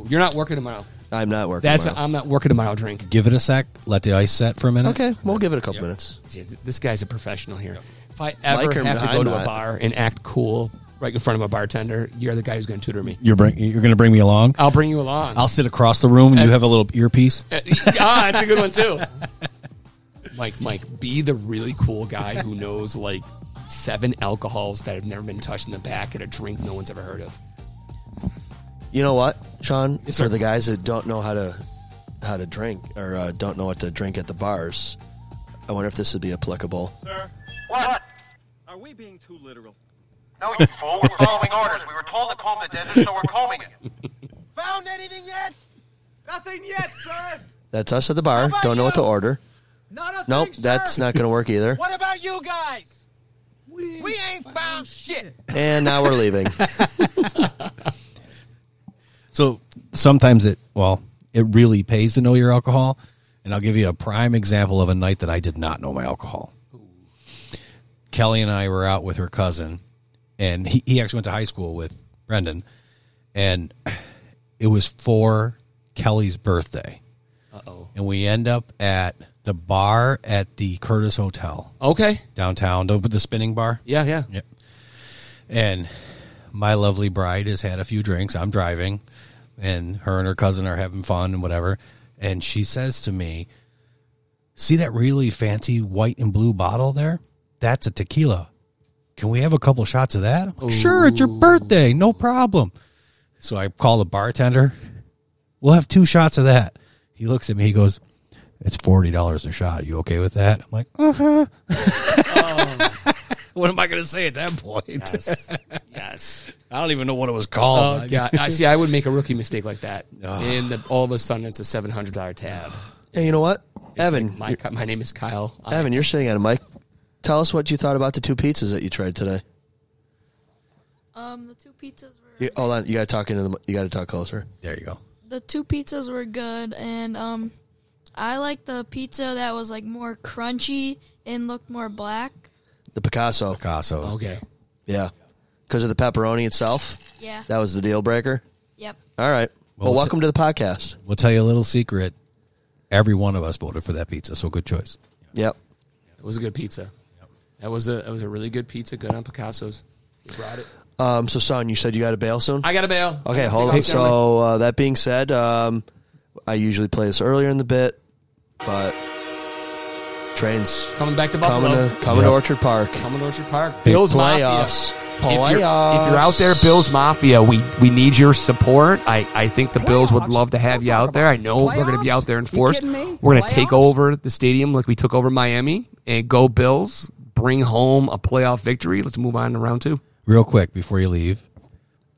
Speaker 9: You're not working tomorrow.
Speaker 3: I'm not working.
Speaker 9: That's
Speaker 3: tomorrow.
Speaker 9: I'm not working tomorrow. Drink.
Speaker 4: Give it a sec. Let the ice set for a uh, minute.
Speaker 3: Okay, we'll give it a couple minutes.
Speaker 9: This guy's a professional here. If I ever
Speaker 3: Like or
Speaker 9: have to go
Speaker 3: I'm
Speaker 9: to
Speaker 3: not.
Speaker 9: a bar and act cool right in front of a bartender, you're the guy who's going to tutor me.
Speaker 4: You're bring, you're going to bring me along.
Speaker 9: I'll bring you along.
Speaker 4: I'll sit across the room, and you
Speaker 9: Uh,
Speaker 4: have a little earpiece.
Speaker 9: Uh, ah, that's a good one too. <laughs> Mike, Mike, be the really cool guy who knows like seven alcohols that have never been touched in the back at a drink no one's ever heard of.
Speaker 3: You know what, Sean? For the guys that don't know how to how to drink or uh, don't know what to drink at the bars, I wonder if this would be applicable.
Speaker 21: Sir? What? Are we being too literal? No, you fool. We're following orders. We were told to comb the desert, so we're combing it.
Speaker 1: <laughs> Found anything yet? Nothing yet, sir.
Speaker 3: That's us at the bar. Don't know what to order.
Speaker 1: Not a
Speaker 3: nope,
Speaker 1: thing, sir.
Speaker 3: that's not going to work either.
Speaker 1: What about you guys? We, ain't found shit.
Speaker 3: And now we're leaving.
Speaker 4: So sometimes it, well, it really pays to know your alcohol. And I'll give you a prime example of a night that I did not know my alcohol. Kelly and I were out with her cousin, and he, he actually went to high school with Brendan. And it was for Kelly's birthday.
Speaker 9: Uh-oh.
Speaker 4: And we end up at the bar at the Curtis Hotel.
Speaker 9: Okay.
Speaker 4: Downtown, the, the spinning bar.
Speaker 9: Yeah, yeah.
Speaker 4: Yep. And my lovely bride has had a few drinks. I'm driving, and her and her cousin are having fun and whatever. And she says to me, See that really fancy white and blue bottle there? That's a tequila. Can we have a couple shots of that? I'm like, sure, it's your birthday. No problem. So I call the bartender. We'll have two shots of that. He looks at me. He goes, It's $40 a shot. You okay with that? I'm like, Uh-huh. what am I going to say at that point?
Speaker 9: Yes. yes.
Speaker 4: I don't even know what it was
Speaker 9: Oh,
Speaker 8: Uh,
Speaker 4: called.
Speaker 9: God. I see. I would make a rookie mistake like that,
Speaker 4: Ah.
Speaker 9: and the, all of a sudden it's a seven hundred dollar tab.
Speaker 3: Hey, you know what?
Speaker 9: Evan, my, my name is Kyle.
Speaker 3: Evan, you're sitting at a mic. Tell us what you thought about the two pizzas that you tried today.
Speaker 22: Um, the two pizzas were
Speaker 3: You, hold on, you got to talk into the. mi- You got to talk closer.
Speaker 4: There you go.
Speaker 22: the two pizzas were good, and um, I like the pizza that was like more crunchy and looked more black.
Speaker 3: The Picasso.
Speaker 4: Picasso.
Speaker 9: Okay.
Speaker 3: Yeah, because of the pepperoni itself.
Speaker 22: Yeah.
Speaker 3: That was the deal breaker.
Speaker 22: Yep.
Speaker 3: All right. Well,
Speaker 4: Well, it's-
Speaker 3: welcome to the podcast.
Speaker 4: We'll tell you a little secret. Every one of us voted for that pizza, so good choice.
Speaker 3: Yep.
Speaker 9: It was a good pizza. That was a that was a really good pizza. Good on Picasso's. You brought it.
Speaker 3: Um, so, son, you said you got to bail soon.
Speaker 23: I gotta bail. I
Speaker 3: Okay,
Speaker 23: gotta
Speaker 3: hold
Speaker 23: take
Speaker 3: on.
Speaker 23: off Saturday.
Speaker 3: So uh, that being said, um, I usually play this earlier in the bit, but trains
Speaker 23: Coming back to Buffalo.
Speaker 3: coming to, coming to
Speaker 23: Yep.
Speaker 3: Orchard Park.
Speaker 23: Coming to Orchard Park.
Speaker 3: Big
Speaker 9: Bills Mafia.
Speaker 3: playoffs.
Speaker 9: If you're, if you're out
Speaker 3: Playoffs.
Speaker 9: there, Bills Mafia, we, we need your support. I, I think the Bills would love to have you out there. I know we're going to be out there in force. We're going to take over the stadium like we took over Miami and go Bills. Bring home a playoff victory. Let's move on to round two.
Speaker 4: real quick before you leave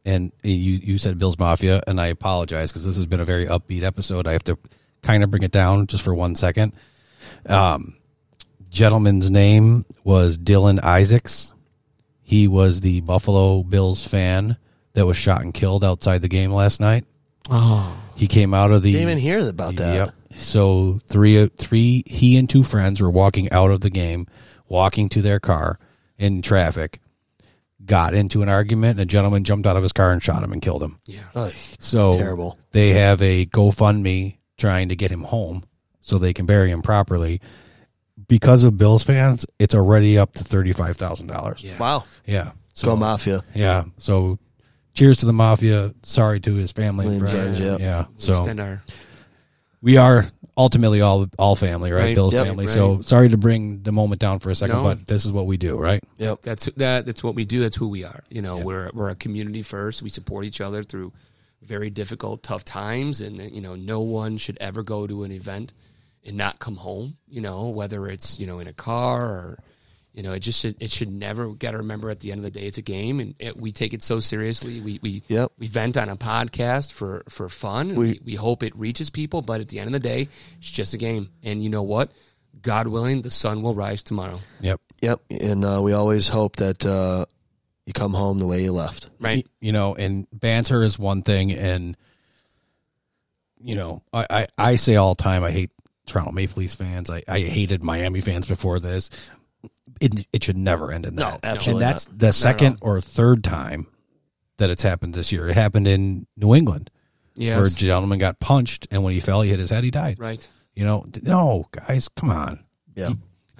Speaker 4: and you you said bill's mafia and i apologize because this has been a very upbeat episode i have to kind of bring it down just for one second um gentleman's name was dylan isaacs he was the buffalo bills fan that was shot and killed outside the game last night
Speaker 9: Oh.
Speaker 4: he came out of the
Speaker 3: Didn't even hear about that.
Speaker 4: Yep. So three, three, he and two friends were walking out of the game, walking to their car in traffic, got into an argument, and a gentleman jumped out of his car and shot him and killed him.
Speaker 3: Yeah. Ugh.
Speaker 4: So
Speaker 3: Terrible.
Speaker 4: They have a GoFundMe trying to get him home so they can bury him properly. Because of Bills fans, it's already up to thirty five thousand dollars.
Speaker 3: Wow.
Speaker 4: Yeah.
Speaker 3: So, Go Mafia.
Speaker 4: Yeah. So cheers to the mafia. Sorry to his family and
Speaker 3: William
Speaker 4: friends.
Speaker 3: James, yep.
Speaker 4: Yeah.
Speaker 3: We
Speaker 4: So
Speaker 3: extend
Speaker 9: our-
Speaker 4: we are ultimately all all family, right?
Speaker 9: Right.
Speaker 4: Bill's
Speaker 9: Yep.
Speaker 4: family.
Speaker 9: Right.
Speaker 4: So sorry to bring the moment down for a second,
Speaker 9: No.
Speaker 4: but this is what we do, right?
Speaker 3: Yep.
Speaker 9: That's that. That's what we do. That's who we are. You know, we're we're a community first. We support each other through very difficult, tough times, and you know, no one should ever go to an event and not come home. You know, whether it's you know in a car or you know, it just should, it should never. Got to remember at the end of the day, it's a game, and it, we take it so seriously. We we
Speaker 3: Yep.
Speaker 9: we vent on a podcast for for fun. and
Speaker 3: We-
Speaker 9: we we hope it reaches people, but at the end of the day, it's just a game, and you know what. God willing, the sun will rise tomorrow.
Speaker 4: Yep.
Speaker 3: Yep. And uh, we always hope that uh, you come home the way you left.
Speaker 9: Right.
Speaker 4: You know, and banter is one thing, and you know, I, I, I say all the time I hate Toronto Maple Leafs fans. I, I hated Miami fans before this. It it should never end in
Speaker 3: No,
Speaker 4: that.
Speaker 3: absolutely
Speaker 4: And that's
Speaker 3: not. Not
Speaker 4: the
Speaker 3: at
Speaker 4: second or third time that it's happened this year. It happened in New England.
Speaker 9: Yes.
Speaker 4: Where a gentleman got punched and when he fell he hit his head, he died.
Speaker 9: Right.
Speaker 4: You know, d- no, guys, come on.
Speaker 3: Yeah.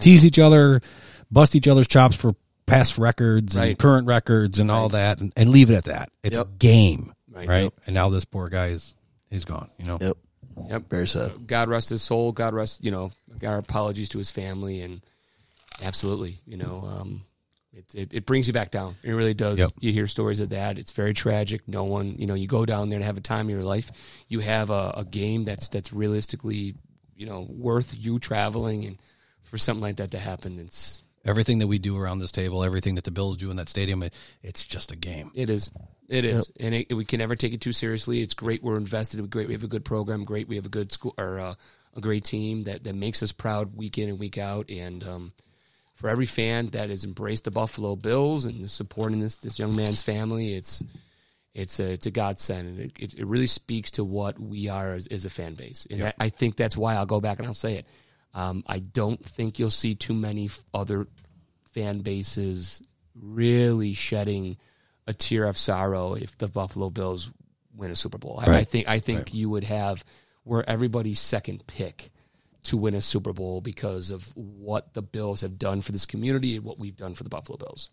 Speaker 4: Tease each other, bust each other's chops for past records and
Speaker 9: Right.
Speaker 4: current records and all that and, and leave it at that. It's a
Speaker 9: Yep.
Speaker 4: game. Right.
Speaker 9: Right.
Speaker 4: And now this poor guy is he's gone, you know.
Speaker 3: Yep.
Speaker 9: Yep.
Speaker 3: Very sad.
Speaker 9: God rest his soul. God rest, you know, our apologies to his family and absolutely, you know, um, it, it, it brings you back down. It really does.
Speaker 4: Yep.
Speaker 9: You hear stories of that. It's very tragic. No one, you know, you go down there and have a time of your life. You have a, a game that's that's realistically, you know, worth you traveling and for something like that to happen, it's
Speaker 4: Everything that we do around this table, everything that the Bills do in that stadium, it, it's just a game.
Speaker 9: It is. It is, and it, we can never take it too seriously. It's great. We're invested. We're great. We have a good program. Great. We have a good school or uh, a great team that that makes us proud week in and week out. And um, for every fan that has embraced the Buffalo Bills and is supporting this this young man's family, it's it's a it's a godsend, and it, it, it really speaks to what we are as, as a fan base. And
Speaker 4: Yep.
Speaker 9: I, I think that's why I'll go back and I'll say it. Um, I don't think you'll see too many f- other fan bases really shedding a tear of sorrow if the Buffalo Bills win a Super Bowl. I, I
Speaker 4: Right.
Speaker 9: think I think
Speaker 4: Right.
Speaker 9: you would have where everybody's second pick to win a Super Bowl because of what the Bills have done for this community and what we've done for the Buffalo Bills.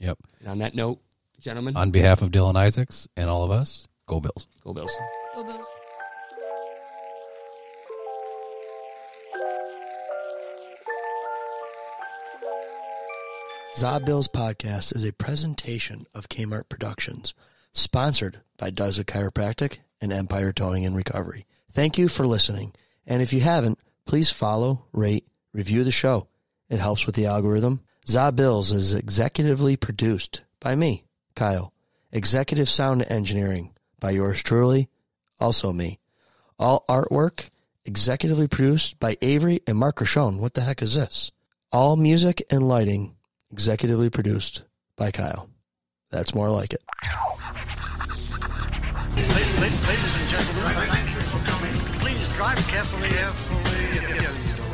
Speaker 4: Yep.
Speaker 9: And on that note, gentlemen,
Speaker 4: On behalf of Dylan Isaacs and all of us, go Bills.
Speaker 9: go Bills.
Speaker 24: Go Bills.
Speaker 3: Zobbills Podcast is a presentation of Kmart Productions, sponsored by Doza Chiropractic and Empire Towing and Recovery. Thank you for listening. And if you haven't, please follow, rate, review the show. It helps with the algorithm. Zobbills is executively produced by me, Kyle. Executive sound engineering by yours truly, also me. All artwork executively produced by Avery and Mark Rochon. What the heck is this? All music and lighting executively produced by Kyle. That's more like it.
Speaker 10: Ladies and gentlemen, thank you for coming. Please drive carefully, carefully, and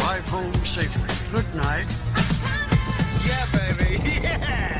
Speaker 10: arrive home safely. Good night. Yeah, baby. <laughs> Yeah.